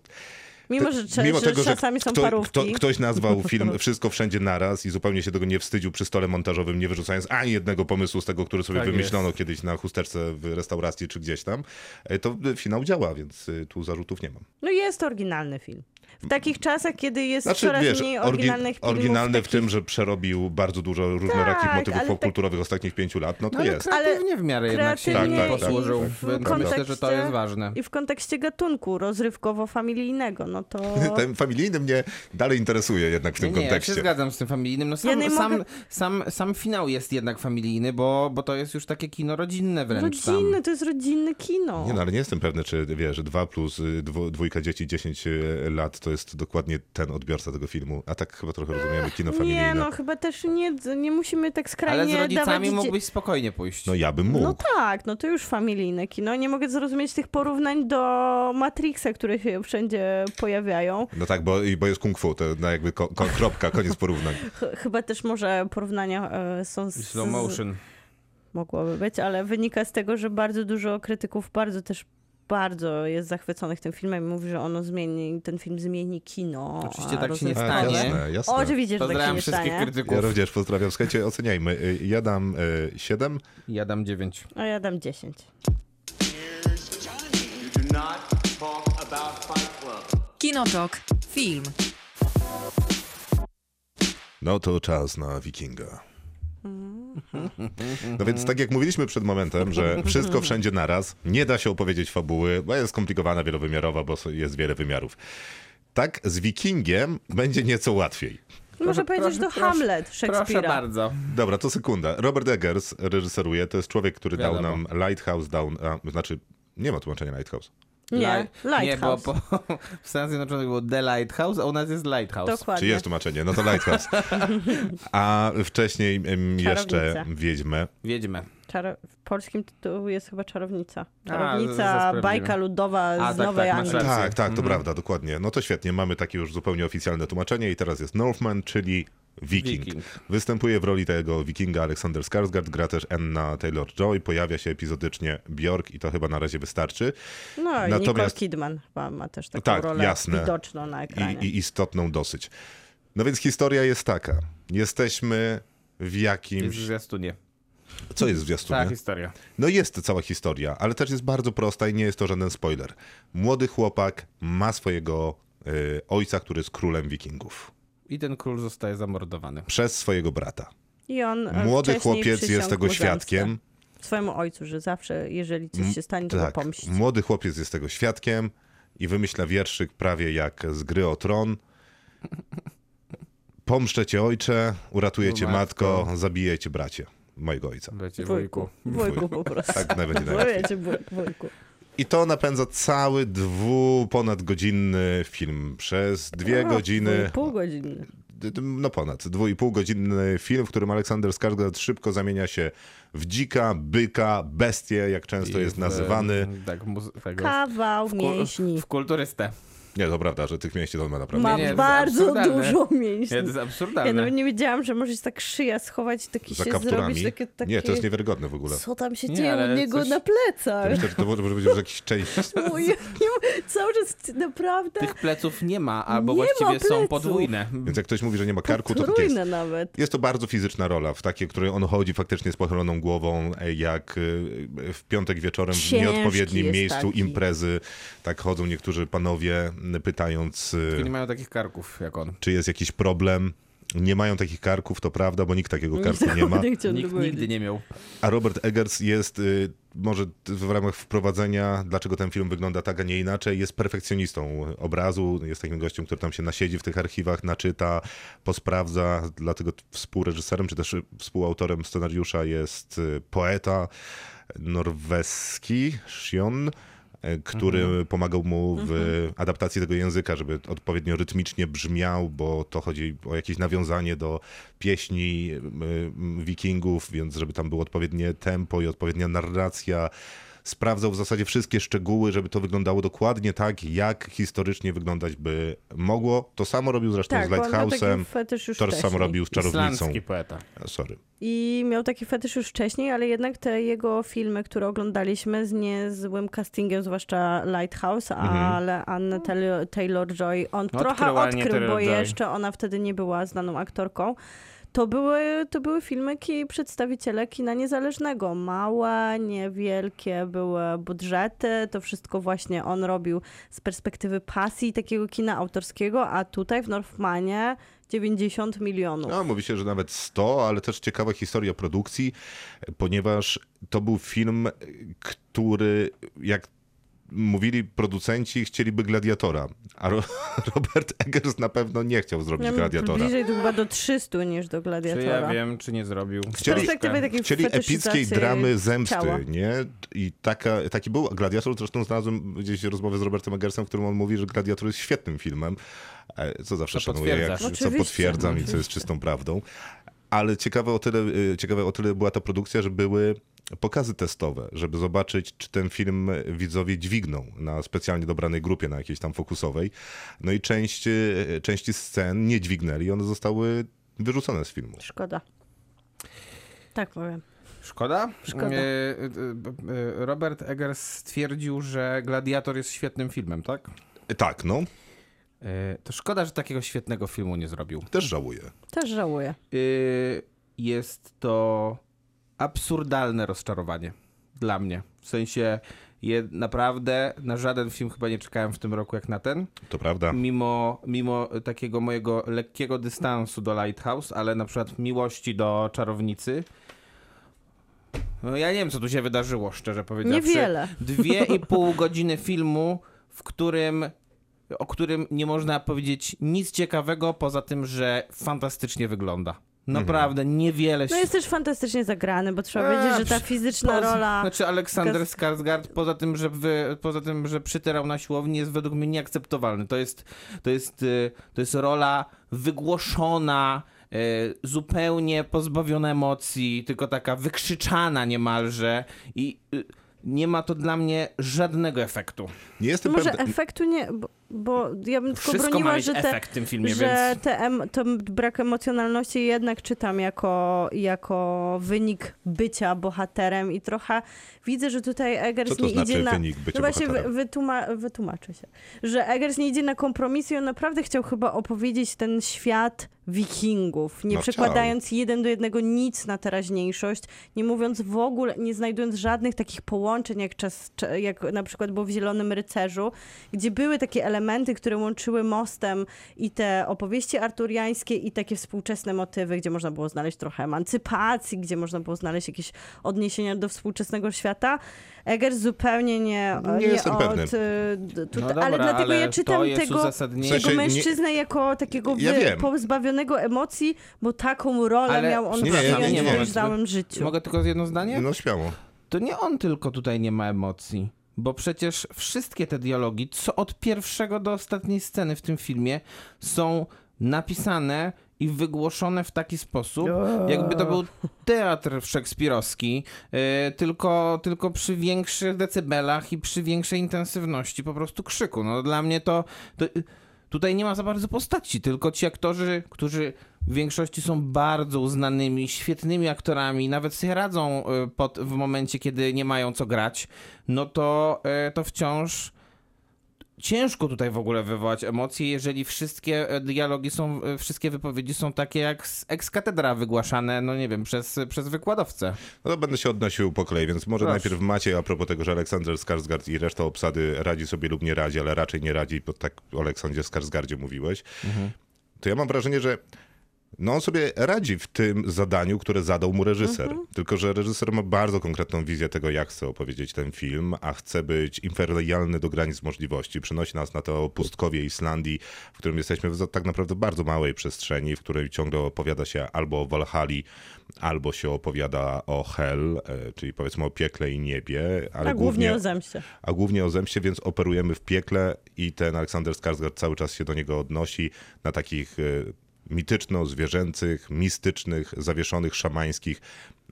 [SPEAKER 4] Mimo, że, cze- że czasami są
[SPEAKER 2] kto-
[SPEAKER 4] parówki.
[SPEAKER 2] Kto, ktoś
[SPEAKER 4] *laughs*
[SPEAKER 2] nazwał film Wszystko Wszędzie Naraz i zupełnie się tego nie wstydził przy stole montażowym, nie wyrzucając ani jednego pomysłu z tego, który sobie
[SPEAKER 5] Tak
[SPEAKER 2] wymyślono kiedyś na chusteczce w restauracji czy gdzieś tam, e, to e, finał działa, więc e, tu zarzutów nie mam.
[SPEAKER 4] No jest to oryginalny film. W takich czasach, kiedy jest
[SPEAKER 2] Znaczy,
[SPEAKER 4] coraz
[SPEAKER 2] wiesz,
[SPEAKER 4] mniej
[SPEAKER 2] orgi-
[SPEAKER 4] oryginalnych filmów.
[SPEAKER 2] oryginalny w
[SPEAKER 4] takich-
[SPEAKER 2] tym, że przerobił bardzo dużo różnorakich
[SPEAKER 4] Tak,
[SPEAKER 2] motywów
[SPEAKER 4] ale tak-
[SPEAKER 2] popkulturowych ostatnich pięciu lat, no to
[SPEAKER 5] No, ale
[SPEAKER 2] jest.
[SPEAKER 5] kreatywnie w miarę jednak się
[SPEAKER 4] kreatywnie
[SPEAKER 2] Tak, tak, tak.
[SPEAKER 5] posłużył.
[SPEAKER 4] i w
[SPEAKER 5] Więc
[SPEAKER 4] kontekście-
[SPEAKER 5] myślę, że to jest ważne.
[SPEAKER 4] I w kontekście gatunku rozrywkowo-familijnego, no to...
[SPEAKER 2] *laughs* *laughs* Ten familijny mnie dalej interesuje jednak w tym
[SPEAKER 5] No nie, nie,
[SPEAKER 2] kontekście.
[SPEAKER 5] Ja się zgadzam z tym familijnym. No, sam,
[SPEAKER 4] Ja nie
[SPEAKER 5] sam,
[SPEAKER 4] mogę-
[SPEAKER 5] sam, sam finał jest jednak familijny, bo, bo to jest już takie kino rodzinne wręcz.
[SPEAKER 4] Rodzinne,
[SPEAKER 5] Tam.
[SPEAKER 4] to jest rodzinne kino.
[SPEAKER 2] Nie, no, ale nie jestem pewny, czy wiesz, 2 plus y, dwu, dwójka dzieci 10 y, lat to jest dokładnie ten odbiorca tego filmu. A tak chyba trochę rozumiemy kino
[SPEAKER 4] nie,
[SPEAKER 2] familijne.
[SPEAKER 4] no chyba też nie, nie musimy tak skrajnie
[SPEAKER 5] Ale z rodzicami
[SPEAKER 4] dawać... dzie-
[SPEAKER 5] mógłbyś spokojnie pójść.
[SPEAKER 2] No ja bym mógł.
[SPEAKER 4] No tak, no to już familijne kino. Nie mogę zrozumieć tych porównań do Matrixa, które się wszędzie pojawiają.
[SPEAKER 2] No tak, bo, i- bo jest kung fu, to no, jakby ko, ko, kropka, koniec porównań.
[SPEAKER 4] *laughs* Ch- chyba też może porównania e, są z...
[SPEAKER 5] Slow motion.
[SPEAKER 4] mogłoby być, ale wynika z tego, że bardzo dużo krytyków bardzo też bardzo jest zachwyconych tym filmem i mówi, że ono zmieni, ten film zmieni kino.
[SPEAKER 5] Oczywiście
[SPEAKER 4] a
[SPEAKER 5] tak się nie
[SPEAKER 4] rozrywkowo-
[SPEAKER 2] A,
[SPEAKER 5] stanie.
[SPEAKER 2] jasne, jasne.
[SPEAKER 4] Oczywiście, że tak się
[SPEAKER 5] Pozdrawiam
[SPEAKER 4] nie
[SPEAKER 5] wszystkich
[SPEAKER 4] stanie.
[SPEAKER 5] krytyków.
[SPEAKER 2] Ja również pozdrawiam. Słuchajcie, oceniajmy. Y, Ja dam 7.
[SPEAKER 5] Ja dam dziewięć.
[SPEAKER 4] A ja dam 10.
[SPEAKER 1] You do not talk about Fight Club.
[SPEAKER 6] Kinotok. Film.
[SPEAKER 2] No to czas na wikinga. No więc tak jak mówiliśmy przed momentem, że wszystko wszędzie naraz, nie da się opowiedzieć fabuły, bo jest skomplikowana, wielowymiarowa, bo so- jest wiele wymiarów. Tak z wikingiem będzie nieco łatwiej.
[SPEAKER 4] Może powiedzieć
[SPEAKER 5] proszę,
[SPEAKER 4] to
[SPEAKER 5] proszę,
[SPEAKER 4] Hamlet
[SPEAKER 5] Proszę
[SPEAKER 4] Szekspira.
[SPEAKER 5] bardzo.
[SPEAKER 2] Dobra, to sekunda. Robert Eggers reżyseruje, to jest człowiek, który dał
[SPEAKER 5] Wiadomo.
[SPEAKER 2] nam Lighthouse, dał, a, znaczy nie ma tłumaczenia Lighthouse.
[SPEAKER 4] Nie,
[SPEAKER 5] Light- Nie, bo
[SPEAKER 4] Lighthouse.
[SPEAKER 5] po, *laughs* w Stanach Zjednoczonych było The Lighthouse, a u nas jest Lighthouse.
[SPEAKER 2] Czy
[SPEAKER 4] Dokładnie.
[SPEAKER 2] jest tłumaczenie? No to Lighthouse. A wcześniej em, jeszcze
[SPEAKER 4] Czarownica.
[SPEAKER 2] Wiedźmę.
[SPEAKER 5] Wiedźmy.
[SPEAKER 4] czar... w polskim tytułu jest chyba Czarownica.
[SPEAKER 5] A,
[SPEAKER 4] Czarownica,
[SPEAKER 5] zaraz sprawdzimy.
[SPEAKER 4] bajka ludowa
[SPEAKER 5] A,
[SPEAKER 4] z
[SPEAKER 5] tak,
[SPEAKER 4] Nowej
[SPEAKER 5] tak, masz
[SPEAKER 4] Anglii.
[SPEAKER 5] rację.
[SPEAKER 2] Tak, tak, to
[SPEAKER 5] Mhm.
[SPEAKER 2] prawda, dokładnie. No to świetnie, mamy takie już zupełnie oficjalne tłumaczenie i teraz jest Northman, czyli Wiking.
[SPEAKER 5] Wiking.
[SPEAKER 2] Występuje w roli tego Wikinga Aleksander Skarsgård, gra też Anna Taylor-Joy, pojawia się epizodycznie Bjork i to chyba na razie wystarczy.
[SPEAKER 4] No i Nicole
[SPEAKER 2] Natomiast-
[SPEAKER 4] Kidman chyba ma też taką
[SPEAKER 2] Tak,
[SPEAKER 4] rolę
[SPEAKER 2] jasne.
[SPEAKER 4] widoczną na ekranie.
[SPEAKER 2] i, i istotną dosyć. No więc historia jest taka. Jesteśmy w
[SPEAKER 5] Jest Tak,
[SPEAKER 2] jakimś...
[SPEAKER 5] w zwiastunie.
[SPEAKER 2] Co jest w zwiastunie?
[SPEAKER 5] Ta historia.
[SPEAKER 2] No jest cała historia, ale też jest bardzo prosta i nie jest to żaden spoiler. Młody chłopak ma swojego y, ojca, który jest królem wikingów.
[SPEAKER 5] I ten król zostaje zamordowany.
[SPEAKER 2] Przez swojego brata.
[SPEAKER 4] I *laughs* on e,
[SPEAKER 2] Młody
[SPEAKER 4] wcześniej
[SPEAKER 2] chłopiec jest
[SPEAKER 4] przysiągł
[SPEAKER 2] tego
[SPEAKER 4] zemstę
[SPEAKER 2] świadkiem.
[SPEAKER 4] Swojemu ojcu, że zawsze, jeżeli coś się stanie, to go
[SPEAKER 2] Tak,
[SPEAKER 4] pomści.
[SPEAKER 2] młody chłopiec jest tego świadkiem i wymyśla wierszyk prawie jak z gry o tron. Pomszczę cię ojcze, uratuję cię
[SPEAKER 5] Matko.
[SPEAKER 2] matko, zabiję cię bracie, mojego ojca.
[SPEAKER 5] Bracie
[SPEAKER 4] Wujku.
[SPEAKER 5] wujku.
[SPEAKER 4] Wujku po prostu.
[SPEAKER 2] *laughs*
[SPEAKER 4] *laughs* No
[SPEAKER 2] Tak najbędzie najlepiej.
[SPEAKER 4] Wiecie, wuj- wujku.
[SPEAKER 2] I to napędza cały dwu ponadgodzinny film. Przez dwie
[SPEAKER 4] O,
[SPEAKER 2] godziny,
[SPEAKER 4] Pół godziny.
[SPEAKER 2] d- d- no ponad, dwu i pół godzinny film, w którym Aleksander Skarsgård szybko zamienia się w dzika, byka, bestię, jak często jest
[SPEAKER 5] I w,
[SPEAKER 2] nazywany.
[SPEAKER 5] em, Tak, muzy- tego,
[SPEAKER 4] Kawał
[SPEAKER 5] ku-
[SPEAKER 4] mięśni.
[SPEAKER 5] w kulturystę.
[SPEAKER 2] Nie, to prawda, że tych mięśni to on ma naprawdę.
[SPEAKER 4] Ma
[SPEAKER 5] nie, to jest
[SPEAKER 4] bardzo
[SPEAKER 5] absurdalne.
[SPEAKER 4] dużo
[SPEAKER 5] Nie,
[SPEAKER 4] mięśni.
[SPEAKER 5] to jest
[SPEAKER 4] Ja
[SPEAKER 5] absurdalne.
[SPEAKER 4] nawet nie wiedziałam, że może się tak szyja schować i taki
[SPEAKER 2] Za
[SPEAKER 4] się
[SPEAKER 2] kapturami.
[SPEAKER 4] zrobić. Takie, takie...
[SPEAKER 2] Nie, to jest niewiarygodne w ogóle.
[SPEAKER 4] Co tam się
[SPEAKER 5] Nie,
[SPEAKER 4] dzieje u
[SPEAKER 5] ale
[SPEAKER 4] niego
[SPEAKER 5] coś-
[SPEAKER 4] na plecach?
[SPEAKER 2] Myślę, że to może może być już jakiś
[SPEAKER 4] *laughs*
[SPEAKER 2] część.
[SPEAKER 4] Mój, ja nie- cały czas naprawdę
[SPEAKER 5] Tych pleców nie ma, albo
[SPEAKER 4] Nie ma
[SPEAKER 5] właściwie są
[SPEAKER 4] pleców.
[SPEAKER 5] podwójne.
[SPEAKER 2] Więc jak ktoś mówi, że nie ma karku, to tak jest.
[SPEAKER 4] trójne nawet.
[SPEAKER 2] Jest to bardzo fizyczna rola, w takiej, w której on chodzi faktycznie z pochyloną głową, e, jak e, w piątek wieczorem w
[SPEAKER 4] Ciężki
[SPEAKER 2] nieodpowiednim
[SPEAKER 4] jest
[SPEAKER 2] miejscu
[SPEAKER 4] taki.
[SPEAKER 2] imprezy. Tak chodzą niektórzy panowie, m, pytając, e,
[SPEAKER 5] Tylko nie mają takich karków jak on.
[SPEAKER 2] czy jest jakiś problem. Nie mają takich karków, to prawda, bo nikt takiego karku nie
[SPEAKER 4] *laughs*
[SPEAKER 2] ma.
[SPEAKER 4] Nie chciałam
[SPEAKER 5] Nikt
[SPEAKER 4] tego
[SPEAKER 5] nigdy
[SPEAKER 4] powiedzieć.
[SPEAKER 5] nie miał.
[SPEAKER 2] A Robert Eggers jest, y, może t- w ramach wprowadzenia, dlaczego ten film wygląda tak, a nie inaczej, jest perfekcjonistą obrazu, jest takim gościem, który tam się nasiedzi w tych archiwach, naczyta, posprawdza, dlatego t- współreżyserem, czy też y, współautorem scenariusza jest y, poeta norweski, Shion, y, który
[SPEAKER 4] Mhm.
[SPEAKER 2] pomagał mu w y, adaptacji tego języka, żeby odpowiednio rytmicznie brzmiał, bo to chodzi o jakieś nawiązanie do pieśni y, y, wikingów, więc żeby tam było odpowiednie tempo i odpowiednia narracja. Sprawdzał w zasadzie wszystkie szczegóły, żeby to wyglądało dokładnie tak, jak historycznie wyglądać by mogło. To samo robił zresztą
[SPEAKER 4] Tak,
[SPEAKER 2] z
[SPEAKER 4] bo on miał taki
[SPEAKER 2] Lighthouse'em,
[SPEAKER 4] fetysz już
[SPEAKER 2] to samo
[SPEAKER 4] wcześniej.
[SPEAKER 2] robił z Czarownicą.
[SPEAKER 5] Islandzki poeta.
[SPEAKER 2] Sorry.
[SPEAKER 4] I miał taki fetysz już wcześniej, ale jednak te jego filmy, które oglądaliśmy z niezłym castingiem, zwłaszcza Lighthouse, ale Anna Taylor-Joy, on
[SPEAKER 5] Odkrył
[SPEAKER 4] trochę
[SPEAKER 5] Annę
[SPEAKER 4] odkrył, bo
[SPEAKER 5] Taylor-Joy.
[SPEAKER 4] jeszcze ona wtedy nie była znaną aktorką. To były, to były filmy ki, przedstawiciele kina niezależnego. Małe, niewielkie były budżety. To wszystko właśnie on robił z perspektywy pasji takiego kina autorskiego, a tutaj w Northmanie 90 milionów.
[SPEAKER 2] No, mówi się, że nawet 100, ale też ciekawa historia produkcji, ponieważ to był film, który jak mówili producenci, chcieliby Gladiatora, a Ro- *laughs* Robert Eggers na pewno nie chciał zrobić
[SPEAKER 4] Ja bym
[SPEAKER 2] Gladiatora.
[SPEAKER 4] Bliżej tu chyba do 300 niż do
[SPEAKER 5] Czy
[SPEAKER 4] Gladiatora.
[SPEAKER 5] ja wiem, czy nie zrobił.
[SPEAKER 2] Chcieli-
[SPEAKER 4] Z perspektywy takiej
[SPEAKER 2] Chcieli epickiej
[SPEAKER 4] fetyszyzacji
[SPEAKER 2] dramy zemsty,
[SPEAKER 4] ciała.
[SPEAKER 2] nie? I taka, taki był Gladiator, zresztą znalazłem gdzieś rozmowę z Robertem Eggersem, w którym on mówi, że Gladiator jest świetnym filmem, e, co zawsze
[SPEAKER 5] Co
[SPEAKER 2] szanuję, jak,
[SPEAKER 5] potwierdzasz.
[SPEAKER 2] co
[SPEAKER 4] Oczywiście,
[SPEAKER 2] potwierdzam i co jest czystą prawdą. Ale ciekawe o, tyle, y, ciekawe o tyle była ta produkcja, że były pokazy testowe, żeby zobaczyć, czy ten film widzowie dźwigną na specjalnie dobranej grupie, na jakiejś tam fokusowej. No i część, y, części scen nie dźwignęli, one zostały wyrzucone z filmu.
[SPEAKER 4] Szkoda. Tak powiem.
[SPEAKER 5] Szkoda?
[SPEAKER 4] Szkoda.
[SPEAKER 5] E, e, e, Robert Eggers stwierdził, że Gladiator jest świetnym filmem, tak?
[SPEAKER 2] Tak, no,
[SPEAKER 5] E, To szkoda, że takiego świetnego filmu nie zrobił.
[SPEAKER 2] też żałuję.
[SPEAKER 4] Też żałuję.
[SPEAKER 5] Y, jest to absurdalne rozczarowanie dla mnie. W sensie je, naprawdę na żaden film chyba nie czekałem w tym roku jak na ten.
[SPEAKER 2] To prawda.
[SPEAKER 5] Mimo, mimo takiego mojego lekkiego dystansu do Lighthouse, ale na przykład miłości do Czarownicy. No ja nie wiem, co tu się wydarzyło, szczerze powiedziawszy.
[SPEAKER 4] Niewiele.
[SPEAKER 5] Dwie i pół godziny filmu, w którym o którym nie można powiedzieć nic ciekawego, poza tym, że fantastycznie wygląda. Naprawdę niewiele
[SPEAKER 4] No
[SPEAKER 5] się-
[SPEAKER 4] jest też fantastycznie zagrany, bo trzeba
[SPEAKER 5] Eee,
[SPEAKER 4] wiedzieć, że ta
[SPEAKER 5] psz,
[SPEAKER 4] fizyczna rola...
[SPEAKER 5] Znaczy Aleksander Skarsgård poza tym, że wy, poza tym, że przytyrał na siłowni jest według mnie nieakceptowalny. To jest to jest y, to jest rola wygłoszona y, e, zupełnie pozbawiona emocji, tylko taka wykrzyczana niemalże i e, nie ma to dla mnie żadnego efektu.
[SPEAKER 2] Nie jestem
[SPEAKER 4] Może
[SPEAKER 2] pewny.
[SPEAKER 4] efektu nie, bo, bo ja bym tylko
[SPEAKER 5] Wszystko
[SPEAKER 4] broniła,
[SPEAKER 5] ma mieć
[SPEAKER 4] że te,
[SPEAKER 5] efekt w tym filmie,
[SPEAKER 4] że
[SPEAKER 5] więc...
[SPEAKER 4] te em, to brak emocjonalności jednak czytam jako, jako wynik bycia bohaterem i trochę widzę, że tutaj Eggers
[SPEAKER 2] Co to
[SPEAKER 4] nie
[SPEAKER 2] znaczy
[SPEAKER 4] idzie na...
[SPEAKER 2] wynik bycia
[SPEAKER 4] no właśnie
[SPEAKER 2] bohaterem?
[SPEAKER 4] wy- wytuma- wytłumaczę się, że Eggers nie idzie na kompromisy i on naprawdę chciał chyba opowiedzieć ten świat wikingów, nie
[SPEAKER 2] No
[SPEAKER 4] przekładając jeden do jednego nic na teraźniejszość, nie mówiąc w ogóle, nie znajdując żadnych takich połączeń, jak, czas, cze- jak na przykład było w Zielonym Rycerzu, gdzie były takie elementy, które łączyły mostem i te opowieści arturiańskie i takie współczesne motywy, gdzie można było znaleźć trochę emancypacji, gdzie można było znaleźć jakieś odniesienia do współczesnego świata. Eger zupełnie nie,
[SPEAKER 2] Nie jestem
[SPEAKER 4] od,
[SPEAKER 2] pewny.
[SPEAKER 4] y, d- tutaj,
[SPEAKER 5] No dobra,
[SPEAKER 4] ale dlatego
[SPEAKER 5] ale
[SPEAKER 4] ja czytam
[SPEAKER 5] to jest
[SPEAKER 4] tego,
[SPEAKER 5] uzasadnienie.
[SPEAKER 4] tego
[SPEAKER 2] Znaczy, nie-
[SPEAKER 4] mężczyznę jako takiego
[SPEAKER 2] Ja
[SPEAKER 4] wy-
[SPEAKER 2] wiem.
[SPEAKER 4] pozbawionego emocji, bo taką rolę
[SPEAKER 5] Ale-
[SPEAKER 4] miał on
[SPEAKER 5] Nie,
[SPEAKER 4] w
[SPEAKER 2] nie,
[SPEAKER 4] swoim
[SPEAKER 2] nie, nie, nie.
[SPEAKER 4] dojrzałym życiu.
[SPEAKER 5] Mogę tylko jedno zdanie?
[SPEAKER 2] No śmiało.
[SPEAKER 5] To nie on tylko tutaj nie ma emocji. Bo przecież wszystkie te dialogi, co od pierwszego do ostatniej sceny w tym filmie, są napisane i wygłoszone w taki sposób, jakby to był teatr szekspirowski, yy, tylko, tylko przy większych decybelach i przy większej intensywności po prostu krzyku. No dla mnie to, to tutaj nie ma za bardzo postaci, tylko ci aktorzy, którzy w większości są bardzo uznanymi, świetnymi aktorami, nawet sobie radzą y, pod, w momencie, kiedy nie mają co grać, no to, y, to wciąż ciężko tutaj w ogóle wywołać emocje, jeżeli wszystkie e, dialogi są, e, wszystkie wypowiedzi są takie jak z ex-katedra wygłaszane, no nie wiem, przez, przez wykładowcę.
[SPEAKER 2] No to będę się odnosił po kolei, więc może
[SPEAKER 5] Proszę.
[SPEAKER 2] najpierw Maciej a propos tego, że Aleksander Skarsgard i reszta obsady radzi sobie lub nie radzi, ale raczej nie radzi, bo tak o Aleksandzie Skarsgardzie mówiłeś. To ja mam wrażenie, że no on sobie radzi w tym zadaniu, które zadał mu reżyser.
[SPEAKER 4] Mhm.
[SPEAKER 2] Tylko, że reżyser ma bardzo konkretną wizję tego, jak chce opowiedzieć ten film, a chce być imperialny do granic możliwości. Przenosi nas na to pustkowie Islandii, w którym jesteśmy w za- tak naprawdę bardzo małej przestrzeni, w której ciągle opowiada się albo o Walhali, albo się opowiada o Hel, e, czyli powiedzmy o piekle i niebie, ale
[SPEAKER 4] A Tak, głównie o zemście.
[SPEAKER 2] a głównie o zemście, więc operujemy w piekle i ten Aleksander Skarsgård cały czas się do niego odnosi na takich e, mityczno-zwierzęcych, mistycznych, zawieszonych, szamańskich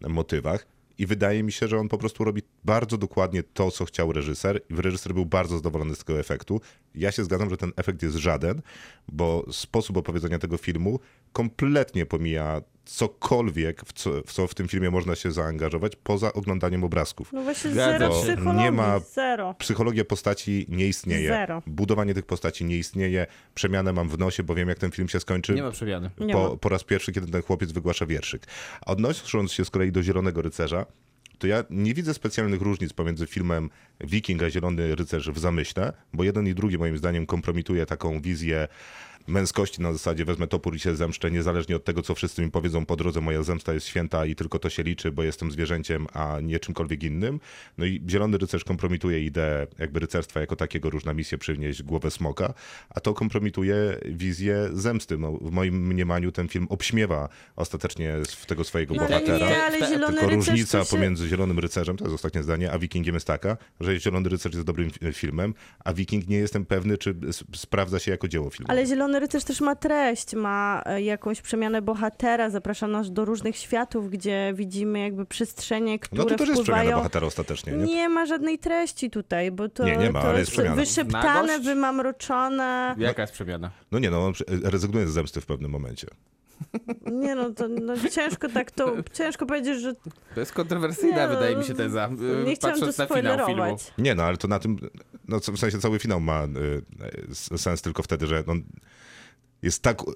[SPEAKER 2] motywach. I wydaje mi się, że on po prostu robi bardzo dokładnie to, co chciał reżyser. I reżyser był bardzo zadowolony z tego efektu. Ja się zgadzam, że ten efekt jest żaden, bo sposób opowiedzenia tego filmu kompletnie pomija cokolwiek, w co w, co w tym filmie można się zaangażować, poza oglądaniem obrazków
[SPEAKER 4] No właśnie
[SPEAKER 5] Zgadza
[SPEAKER 4] zero
[SPEAKER 5] się.
[SPEAKER 4] psychologii,
[SPEAKER 2] Nie ma-
[SPEAKER 4] zero.
[SPEAKER 2] psychologia postaci nie istnieje.
[SPEAKER 4] Zero.
[SPEAKER 2] Budowanie tych postaci nie istnieje. Przemianę mam w nosie, bo wiem, jak ten film się skończy.
[SPEAKER 5] Nie ma przemiany.
[SPEAKER 4] Nie ma.
[SPEAKER 2] po, po raz pierwszy, kiedy ten chłopiec wygłasza wierszyk. Odnosząc się z kolei do Zielonego Rycerza, to ja nie widzę specjalnych różnic pomiędzy filmem Wiking a Zielony Rycerz w zamyśle, bo jeden i drugi moim zdaniem kompromituje taką wizję męskości na zasadzie wezmę topór i się zemszczę, niezależnie od tego, co wszyscy mi powiedzą po drodze, moja zemsta jest święta i tylko to się liczy, bo jestem zwierzęciem, a nie czymkolwiek innym. No i Zielony Rycerz kompromituje ideę jakby rycerstwa jako takiego, różna misja przynieść głowę smoka, a to kompromituje wizję zemsty. No, w moim mniemaniu ten film obśmiewa ostatecznie z- tego swojego
[SPEAKER 4] No ale
[SPEAKER 2] bohatera.
[SPEAKER 4] nie, ale
[SPEAKER 5] Tylko
[SPEAKER 4] Zielony
[SPEAKER 2] Tylko
[SPEAKER 4] Rycerz to
[SPEAKER 2] różnica
[SPEAKER 4] się...
[SPEAKER 2] pomiędzy Zielonym Rycerzem, to jest ostatnie zdanie, a Wikingiem jest taka, że Zielony Rycerz jest dobrym fi- filmem, a Wiking nie jestem pewny, czy s- sprawdza się jako dzieło filmowe.
[SPEAKER 4] Ale Zielony Rycerz też ma treść, ma e, jakąś przemianę bohatera, zaprasza nas do różnych światów, gdzie widzimy jakby przestrzenie, które
[SPEAKER 2] No to też jest przemiana
[SPEAKER 4] wpływają...
[SPEAKER 2] bohatera ostatecznie, nie?
[SPEAKER 4] Nie ma żadnej treści tutaj, bo to,
[SPEAKER 2] Nie, nie ma,
[SPEAKER 4] to
[SPEAKER 2] ale jest
[SPEAKER 4] jest
[SPEAKER 2] przemiana.
[SPEAKER 4] wyszeptane,
[SPEAKER 5] Nagość?
[SPEAKER 4] wymamroczone.
[SPEAKER 5] Jaka jest przemiana?
[SPEAKER 2] No nie, no on przy- rezygnuje z zemsty w pewnym momencie.
[SPEAKER 4] Nie no, to no, ciężko tak to, ciężko powiedzieć, że
[SPEAKER 5] To jest kontrowersyjna,
[SPEAKER 4] Nie, no,
[SPEAKER 5] wydaje mi się, teza, y,
[SPEAKER 4] nie chciałam to
[SPEAKER 5] patrząc na finał filmu.
[SPEAKER 4] spoilerować.
[SPEAKER 2] Nie, no ale to na tym, no co- w sensie cały finał ma y, s- sens tylko wtedy, że on jest tak y, y,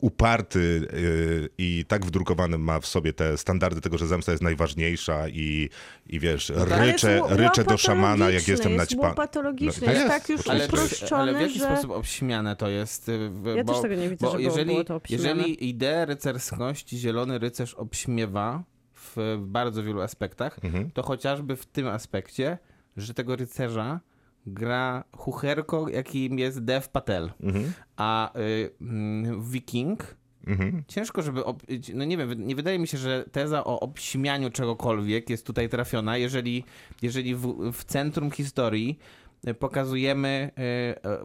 [SPEAKER 2] uparty y, i tak wdrukowany ma w sobie te standardy tego, że zemsta jest najważniejsza i, i wiesz,
[SPEAKER 4] No Ale
[SPEAKER 2] ryczę,
[SPEAKER 4] jest
[SPEAKER 2] ryczę do szamana, jak
[SPEAKER 4] łopatologiczny,
[SPEAKER 2] jestem
[SPEAKER 4] jest
[SPEAKER 2] naćpany.
[SPEAKER 4] łopatologiczny,
[SPEAKER 2] No,
[SPEAKER 4] jest
[SPEAKER 2] jest, No
[SPEAKER 4] tak już
[SPEAKER 2] oczywiście.
[SPEAKER 4] uproszczone,
[SPEAKER 5] ale w jaki
[SPEAKER 4] że...
[SPEAKER 5] sposób obśmiane to jest? y, w-
[SPEAKER 4] Ja
[SPEAKER 5] bo,
[SPEAKER 4] też tego nie widzę,
[SPEAKER 5] bo
[SPEAKER 4] żeby
[SPEAKER 5] jeżeli,
[SPEAKER 4] było to obśmiane.
[SPEAKER 5] jeżeli ideę rycerskości Zielony Rycerz obśmiewa w bardzo wielu aspektach, to chociażby w tym aspekcie, że tego rycerza gra chucherko, jakim jest Dev Patel. A y, mm, Wiking
[SPEAKER 2] Mhm.
[SPEAKER 5] Ciężko, żeby. Ob... No nie wiem, wy- nie wydaje mi się, że teza o obśmianiu czegokolwiek jest tutaj trafiona, jeżeli, jeżeli w, w centrum historii e, pokazujemy e, e, e,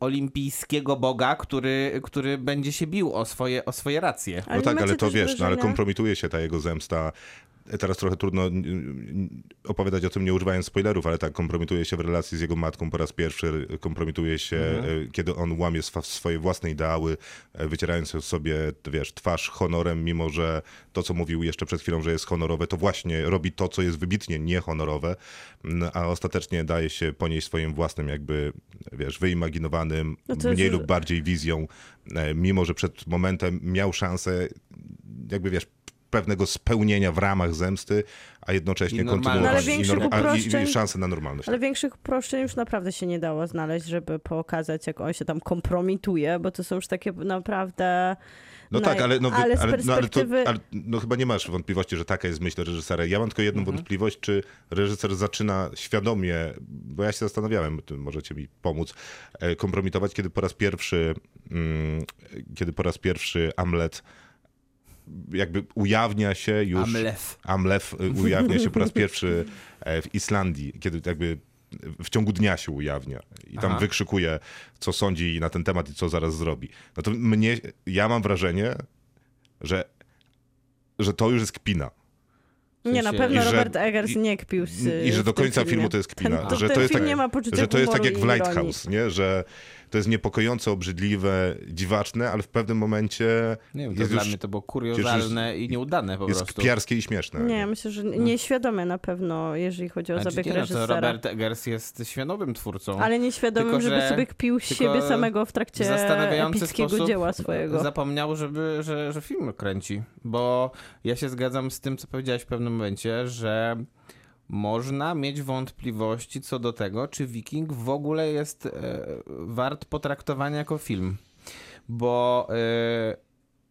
[SPEAKER 5] olimpijskiego boga, który, który będzie się bił o swoje, o swoje racje.
[SPEAKER 2] No tak, ale to wiesz, no, ale
[SPEAKER 4] kompromis.
[SPEAKER 2] kompromituje się ta jego zemsta. Teraz trochę trudno n- n- opowiadać o tym, nie używając spoilerów, ale tak, kompromituje się w relacji z jego matką po raz pierwszy, kompromituje się, e, kiedy on łamie swa- swoje własne ideały, e, wycierając sobie, wiesz, twarz honorem, mimo że to, co mówił jeszcze przed chwilą, że jest honorowe, to właśnie robi to, co jest wybitnie niehonorowe, n- a ostatecznie daje się ponieść swoim własnym, jakby, wiesz, wyimaginowanym,
[SPEAKER 4] No to
[SPEAKER 2] mniej
[SPEAKER 4] jest-
[SPEAKER 2] lub bardziej wizją, e, mimo że przed momentem miał szansę, jakby wiesz, pewnego spełnienia w ramach zemsty, a jednocześnie
[SPEAKER 5] I normalność.
[SPEAKER 4] No, ale
[SPEAKER 2] kontynuować
[SPEAKER 4] większych
[SPEAKER 2] a, i, i
[SPEAKER 4] uproszczeń-
[SPEAKER 2] szansę na normalność.
[SPEAKER 4] Ale większych uproszczeń już naprawdę się nie dało znaleźć, żeby pokazać, jak on się tam kompromituje, bo to są już takie naprawdę.
[SPEAKER 2] No tak, ale, no, wy-
[SPEAKER 4] ale z
[SPEAKER 2] ale, no, ale, to,
[SPEAKER 4] perspektywy.
[SPEAKER 2] ale no, chyba nie masz wątpliwości, że taka jest myśl reżysera. Ja mam tylko jedną
[SPEAKER 5] Mhm.
[SPEAKER 2] wątpliwość, czy reżyser zaczyna świadomie, bo ja się zastanawiałem, tu możecie mi pomóc, e, kompromitować, kiedy po raz pierwszy, mm, kiedy po raz pierwszy Amlet jakby ujawnia się już...
[SPEAKER 5] Amleth.
[SPEAKER 2] Amleth
[SPEAKER 4] *laughs*
[SPEAKER 2] y, ujawnia się po raz pierwszy e, w Islandii, kiedy jakby w ciągu dnia się ujawnia i tam
[SPEAKER 5] Aha.
[SPEAKER 2] wykrzykuje, co sądzi na ten temat i co zaraz zrobi. No to mnie, ja mam wrażenie, że, że to już jest kpina.
[SPEAKER 4] nie, na
[SPEAKER 5] sensie-
[SPEAKER 4] pewno
[SPEAKER 2] i że-
[SPEAKER 4] Robert Eggers
[SPEAKER 2] i-
[SPEAKER 4] nie kpił z.
[SPEAKER 2] I że
[SPEAKER 4] y, w
[SPEAKER 2] do
[SPEAKER 4] tym
[SPEAKER 2] końca filmu to jest kpina.
[SPEAKER 4] Ten, to,
[SPEAKER 2] że
[SPEAKER 4] ten
[SPEAKER 2] to jest
[SPEAKER 4] film
[SPEAKER 2] tak,
[SPEAKER 4] nie ma poczucia
[SPEAKER 2] że to jest tak
[SPEAKER 4] humoru
[SPEAKER 2] jak w
[SPEAKER 4] i ironii.
[SPEAKER 2] Lighthouse, nie? że to jest niepokojące, obrzydliwe, dziwaczne, ale w pewnym momencie
[SPEAKER 5] Nie wiem, to
[SPEAKER 2] jest
[SPEAKER 5] dla
[SPEAKER 2] już
[SPEAKER 5] mnie to było kuriozalne i nieudane po
[SPEAKER 2] jest
[SPEAKER 5] prostu.
[SPEAKER 2] kpiarskie i śmieszne.
[SPEAKER 4] Nie, myślę, że
[SPEAKER 2] No.
[SPEAKER 4] nieświadome na pewno, jeżeli chodzi o
[SPEAKER 5] Znaczy
[SPEAKER 4] zabieg
[SPEAKER 5] nie, no, to
[SPEAKER 4] reżysera.
[SPEAKER 5] Robert Eggers jest świadomym twórcą.
[SPEAKER 4] Ale nieświadomym,
[SPEAKER 5] Tylko,
[SPEAKER 4] żeby
[SPEAKER 5] że-
[SPEAKER 4] sobie kpił
[SPEAKER 5] tylko
[SPEAKER 4] siebie samego w
[SPEAKER 5] w
[SPEAKER 4] trakcie
[SPEAKER 5] zastanawiający
[SPEAKER 4] epickiego
[SPEAKER 5] sposób e,
[SPEAKER 4] dzieła swojego.
[SPEAKER 5] zapomniał, żeby, że, że film kręci. Bo ja się zgadzam z tym, co powiedziałeś w pewnym momencie, że można mieć wątpliwości co do tego, czy Wiking w ogóle jest e, wart potraktowania jako film. Bo e,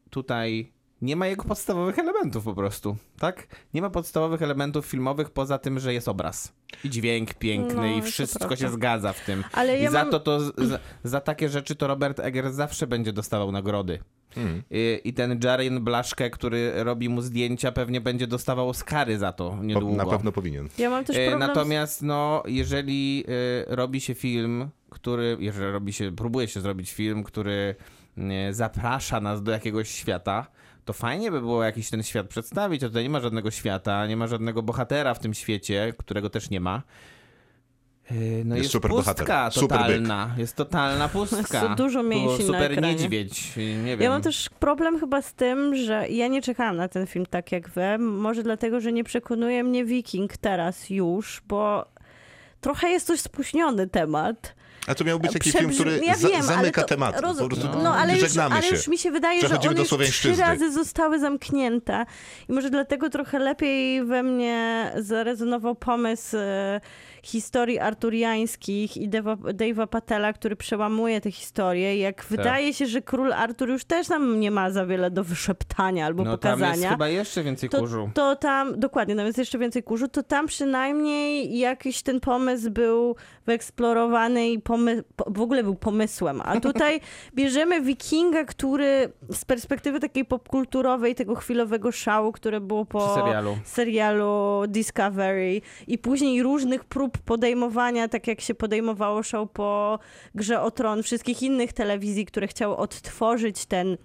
[SPEAKER 5] tutaj nie ma jego podstawowych elementów po prostu, tak? Nie ma podstawowych elementów filmowych poza tym, że jest obraz. I dźwięk piękny
[SPEAKER 4] No,
[SPEAKER 5] i
[SPEAKER 4] to
[SPEAKER 5] wszystko
[SPEAKER 4] prawda.
[SPEAKER 5] się zgadza w tym.
[SPEAKER 4] Ale ja
[SPEAKER 5] I za
[SPEAKER 4] mam-
[SPEAKER 5] to, to z- za, za takie rzeczy to Robert Eggers zawsze będzie dostawał nagrody.
[SPEAKER 2] Hmm.
[SPEAKER 5] I, I ten Jaren Blaszke, który robi mu zdjęcia, pewnie będzie dostawał Oscary za to
[SPEAKER 2] Po,
[SPEAKER 5] niedługo.
[SPEAKER 2] na pewno powinien.
[SPEAKER 4] Ja mam też
[SPEAKER 5] E,
[SPEAKER 4] problem z
[SPEAKER 5] Natomiast no, jeżeli e, robi się film, który, jeżeli robi się, próbuje się zrobić film, który e, zaprasza nas do jakiegoś świata, to fajnie by było jakiś ten świat przedstawić, a tutaj nie ma żadnego świata, nie ma żadnego bohatera w tym świecie, którego też nie ma. E, No
[SPEAKER 2] Jest
[SPEAKER 5] jest,
[SPEAKER 2] superbohater,
[SPEAKER 5] pustka
[SPEAKER 2] superbyk.
[SPEAKER 5] totalna, jest totalna pustka.
[SPEAKER 4] *laughs* Jest dużo
[SPEAKER 5] Tu
[SPEAKER 4] mięśni na
[SPEAKER 5] Super
[SPEAKER 4] ekranie.
[SPEAKER 5] niedźwiedź, nie wiem.
[SPEAKER 4] Ja mam też problem chyba z tym, że ja nie czekałam na ten film tak jak wy. Może dlatego, że nie przekonuje mnie Wiking teraz już, bo trochę jest to spóźniony temat.
[SPEAKER 2] A to miał być taki film,
[SPEAKER 4] Przebrzmi-
[SPEAKER 2] który
[SPEAKER 4] ja
[SPEAKER 2] za,
[SPEAKER 4] wiem, ale
[SPEAKER 2] zamyka
[SPEAKER 4] to-
[SPEAKER 2] temat.
[SPEAKER 4] rozum-
[SPEAKER 2] po prostu
[SPEAKER 4] no, ale, już,
[SPEAKER 2] żegnamy
[SPEAKER 4] ale
[SPEAKER 2] się.
[SPEAKER 4] już mi się wydaje, że
[SPEAKER 2] Przechodzimy
[SPEAKER 4] one
[SPEAKER 2] do
[SPEAKER 4] już trzy
[SPEAKER 2] słowiańszczyzny.
[SPEAKER 4] razy zostały zamknięte i może dlatego trochę lepiej we mnie zarezonował pomysł e, historii arturiańskich i Dave'a Dave'a Patela, który przełamuje te historie. Jak
[SPEAKER 5] Tak.
[SPEAKER 4] wydaje się, że król Artur już też nam nie ma za wiele do wyszeptania albo
[SPEAKER 5] no,
[SPEAKER 4] pokazania.
[SPEAKER 5] Tam jest chyba jeszcze więcej
[SPEAKER 4] to,
[SPEAKER 5] kurzu.
[SPEAKER 4] to tam, dokładnie, tam jest jeszcze więcej kurzu, to tam przynajmniej jakiś ten pomysł był wyeksplorowany i pomy- po- w ogóle był pomysłem. A
[SPEAKER 5] *laughs*
[SPEAKER 4] tutaj bierzemy wikinga, który z perspektywy takiej popkulturowej, tego chwilowego szału, które było po
[SPEAKER 5] Przy serialu.
[SPEAKER 4] serialu Discovery i później różnych prób podejmowania, tak jak się podejmowało szał po Grze o Tron, wszystkich innych telewizji, które chciały odtworzyć ten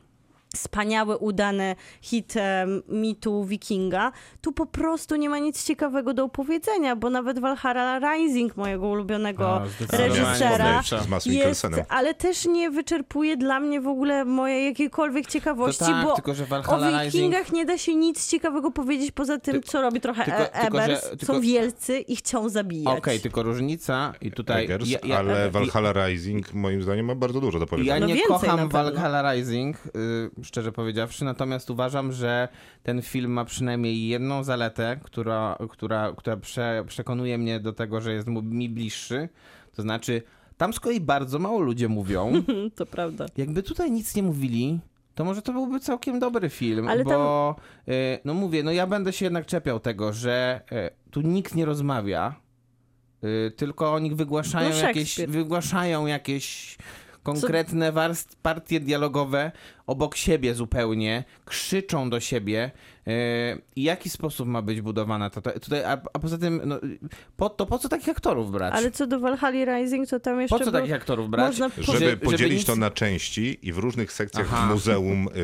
[SPEAKER 4] wspaniały, udany hit em, mitu Wikinga. Tu po prostu nie ma nic ciekawego do opowiedzenia, bo nawet Valhalla Rising, mojego ulubionego
[SPEAKER 5] A, zdecydowanie
[SPEAKER 4] reżysera,
[SPEAKER 5] lepsza.
[SPEAKER 2] Z Mads
[SPEAKER 4] jest,
[SPEAKER 2] Mikkelsenem.
[SPEAKER 4] ale też nie wyczerpuje dla mnie w ogóle mojej jakiejkolwiek ciekawości,
[SPEAKER 5] To tak,
[SPEAKER 4] bo
[SPEAKER 5] tylko że Valhalla
[SPEAKER 4] o
[SPEAKER 5] Rising-
[SPEAKER 4] Wikingach nie da się nic ciekawego powiedzieć poza tym, co robi trochę
[SPEAKER 5] tylko-
[SPEAKER 4] e-
[SPEAKER 5] tylko, że-
[SPEAKER 4] Ebers.
[SPEAKER 5] tylko-
[SPEAKER 4] Są wielcy i chcą zabijać.
[SPEAKER 5] Okej, tylko różnica i tutaj...
[SPEAKER 2] Eggers,
[SPEAKER 5] Tak, ja- ja-
[SPEAKER 2] Tak ale
[SPEAKER 5] i-
[SPEAKER 2] Valhalla Rising moim zdaniem ma bardzo dużo do
[SPEAKER 5] Ja
[SPEAKER 2] powiedzenia.
[SPEAKER 4] No
[SPEAKER 5] nie
[SPEAKER 4] więcej na
[SPEAKER 5] kocham
[SPEAKER 4] pewno.
[SPEAKER 5] Valhalla Rising, y, szczerze powiedziawszy, natomiast uważam, że ten film ma przynajmniej jedną zaletę, która, która, która prze, przekonuje mnie do tego, że jest mu, mi bliższy. To znaczy, tam z kolei bardzo mało ludzie
[SPEAKER 4] *laughs*
[SPEAKER 5] mówią.
[SPEAKER 4] Mm, *laughs* To prawda.
[SPEAKER 5] Jakby tutaj nic nie mówili, to może to byłby całkiem dobry film,
[SPEAKER 4] Ale
[SPEAKER 5] bo y, no mówię, no ja będę się jednak czepiał tego, że y, tu nikt nie rozmawia, y, tylko oni wygłaszają
[SPEAKER 4] No
[SPEAKER 5] jakieś,
[SPEAKER 4] Szekspir.
[SPEAKER 5] wygłaszają jakieś konkretne warst, partie dialogowe obok siebie zupełnie, krzyczą do siebie, y, E, I jaki sposób ma być budowana ta... ta tutaj, a, a poza tym, no, po, to po co takich aktorów brać?
[SPEAKER 4] Ale co do Valhalla Rising, to tam jeszcze
[SPEAKER 5] po co
[SPEAKER 4] był...
[SPEAKER 5] takich aktorów brać?
[SPEAKER 4] Można po-
[SPEAKER 2] Żeby
[SPEAKER 5] Że-
[SPEAKER 2] podzielić
[SPEAKER 5] nic-
[SPEAKER 2] to na części i w różnych sekcjach
[SPEAKER 5] Aha.
[SPEAKER 2] w muzeum y,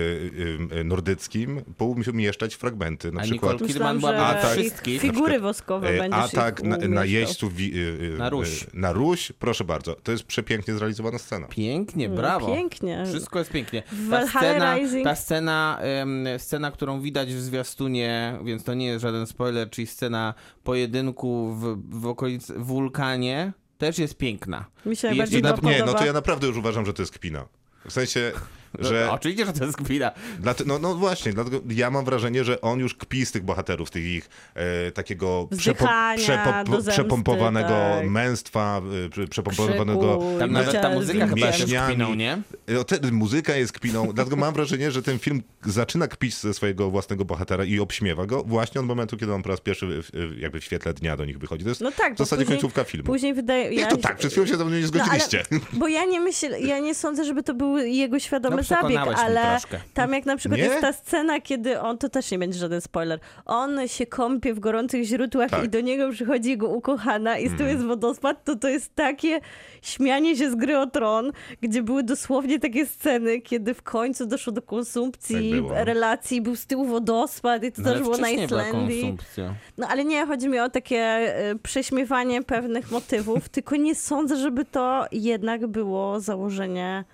[SPEAKER 2] y, y, nordyckim poumieszczać fragmenty, na
[SPEAKER 5] A
[SPEAKER 2] przykład
[SPEAKER 5] Nicole
[SPEAKER 4] Myślałam,
[SPEAKER 5] Kidman
[SPEAKER 4] że
[SPEAKER 5] była
[SPEAKER 2] atak-
[SPEAKER 5] dla
[SPEAKER 4] ich
[SPEAKER 5] wszystkich.
[SPEAKER 4] figury woskowe
[SPEAKER 2] E,
[SPEAKER 4] będziesz
[SPEAKER 2] atak
[SPEAKER 4] ich
[SPEAKER 2] na, na
[SPEAKER 4] umieszczał.
[SPEAKER 2] jeźdźców wi- y, y,
[SPEAKER 5] Na Ruś.
[SPEAKER 2] y, na Ruś. Proszę bardzo, to jest przepięknie zrealizowana scena.
[SPEAKER 5] Pięknie, brawo.
[SPEAKER 4] Mm, No Pięknie.
[SPEAKER 5] Wszystko jest pięknie. Ta
[SPEAKER 4] Valhalla
[SPEAKER 5] scena,
[SPEAKER 4] Rising-
[SPEAKER 5] ta scena, em, scena, którą widać w zwiastunie, więc to nie jest żaden spoiler, czyli scena pojedynku w, w okolicy wulkanie, też jest piękna.
[SPEAKER 4] Mi się
[SPEAKER 5] I
[SPEAKER 4] najbardziej
[SPEAKER 2] I
[SPEAKER 5] jeszcze
[SPEAKER 2] na,
[SPEAKER 4] to
[SPEAKER 5] dodatkowo-
[SPEAKER 4] podoba.
[SPEAKER 2] nie, no to ja naprawdę już uważam, że to jest kpina. W sensie, że...
[SPEAKER 5] No, Oczywiście, że to jest chwila.
[SPEAKER 2] Dlate- no, no właśnie, dlatego ja mam wrażenie, że on już kpi z tych bohaterów, tych ich e, takiego
[SPEAKER 4] Wzdychania do zemsty,
[SPEAKER 2] przepompowanego
[SPEAKER 4] tak.
[SPEAKER 2] męstwa, e, prze- przepompowanego...
[SPEAKER 4] Krzyku, i
[SPEAKER 5] Tam Tak, nawet ta
[SPEAKER 4] ciel-
[SPEAKER 5] muzyka chyba się
[SPEAKER 2] mięśniami.
[SPEAKER 5] kpiną, nie?
[SPEAKER 2] E, o, te- Muzyka jest kpiną, dlatego mam wrażenie, że ten film zaczyna kpić ze swojego własnego bohatera i obśmiewa go właśnie od momentu, kiedy on po raz pierwszy w, w- jakby w świetle dnia do nich wychodzi. To jest
[SPEAKER 4] No tak,
[SPEAKER 2] w
[SPEAKER 4] bo
[SPEAKER 2] zasadzie
[SPEAKER 4] później,
[SPEAKER 2] końcówka filmu.
[SPEAKER 4] Później wydaje
[SPEAKER 2] Jak to tak? Przed chwilą się ze mną nie zgodziliście.
[SPEAKER 4] No, ale, bo ja nie myślę, ja nie sądzę, żeby to był jego świadomy
[SPEAKER 5] No,
[SPEAKER 4] zabieg,
[SPEAKER 5] przekonałeś mnie
[SPEAKER 4] ale
[SPEAKER 5] troszkę.
[SPEAKER 4] tam jak na przykład
[SPEAKER 2] Nie?
[SPEAKER 4] jest ta scena, kiedy on, to też nie będzie żaden spoiler, on się kąpie w gorących źródłach
[SPEAKER 2] Tak.
[SPEAKER 4] i do niego przychodzi jego ukochana i z tyłu jest
[SPEAKER 5] Mhm.
[SPEAKER 4] wodospad, to to jest takie śmianie się z gry o tron, gdzie były dosłownie takie sceny, kiedy w końcu doszło do
[SPEAKER 2] Tak
[SPEAKER 4] konsumpcji
[SPEAKER 2] było.
[SPEAKER 4] relacji, był z tyłu wodospad i to
[SPEAKER 5] no. Ale
[SPEAKER 4] też było na
[SPEAKER 5] wcześniej była
[SPEAKER 4] Islandii.
[SPEAKER 5] konsumpcja.
[SPEAKER 4] No ale nie, chodzi mi o takie y, prześmiewanie pewnych motywów, *laughs* tylko nie sądzę, żeby to jednak było założenie.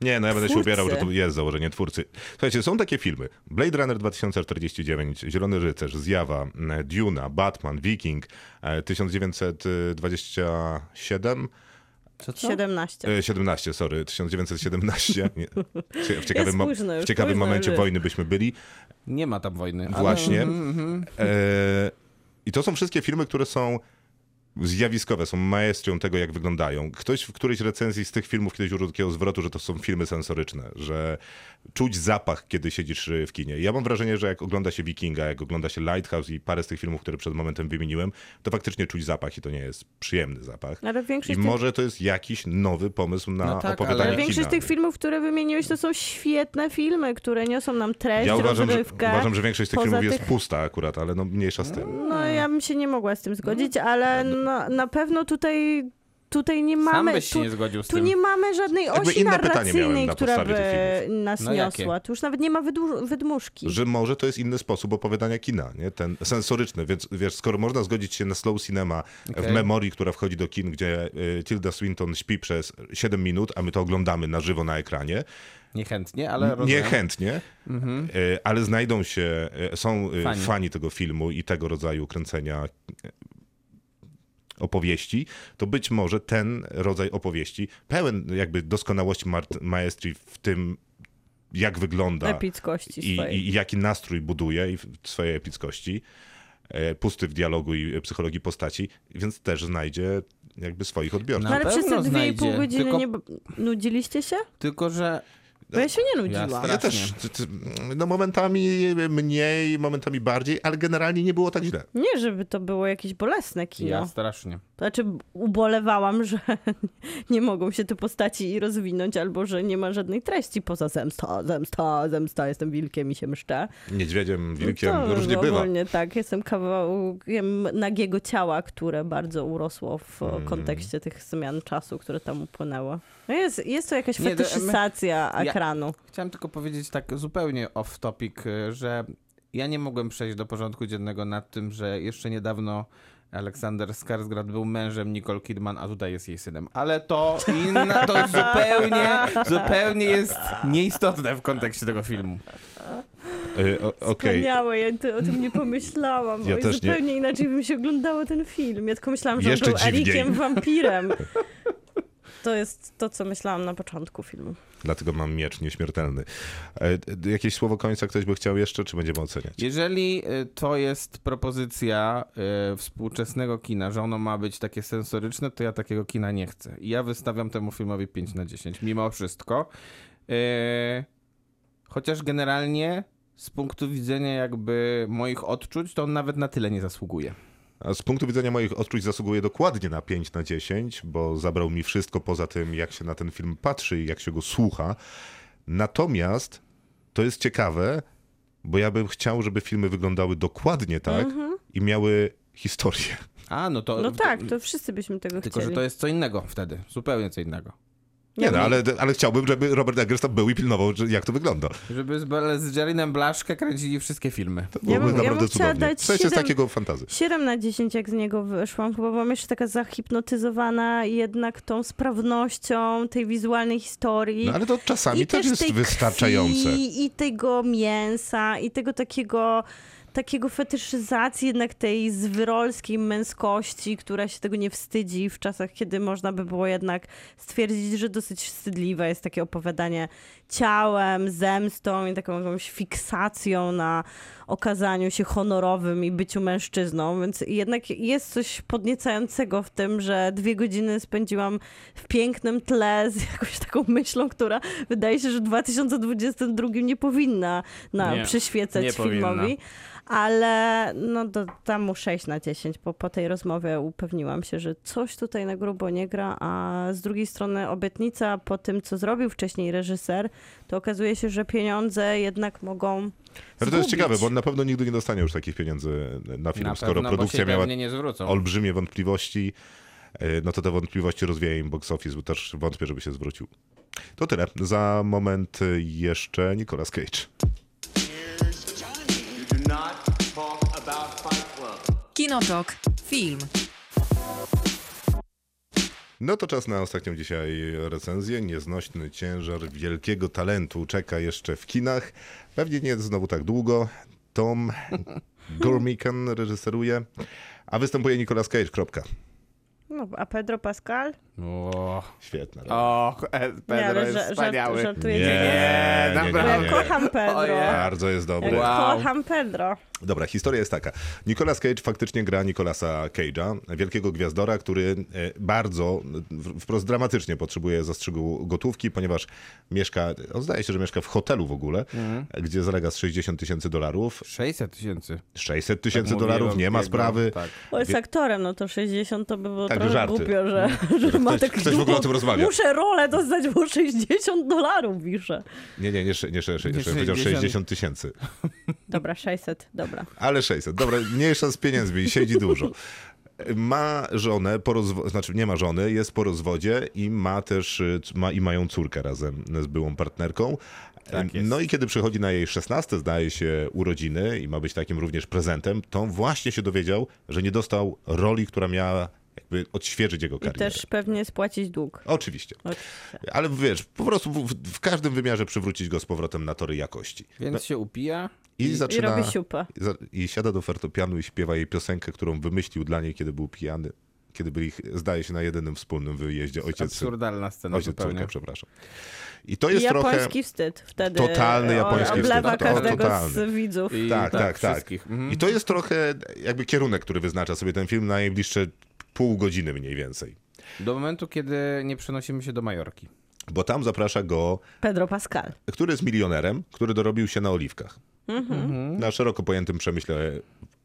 [SPEAKER 2] Nie, no ja będę się
[SPEAKER 4] Twórcy.
[SPEAKER 2] upierał, że to jest założenie twórcy. Słuchajcie, są takie filmy. Blade Runner 2049, Zielony Rycerz, Zjawa, m, Duna, Batman, Viking, e, 1927,
[SPEAKER 5] Co, co?
[SPEAKER 4] 17.
[SPEAKER 2] e, 17, sorry, 1917.
[SPEAKER 4] *laughs*
[SPEAKER 2] Nie, w ciekawym,
[SPEAKER 4] Jest
[SPEAKER 2] mo-
[SPEAKER 4] późno już,
[SPEAKER 2] w ciekawym
[SPEAKER 4] późno
[SPEAKER 2] momencie
[SPEAKER 4] już.
[SPEAKER 2] wojny byśmy byli.
[SPEAKER 5] Nie ma tam wojny. ale-
[SPEAKER 2] Właśnie.
[SPEAKER 5] Mhm, mhm.
[SPEAKER 2] E, I to są wszystkie filmy, które są zjawiskowe, są maestrią tego, jak wyglądają. Ktoś w którejś recenzji z tych filmów kiedyś użył takiego zwrotu, że to są filmy sensoryczne, że czuć zapach, kiedy siedzisz y, w kinie. Ja mam wrażenie, że jak ogląda się Wikinga, jak ogląda się Lighthouse i parę z tych filmów, które przed momentem wymieniłem, to faktycznie czuć zapach i to nie jest przyjemny zapach.
[SPEAKER 4] Ale
[SPEAKER 2] I
[SPEAKER 4] No, większość, tych,
[SPEAKER 2] może to jest jakiś nowy pomysł na
[SPEAKER 5] No tak,
[SPEAKER 2] opowiadanie
[SPEAKER 5] ale-
[SPEAKER 4] ale
[SPEAKER 2] kina.
[SPEAKER 4] większość tych filmów, które wymieniłeś, to są świetne filmy, które niosą nam treść,
[SPEAKER 2] ja uważam że,
[SPEAKER 4] rozrywkę.
[SPEAKER 2] uważam, że większość tych
[SPEAKER 4] poza
[SPEAKER 2] filmów jest
[SPEAKER 4] tych-
[SPEAKER 2] pusta akurat, ale no mniejsza z tym.
[SPEAKER 4] No ja bym się nie mogła z tym zgodzić, ale no, na pewno tutaj, tutaj nie
[SPEAKER 5] Sam
[SPEAKER 4] mamy...
[SPEAKER 5] byś się
[SPEAKER 4] tu-
[SPEAKER 5] nie zgodził z
[SPEAKER 4] Tu
[SPEAKER 5] tym.
[SPEAKER 4] nie mamy żadnej
[SPEAKER 2] Jakby
[SPEAKER 4] osi
[SPEAKER 2] inne pytanie miałem
[SPEAKER 4] narracyjnej,
[SPEAKER 2] na
[SPEAKER 4] która by
[SPEAKER 2] podstawie tych
[SPEAKER 4] nas
[SPEAKER 5] No jakie?
[SPEAKER 4] niosła. Tu już nawet nie ma wydłu- wydmuszki.
[SPEAKER 2] Że może to jest inny sposób opowiadania kina, nie? ten sensoryczny, więc wiesz, skoro można zgodzić się na slow cinema w
[SPEAKER 5] Okej.
[SPEAKER 2] memorii, która wchodzi do kin, gdzie y, Tilda Swinton śpi przez 7 minut, a my to oglądamy na żywo na ekranie,
[SPEAKER 5] Niechętnie, ale rozumiem. Mhm.
[SPEAKER 2] niechętnie, y, ale znajdą się, y, są y,
[SPEAKER 5] Fani.
[SPEAKER 2] fani. tego filmu i tego rodzaju kręcenia y, opowieści, to być może ten rodzaj opowieści, pełen jakby doskonałości mar- maestrii w tym, jak wygląda
[SPEAKER 4] Epickości
[SPEAKER 2] i,
[SPEAKER 4] swojej.
[SPEAKER 2] i jaki nastrój buduje i w w swojej epickości, e, pusty w dialogu i e, psychologii postaci, więc też znajdzie jakby swoich odbiorców.
[SPEAKER 4] No ale przez te
[SPEAKER 5] pewno
[SPEAKER 4] dwie i pół
[SPEAKER 5] znajdzie,
[SPEAKER 4] godziny
[SPEAKER 5] tylko-
[SPEAKER 4] nie... Nudziliście się?
[SPEAKER 5] Tylko, że
[SPEAKER 4] Bo ja się nie nudziłam.
[SPEAKER 5] Jasne.
[SPEAKER 2] ja też,
[SPEAKER 5] strasznie.
[SPEAKER 2] ty- ty- no momentami mniej, momentami bardziej, ale generalnie nie było tak źle.
[SPEAKER 4] Nie, żeby to było jakieś bolesne kino.
[SPEAKER 5] ja strasznie.
[SPEAKER 4] Znaczy ubolewałam, że *laughs* nie mogą się te postaci rozwinąć, albo że nie ma żadnej treści poza zemsta, zemsta, zemsta, jestem wilkiem i się mszczę.
[SPEAKER 2] Niedźwiedziem, wilkiem,
[SPEAKER 4] No To
[SPEAKER 2] różnie bywa.
[SPEAKER 4] Ogólnie tak, jestem kawałkiem nagiego ciała, które bardzo urosło w o,
[SPEAKER 5] Hmm.
[SPEAKER 4] kontekście tych zmian czasu, które tam upłynęły. No jest, jest to jakaś
[SPEAKER 5] Nie, to-
[SPEAKER 4] fetyszyzacja
[SPEAKER 5] ja-
[SPEAKER 4] ekranu.
[SPEAKER 5] Chciałem tylko powiedzieć tak zupełnie off topic, y, że ja nie mogłem przejść do porządku dziennego nad tym, że jeszcze niedawno Aleksander Skarsgård był mężem Nicole Kidman, a tutaj jest jej synem. Ale to inna, to zupełnie, zupełnie jest nieistotne w kontekście tego filmu.
[SPEAKER 2] E, o- Okej,
[SPEAKER 4] Wspaniałe, ja ty, o tym nie pomyślałam.
[SPEAKER 2] Ja
[SPEAKER 4] Oj,
[SPEAKER 2] też nie.
[SPEAKER 4] zupełnie inaczej bym się oglądało ten film. Ja tylko myślałam, że
[SPEAKER 2] Jeszcze
[SPEAKER 4] on był
[SPEAKER 2] dziwniej.
[SPEAKER 4] Erikiem wampirem. *laughs* To jest to, co myślałam na początku filmu.
[SPEAKER 2] dlatego mam miecz nieśmiertelny. E, d- jakieś słowo końca ktoś by chciał jeszcze, czy będziemy oceniać?
[SPEAKER 5] Jeżeli y, to jest propozycja y, współczesnego kina, że ono ma być takie sensoryczne, to ja takiego kina nie chcę. I ja wystawiam temu filmowi 5 na 10, mimo wszystko. Y, Chociaż generalnie z punktu widzenia jakby moich odczuć, to on nawet na tyle nie zasługuje.
[SPEAKER 2] A Z punktu widzenia moich odczuć zasługuje dokładnie na 5 na 10, bo zabrał mi wszystko poza tym, jak się na ten film patrzy i jak się go słucha. Natomiast to jest ciekawe, bo ja bym chciał, żeby filmy wyglądały dokładnie tak
[SPEAKER 4] Mhm.
[SPEAKER 2] i miały historię.
[SPEAKER 5] A, no to...
[SPEAKER 4] No tak, to wszyscy byśmy tego
[SPEAKER 5] Tylko,
[SPEAKER 4] chcieli.
[SPEAKER 5] że to jest co innego wtedy. Zupełnie co innego.
[SPEAKER 2] Nie, no, ale, ale chciałbym, żeby Robert Eggers tam był i pilnował, że- jak to wygląda.
[SPEAKER 5] Żeby z, Bel- z Jarinem Blaszkę kręcili wszystkie filmy.
[SPEAKER 2] To byłoby
[SPEAKER 4] bym- ja bym
[SPEAKER 2] naprawdę
[SPEAKER 4] chciała
[SPEAKER 2] cudownie.
[SPEAKER 4] dać
[SPEAKER 2] W sensie z
[SPEAKER 4] siedem-
[SPEAKER 2] takiego fantazy.
[SPEAKER 4] 7 na 10 jak z niego wyszłam, bo byłam jeszcze taka zahipnotyzowana jednak tą sprawnością tej wizualnej historii.
[SPEAKER 2] No, ale to czasami
[SPEAKER 4] I
[SPEAKER 2] też
[SPEAKER 4] też
[SPEAKER 2] jest
[SPEAKER 4] tej
[SPEAKER 2] wystarczające.
[SPEAKER 4] Krwi, I tego mięsa, i tego takiego takiego fetyszyzacji jednak tej zwyrolskiej męskości, która się tego nie wstydzi w czasach, kiedy można by było jednak stwierdzić, że dosyć wstydliwe jest takie opowiadanie ciałem, zemstą i taką jakąś fiksacją na okazaniu się honorowym i byciu mężczyzną, więc jednak jest coś podniecającego w tym, że dwie godziny spędziłam w pięknym tle z *laughs* jakąś taką myślą, która wydaje się, że w 2022 nie powinna nam
[SPEAKER 5] Nie,
[SPEAKER 4] przyświecać
[SPEAKER 5] nie powinna.
[SPEAKER 4] filmowi. Ale no do, tam mu 6 na 10, bo po tej rozmowie upewniłam się, że coś tutaj na grubo nie gra, a z drugiej strony obietnica po tym, co zrobił wcześniej reżyser, to okazuje się, że pieniądze jednak mogą
[SPEAKER 2] Ale to jest
[SPEAKER 4] zgubić.
[SPEAKER 2] ciekawe, bo on na pewno nigdy nie dostanie już takich pieniędzy na film,
[SPEAKER 5] Na
[SPEAKER 2] skoro
[SPEAKER 5] pewno,
[SPEAKER 2] produkcja
[SPEAKER 5] bo się
[SPEAKER 2] miała
[SPEAKER 5] pewnie nie zwrócą.
[SPEAKER 2] olbrzymie wątpliwości. e, No to te wątpliwości rozwija im box office, bo też wątpię, żeby się zwrócił. To tyle. Za moment e, jeszcze Nicolas Cage.
[SPEAKER 1] You do not talk about Fight Club.
[SPEAKER 6] Kinotok. Film.
[SPEAKER 2] No to czas na ostatnią dzisiaj recenzję. Nieznośny ciężar wielkiego talentu czeka jeszcze w kinach. Pewnie nie znowu tak długo. Tom Gormican reżyseruje, a występuje Nicolas Cage. Kropka.
[SPEAKER 4] No, a Pedro Pascal?
[SPEAKER 5] O,
[SPEAKER 2] Świetna.
[SPEAKER 5] o e, Pedro
[SPEAKER 4] ale
[SPEAKER 5] jest
[SPEAKER 4] ża- żart-
[SPEAKER 5] wspaniały.
[SPEAKER 4] żartuję.
[SPEAKER 5] nie,
[SPEAKER 4] Ja
[SPEAKER 5] naprawdę. nie.
[SPEAKER 4] kocham Pedro.
[SPEAKER 5] Ojej.
[SPEAKER 2] Bardzo jest dobry.
[SPEAKER 5] Wow.
[SPEAKER 4] Kocham Pedro.
[SPEAKER 2] Dobra, historia jest taka. Nicolas Cage faktycznie gra Nicolasa Cage'a, wielkiego gwiazdora, który e, bardzo, w- wprost dramatycznie potrzebuje zastrzygu gotówki, ponieważ mieszka, on zdaje się, że mieszka w hotelu w ogóle,
[SPEAKER 5] Mhm.
[SPEAKER 2] gdzie zalega z 60 tysięcy dolarów.
[SPEAKER 5] 600 tysięcy.
[SPEAKER 2] 600 tysięcy
[SPEAKER 5] Tak mówiłem,
[SPEAKER 2] dolarów, nie ma
[SPEAKER 5] biegło,
[SPEAKER 2] sprawy.
[SPEAKER 5] tak.
[SPEAKER 4] Bo jest aktorem, no to 60 to by było
[SPEAKER 2] Tak,
[SPEAKER 4] trochę
[SPEAKER 2] żarty. Mhm.
[SPEAKER 4] głupio, że, *laughs* że ma
[SPEAKER 2] Ktoś-
[SPEAKER 4] taki
[SPEAKER 2] ktoś w ogóle o tym rozmawia.
[SPEAKER 4] Muszę rolę dostać, bo 60 dolarów pisze.
[SPEAKER 2] Nie, nie, nie, sze- nie, sze- sze-
[SPEAKER 5] Nie
[SPEAKER 2] sze- powiedział
[SPEAKER 5] 60.
[SPEAKER 2] 60 tysięcy.
[SPEAKER 4] Dobra, 600, dobra.
[SPEAKER 2] Ale 600. Dobra, mniejsza z pieniędzmi, i siedzi dużo. Ma żonę, po rozwo- znaczy nie ma żony, jest po rozwodzie i ma też, y, c- ma, i mają córkę razem z byłą partnerką.
[SPEAKER 5] Tak jest.
[SPEAKER 2] No i kiedy przychodzi na jej 16, zdaje się, urodziny i ma być takim również prezentem, to on właśnie się dowiedział, że nie dostał roli, która miała jakby odświeżyć jego
[SPEAKER 4] I
[SPEAKER 2] karierę.
[SPEAKER 4] też pewnie spłacić dług.
[SPEAKER 2] Oczywiście. Ale wiesz, po prostu w, w każdym wymiarze przywrócić go z powrotem na tory jakości.
[SPEAKER 5] Więc się upija.
[SPEAKER 2] I, zaczyna...
[SPEAKER 4] robi siupę.
[SPEAKER 2] i za- I siada do fortepianu i śpiewa jej piosenkę, którą wymyślił dla niej, kiedy był pijany. Kiedy byli, ch- zdaje się, na jedynym wspólnym wyjeździe ojciec syn.
[SPEAKER 5] Absurdalna scena
[SPEAKER 2] Ojciec
[SPEAKER 5] no zupełnie.
[SPEAKER 2] córka, przepraszam. I to
[SPEAKER 4] I
[SPEAKER 2] jest trochę...
[SPEAKER 4] japoński wstyd wtedy.
[SPEAKER 2] Totalny
[SPEAKER 4] o-
[SPEAKER 2] japoński wstyd.
[SPEAKER 4] Oblewa
[SPEAKER 2] To- to
[SPEAKER 4] każdego
[SPEAKER 2] totalny.
[SPEAKER 4] z widzów.
[SPEAKER 5] I
[SPEAKER 2] Tak, tak, tak.
[SPEAKER 5] wszystkich. Mhm.
[SPEAKER 2] I to jest trochę jakby kierunek, który wyznacza sobie ten film na najbliższe pół godziny mniej więcej.
[SPEAKER 5] Do momentu, kiedy nie przenosimy się do Majorki.
[SPEAKER 2] Bo tam zaprasza go
[SPEAKER 4] Pedro Pascal.
[SPEAKER 2] który jest milionerem, który dorobił się na oliwkach.
[SPEAKER 4] Mhm.
[SPEAKER 5] Mhm.
[SPEAKER 2] Na szeroko pojętym przemyśle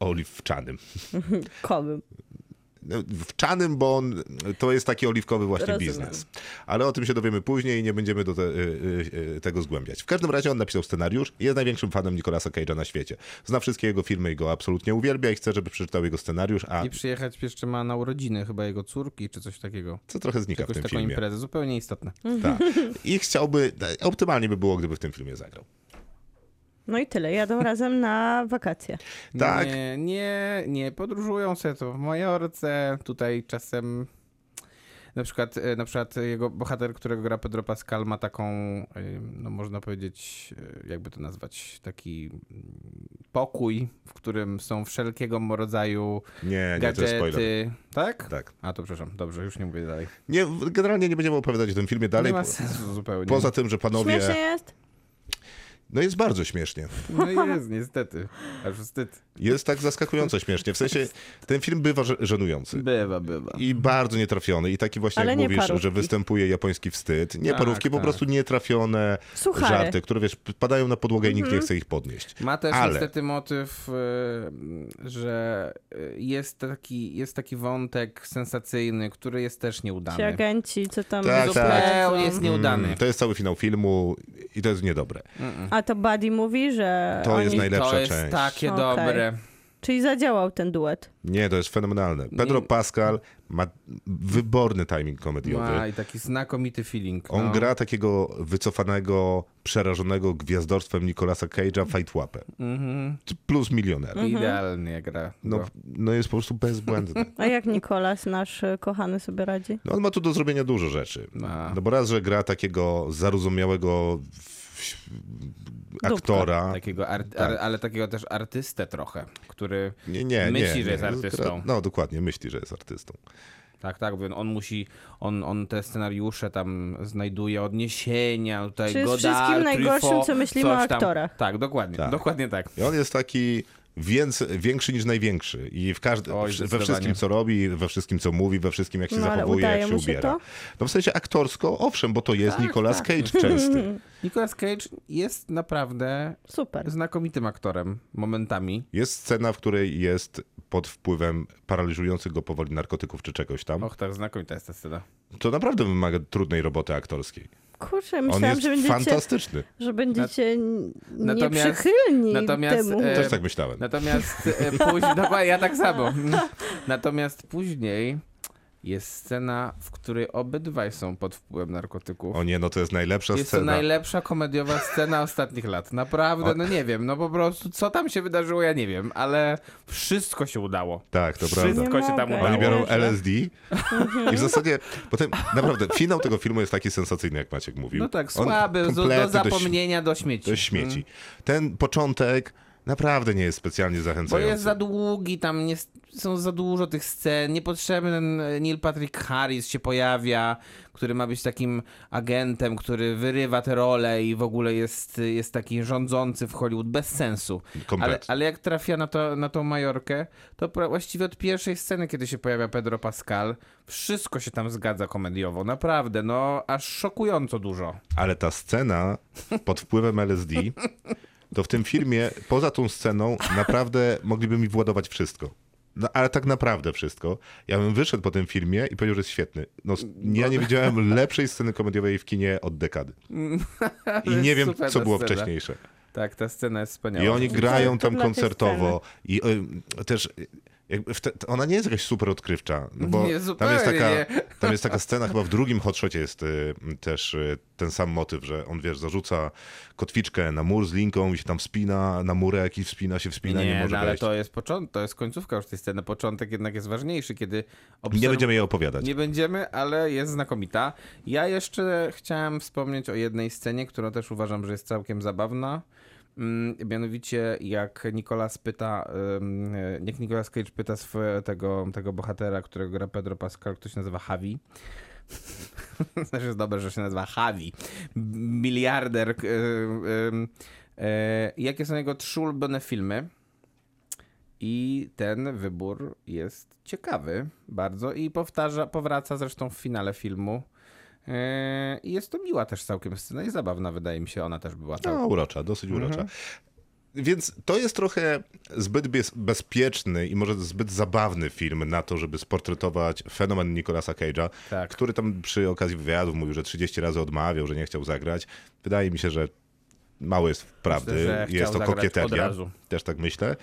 [SPEAKER 2] oliwczanym.
[SPEAKER 4] Kowym.
[SPEAKER 2] No, Wczanym, bo on, to jest taki oliwkowy właśnie
[SPEAKER 4] Rozumiem.
[SPEAKER 2] biznes. Ale o tym się dowiemy później i nie będziemy do te, y, y, y, tego zgłębiać. W każdym razie on napisał scenariusz i jest największym fanem Nicolasa Cage'a na świecie. Zna wszystkie jego filmy i go absolutnie uwielbia i chce, żeby przeczytał jego scenariusz, a
[SPEAKER 5] I przyjechać jeszcze ma na urodziny chyba jego córki, czy coś takiego.
[SPEAKER 2] co trochę znika w
[SPEAKER 5] Jakąś
[SPEAKER 2] tym
[SPEAKER 5] taką
[SPEAKER 2] filmie.
[SPEAKER 5] imprezę, zupełnie istotne.
[SPEAKER 2] Tak.
[SPEAKER 5] *laughs*
[SPEAKER 2] I chciałby, optymalnie by było, gdyby w tym filmie zagrał.
[SPEAKER 4] No i tyle,
[SPEAKER 2] *laughs*
[SPEAKER 4] jadą razem na wakacje.
[SPEAKER 2] Tak.
[SPEAKER 5] Nie, nie, nie, podróżują sobie to w Majorce, tutaj czasem... Na przykład, e, na przykład jego bohater, którego gra Pedro Pascal ma taką, e, no można powiedzieć, e, jakby to nazwać, taki mm, pokój, w którym są wszelkiego rodzaju
[SPEAKER 2] Nie, nie, to jest spoiler.
[SPEAKER 5] gadżety. Tak?
[SPEAKER 2] Tak.
[SPEAKER 5] A to przepraszam, dobrze, już nie mówię dalej.
[SPEAKER 2] Nie, generalnie nie będziemy opowiadać o tym filmie dalej.
[SPEAKER 5] nie ma
[SPEAKER 2] po-
[SPEAKER 5] sensu zupełnie.
[SPEAKER 2] Poza tym, że panowie.
[SPEAKER 4] Śmiesznie jest?
[SPEAKER 2] No jest bardzo śmiesznie.
[SPEAKER 5] No jest, niestety. Aż wstyd.
[SPEAKER 2] Jest tak zaskakująco śmiesznie. W sensie ten film bywa ż- żenujący.
[SPEAKER 5] Bywa, bywa.
[SPEAKER 2] I bardzo nietrafiony. I taki właśnie,
[SPEAKER 4] Ale
[SPEAKER 2] jak
[SPEAKER 4] nie
[SPEAKER 2] mówisz,
[SPEAKER 4] parówki.
[SPEAKER 2] że występuje japoński wstyd. Nie
[SPEAKER 5] Tak,
[SPEAKER 2] parówki, po
[SPEAKER 5] tak.
[SPEAKER 2] prostu nietrafione
[SPEAKER 4] Suchary.
[SPEAKER 2] żarty, które wiesz, padają na podłogę i
[SPEAKER 4] Mhm.
[SPEAKER 2] nikt nie chce ich podnieść.
[SPEAKER 5] Ma też
[SPEAKER 2] Ale-
[SPEAKER 5] niestety motyw, y, że y, jest taki, jest taki wątek sensacyjny, który jest też
[SPEAKER 4] Ci
[SPEAKER 5] nieudany.
[SPEAKER 4] agenci, co tam
[SPEAKER 2] Tak,
[SPEAKER 4] zupełnie
[SPEAKER 5] Zupełnie
[SPEAKER 4] są.
[SPEAKER 5] jest nieudany.
[SPEAKER 2] Mm, To jest cały finał filmu I to jest niedobre.
[SPEAKER 4] A to Buddy mówi, że.
[SPEAKER 2] To
[SPEAKER 4] oni...
[SPEAKER 2] jest
[SPEAKER 5] I
[SPEAKER 2] najlepsza
[SPEAKER 5] to jest
[SPEAKER 2] część.
[SPEAKER 5] takie
[SPEAKER 4] Okej.
[SPEAKER 5] dobre.
[SPEAKER 4] Czyli zadziałał ten duet.
[SPEAKER 2] Nie, to jest fenomenalne. Pedro Pascal ma wyborny timing komediowy.
[SPEAKER 5] Ma i taki znakomity feeling.
[SPEAKER 2] On
[SPEAKER 5] no.
[SPEAKER 2] gra takiego wycofanego, przerażonego gwiazdorstwem Nicolasa Cage'a fight łapę. Plus milioner.
[SPEAKER 4] Mhm.
[SPEAKER 5] Idealnie gra.
[SPEAKER 2] No,
[SPEAKER 5] Mhm. Mm. No.
[SPEAKER 2] no jest po prostu bezbłędny.
[SPEAKER 4] A jak Nikolas, nasz e, kochany, sobie radzi?
[SPEAKER 2] No on ma tu do zrobienia dużo rzeczy.
[SPEAKER 5] Ma.
[SPEAKER 2] No bo raz, że gra takiego zarozumiałego w- aktora.
[SPEAKER 5] Takiego ar-
[SPEAKER 2] Tak.
[SPEAKER 5] ar- ale takiego też artystę trochę, który
[SPEAKER 2] Nie, nie, nie.
[SPEAKER 5] myśli,
[SPEAKER 2] nie,
[SPEAKER 5] że jest
[SPEAKER 2] Gra-
[SPEAKER 5] artystą.
[SPEAKER 2] No dokładnie, myśli, że jest artystą.
[SPEAKER 5] Tak, tak, bo on musi, on, on te scenariusze tam znajduje, odniesienia, tutaj
[SPEAKER 4] Czy jest
[SPEAKER 5] Godard,
[SPEAKER 4] wszystkim najgorszym,
[SPEAKER 5] Truffaut,
[SPEAKER 4] co myślimy
[SPEAKER 5] coś
[SPEAKER 4] o
[SPEAKER 5] tam.
[SPEAKER 4] aktorach.
[SPEAKER 5] Tak, dokładnie,
[SPEAKER 2] Tak.
[SPEAKER 5] dokładnie tak.
[SPEAKER 2] I on jest taki więc, większy niż największy. I w każdy,
[SPEAKER 5] Oj,
[SPEAKER 2] we
[SPEAKER 5] zdecydowanie.
[SPEAKER 2] wszystkim, co robi, we wszystkim, co mówi, we wszystkim, jak się
[SPEAKER 4] No, ale
[SPEAKER 2] zachowuje,
[SPEAKER 4] udaje
[SPEAKER 2] jak się
[SPEAKER 4] mu się
[SPEAKER 2] ubiera.
[SPEAKER 4] to? Tak,
[SPEAKER 2] No w sensie aktorsko, owszem, bo to jest Nicolas Cage
[SPEAKER 4] *laughs*
[SPEAKER 2] częsty.
[SPEAKER 5] Nicolas Cage jest naprawdę
[SPEAKER 4] Super.
[SPEAKER 5] znakomitym aktorem momentami.
[SPEAKER 2] Jest scena, w której jest pod wpływem paraliżujących go powoli narkotyków czy czegoś tam.
[SPEAKER 5] Och, tak, znakomita jest ta scena.
[SPEAKER 2] To naprawdę wymaga trudnej roboty aktorskiej.
[SPEAKER 4] Kurczę,
[SPEAKER 2] On
[SPEAKER 4] myślałam,
[SPEAKER 2] jest
[SPEAKER 4] że będziecie,
[SPEAKER 2] fantastyczny.
[SPEAKER 4] że będziecie n-
[SPEAKER 5] Natomiast-
[SPEAKER 4] nieprzychylni
[SPEAKER 5] natomiast,
[SPEAKER 4] temu.
[SPEAKER 5] e,
[SPEAKER 2] Też tak myślałem.
[SPEAKER 5] Natomiast
[SPEAKER 2] *laughs*
[SPEAKER 5] e, później, dokładnie ja tak samo. Natomiast później jest scena, w której obydwaj są pod wpływem narkotyków.
[SPEAKER 2] O nie, no to jest najlepsza
[SPEAKER 5] Jest to
[SPEAKER 2] scena.
[SPEAKER 5] najlepsza komediowa scena ostatnich lat. Naprawdę, no nie wiem, no po prostu co tam się wydarzyło, ja nie wiem, ale wszystko się udało.
[SPEAKER 2] Tak, to
[SPEAKER 5] wszystko
[SPEAKER 2] prawda.
[SPEAKER 5] się tam
[SPEAKER 4] Nie mogę.
[SPEAKER 5] udało.
[SPEAKER 2] Oni biorą
[SPEAKER 4] Boże.
[SPEAKER 2] LSD
[SPEAKER 5] Mhm.
[SPEAKER 2] i w zasadzie potem, naprawdę, finał tego filmu jest taki sensacyjny, jak Maciek mówił.
[SPEAKER 5] No tak,
[SPEAKER 2] On
[SPEAKER 5] słaby, do,
[SPEAKER 2] kompletny
[SPEAKER 5] do
[SPEAKER 2] śmie-
[SPEAKER 5] zapomnienia, do śmieci.
[SPEAKER 2] do śmieci. Ten początek naprawdę nie jest specjalnie
[SPEAKER 5] Bo
[SPEAKER 2] zachęcający.
[SPEAKER 5] jest za długi, tam nie, są za dużo tych scen. Niepotrzebny ten e, Neil Patrick Harris się pojawia, który ma być takim agentem, który wyrywa te role i w ogóle jest, e, jest taki rządzący w Hollywood bez sensu. Ale,
[SPEAKER 2] Kompletnie.
[SPEAKER 5] ale jak trafia na, to, na tą Majorkę, to pra- właściwie od pierwszej sceny, kiedy się pojawia Pedro Pascal, wszystko się tam zgadza komediowo. Naprawdę, no aż szokująco dużo.
[SPEAKER 2] Ale ta scena pod wpływem LSD, to w tym filmie, poza tą sceną, naprawdę mogliby mi władować wszystko. No, ale tak naprawdę wszystko. Ja bym wyszedł po tym filmie i powiedział, że jest świetny. No, s- ja nie widziałem lepszej sceny komediowej w kinie od
[SPEAKER 5] *laughs*
[SPEAKER 2] dekady. I
[SPEAKER 5] jest
[SPEAKER 2] nie wiem,
[SPEAKER 5] super
[SPEAKER 2] co
[SPEAKER 5] ta
[SPEAKER 2] było
[SPEAKER 5] scena.
[SPEAKER 2] wcześniejsze.
[SPEAKER 5] Tak, ta scena jest wspaniała.
[SPEAKER 2] I oni grają tam
[SPEAKER 4] dla tej
[SPEAKER 2] koncertowo. I y, też y, jakby w te, to ona nie jest jakaś super odkrywcza. No bo
[SPEAKER 5] Nie,
[SPEAKER 2] tam,
[SPEAKER 5] zupełnie
[SPEAKER 2] jest taka,
[SPEAKER 5] nie.
[SPEAKER 2] tam jest taka scena, chyba w drugim hotshocie jest y, też y, ten sam motyw, że on wiesz, zarzuca kotwiczkę na mur z linką i się tam wspina na murek i wspina się, wspina, nie,
[SPEAKER 5] nie,
[SPEAKER 2] może
[SPEAKER 5] no, ale
[SPEAKER 2] wejść.
[SPEAKER 5] to jest początek, to jest końcówka już tej sceny. Początek jednak jest ważniejszy, kiedy
[SPEAKER 2] Nie
[SPEAKER 5] obserw-
[SPEAKER 2] będziemy jej opowiadać.
[SPEAKER 5] Nie będziemy, ale jest znakomita. Ja jeszcze chciałem wspomnieć o jednej scenie, którą też uważam, że jest całkiem zabawna. Mm, Mianowicie jak Nicolas pyta, ym, e, jak Nicolas Cage pyta swojego, tego, tego bohatera, którego gra Pedro Pascal, kto się nazywa Javi. *laughs* Też jest dobre, że się nazywa Javi. Miliarder. Ym, ym, e, jakie są jego trzy ulubione filmy? I ten wybór jest ciekawy bardzo i powtarza, powraca zresztą w finale filmu. Yy, I jest to miła też całkiem scena i zabawna, wydaje mi się, ona też była.
[SPEAKER 2] No,
[SPEAKER 5] całkiem.
[SPEAKER 2] urocza, dosyć
[SPEAKER 5] Mhm.
[SPEAKER 2] urocza. Więc to jest trochę zbyt bez, bezpieczny i może zbyt zabawny film na to, żeby sportretować fenomen Nicolasa Cage'a,
[SPEAKER 5] Tak.
[SPEAKER 2] który tam przy okazji wywiadów mówił, że 30 razy odmawiał, że nie chciał zagrać. Wydaje mi się, że mało jest prawdy.
[SPEAKER 5] Myślę, że chciał
[SPEAKER 2] jest to
[SPEAKER 5] zagrać od
[SPEAKER 2] kokieteria.
[SPEAKER 5] razu.
[SPEAKER 2] Też tak myślę.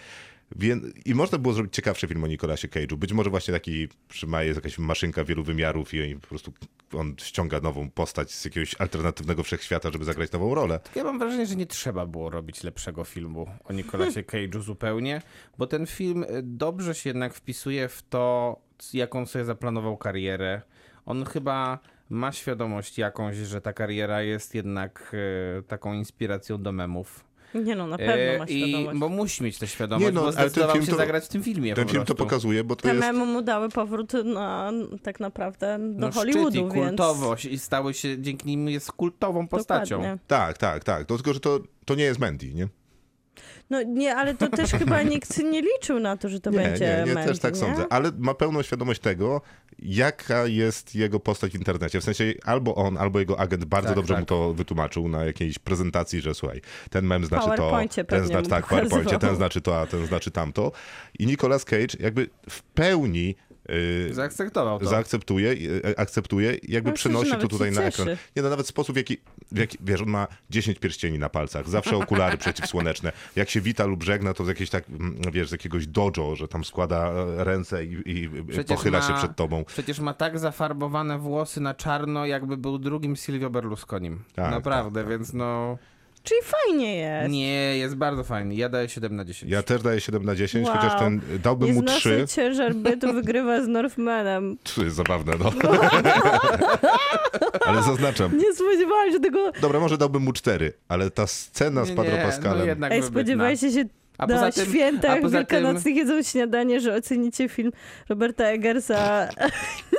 [SPEAKER 2] Więc, I można było zrobić ciekawszy film o Nicolasie Cage'u. Być może właśnie taki trzyma jest jakaś maszynka wielu wymiarów i po prostu on ściąga nową postać z jakiegoś alternatywnego wszechświata, żeby zagrać nową rolę.
[SPEAKER 5] Ja mam wrażenie, że nie trzeba było robić lepszego filmu o Nicolasie
[SPEAKER 4] Hmm.
[SPEAKER 5] Cage'u zupełnie, bo ten film y, dobrze się jednak wpisuje w to, c- jaką sobie zaplanował karierę. On chyba ma świadomość jakąś, że ta kariera jest jednak y, taką inspiracją do memów.
[SPEAKER 4] Nie no, na
[SPEAKER 5] E,
[SPEAKER 4] pewno ma
[SPEAKER 5] i-
[SPEAKER 4] świadomość.
[SPEAKER 5] Bo musi mieć tę świadomość,
[SPEAKER 2] Nie no,
[SPEAKER 5] bo
[SPEAKER 2] ale ten
[SPEAKER 5] zdecydował
[SPEAKER 2] film
[SPEAKER 5] się
[SPEAKER 2] to-
[SPEAKER 5] zagrać w tym filmie.
[SPEAKER 2] Ten
[SPEAKER 5] po
[SPEAKER 2] film to
[SPEAKER 5] prostu.
[SPEAKER 2] pokazuje, bo to
[SPEAKER 4] Te
[SPEAKER 2] jest...
[SPEAKER 4] memu mu dały powrót na, tak naprawdę do
[SPEAKER 5] no,
[SPEAKER 4] Hollywoodu,
[SPEAKER 5] szczyt i
[SPEAKER 4] więc...
[SPEAKER 5] kultowość i stały się, dzięki nim jest kultową postacią.
[SPEAKER 4] Dokładnie.
[SPEAKER 2] Tak, tak, tak. No, tylko, że to, to nie jest Mandy, nie?
[SPEAKER 4] No nie, ale to też chyba nikt nie liczył na to, że to
[SPEAKER 2] nie,
[SPEAKER 4] będzie
[SPEAKER 2] nie, nie,
[SPEAKER 4] Mandy,
[SPEAKER 2] też tak
[SPEAKER 4] nie?
[SPEAKER 2] sądzę. Ale ma pełną świadomość tego, jaka jest jego postać w internecie. W sensie albo on, albo jego agent bardzo
[SPEAKER 5] Tak,
[SPEAKER 2] dobrze
[SPEAKER 5] tak.
[SPEAKER 2] mu to wytłumaczył na jakiejś prezentacji, że słuchaj, ten mem znaczy to,
[SPEAKER 4] PowerPoincie
[SPEAKER 2] ten
[SPEAKER 4] pewnie
[SPEAKER 2] znaczy
[SPEAKER 4] mu
[SPEAKER 2] tak,
[SPEAKER 4] pokazywał.
[SPEAKER 2] PowerPoincie, ten znaczy to, a ten znaczy tamto. I Nicolas Cage jakby w pełni yy,
[SPEAKER 5] Zaakceptował to.
[SPEAKER 2] zaakceptuje, e, akceptuje, i jakby
[SPEAKER 4] Ale myślę, że
[SPEAKER 2] przenosi to
[SPEAKER 4] No, nawet
[SPEAKER 2] tutaj
[SPEAKER 4] się
[SPEAKER 2] na
[SPEAKER 4] cieszy.
[SPEAKER 2] ekran. Nie, no nawet sposób, w jaki w jak, wiesz, on ma 10 pierścieni na palcach, zawsze okulary *laughs* przeciwsłoneczne. Jak się wita lub żegna, to z jakiejś tak, mm, wiesz, z jakiegoś dojo, że tam składa e, ręce i, i pochyla się przed tobą.
[SPEAKER 5] Przecież ma tak zafarbowane włosy na czarno, jakby był drugim Silvio Berlusconim.
[SPEAKER 2] Tak,
[SPEAKER 5] Naprawdę, więc no...
[SPEAKER 4] Czyli fajnie jest.
[SPEAKER 5] Nie, jest bardzo fajny. Ja daję 7 na 10.
[SPEAKER 2] Ja też daję 7 na 10,
[SPEAKER 4] Wow.
[SPEAKER 2] chociaż ten e, dałbym
[SPEAKER 4] Nie
[SPEAKER 2] mu
[SPEAKER 4] znoszę
[SPEAKER 2] 3.
[SPEAKER 4] ciężar bytu wygrywa z Northmanem.
[SPEAKER 2] Trzy, zabawne, no. *laughs* ale zaznaczam.
[SPEAKER 4] Nie spodziewałam się tego.
[SPEAKER 2] Dobra, może dałbym mu 4, ale ta scena z Padro Pascalem.
[SPEAKER 5] No jednak
[SPEAKER 4] Ej,
[SPEAKER 5] wybitna.
[SPEAKER 4] spodziewajcie się
[SPEAKER 5] A
[SPEAKER 4] na
[SPEAKER 5] poza tym-
[SPEAKER 4] świętach
[SPEAKER 5] a poza tym-
[SPEAKER 4] wielkanocnych jedzą śniadanie, że ocenicie film Roberta Eggersa
[SPEAKER 5] No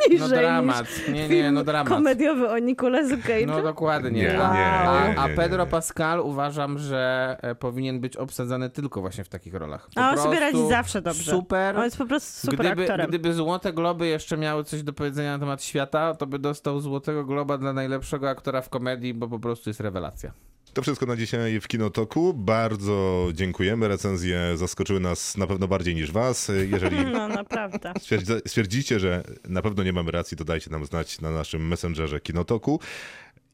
[SPEAKER 4] *laughs* niżej
[SPEAKER 5] dramat. Nie,
[SPEAKER 4] niż
[SPEAKER 5] nie,
[SPEAKER 4] film
[SPEAKER 5] no dramat.
[SPEAKER 4] komediowy o Nicolasu Cage'u.
[SPEAKER 5] No dokładnie.
[SPEAKER 2] Nie,
[SPEAKER 5] a,
[SPEAKER 2] nie,
[SPEAKER 5] a-
[SPEAKER 2] nie, nie,
[SPEAKER 5] a
[SPEAKER 2] nie,
[SPEAKER 5] Pedro
[SPEAKER 2] nie.
[SPEAKER 5] Pascal uważam, że e, powinien być obsadzany tylko właśnie w takich rolach. Po
[SPEAKER 4] A on sobie
[SPEAKER 5] prostu
[SPEAKER 4] radzi zawsze dobrze.
[SPEAKER 5] Super.
[SPEAKER 4] On jest po prostu super
[SPEAKER 5] Gdyby,
[SPEAKER 4] aktorem.
[SPEAKER 5] gdyby Złote Globy jeszcze miały coś do powiedzenia na temat świata, to by dostał Złotego Globa dla najlepszego aktora w komedii, bo po prostu jest rewelacja.
[SPEAKER 2] To wszystko na dzisiaj w Kinotoku. Bardzo dziękujemy. Recenzje zaskoczyły nas na pewno bardziej niż was. Jeżeli
[SPEAKER 4] No naprawdę.
[SPEAKER 2] stwierdza- stwierdzicie, że na pewno nie mamy racji, to dajcie nam znać na naszym messengerze Kinotoku.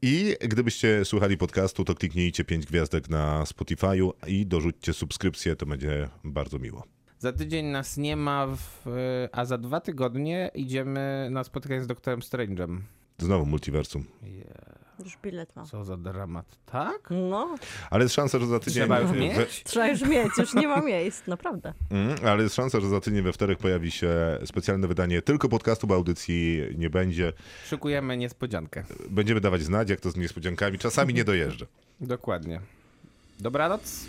[SPEAKER 2] I gdybyście słuchali podcastu, to kliknijcie 5 gwiazdek na Spotify'u i dorzućcie subskrypcję, to będzie bardzo miło.
[SPEAKER 5] Za tydzień nas nie ma, w, a za dwa tygodnie idziemy na spotkanie z doktorem Strange'em.
[SPEAKER 2] Znowu multiversum.
[SPEAKER 4] Już bilet mam.
[SPEAKER 5] Co za dramat, tak?
[SPEAKER 4] No,
[SPEAKER 2] Ale jest szansa, że za tydzień...
[SPEAKER 5] Trzeba już
[SPEAKER 2] we-
[SPEAKER 5] mieć?
[SPEAKER 4] trzeba już mieć, już nie ma miejsc, naprawdę.
[SPEAKER 2] Mm, ale jest szansa, że za tydzień we wtorek pojawi się specjalne wydanie tylko podcastu, bo audycji nie będzie.
[SPEAKER 5] Szykujemy niespodziankę.
[SPEAKER 2] Będziemy dawać znać, jak to z niespodziankami. Czasami nie dojeżdża.
[SPEAKER 5] Dokładnie. Dobranoc.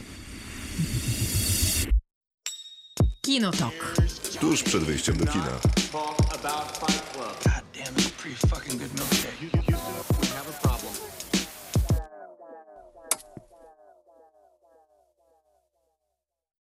[SPEAKER 6] Kinotok.
[SPEAKER 2] Tuż przed wyjściem do kina.
[SPEAKER 1] Talk about Fight Club.
[SPEAKER 3] God damn, it's a pretty fucking good milkshake.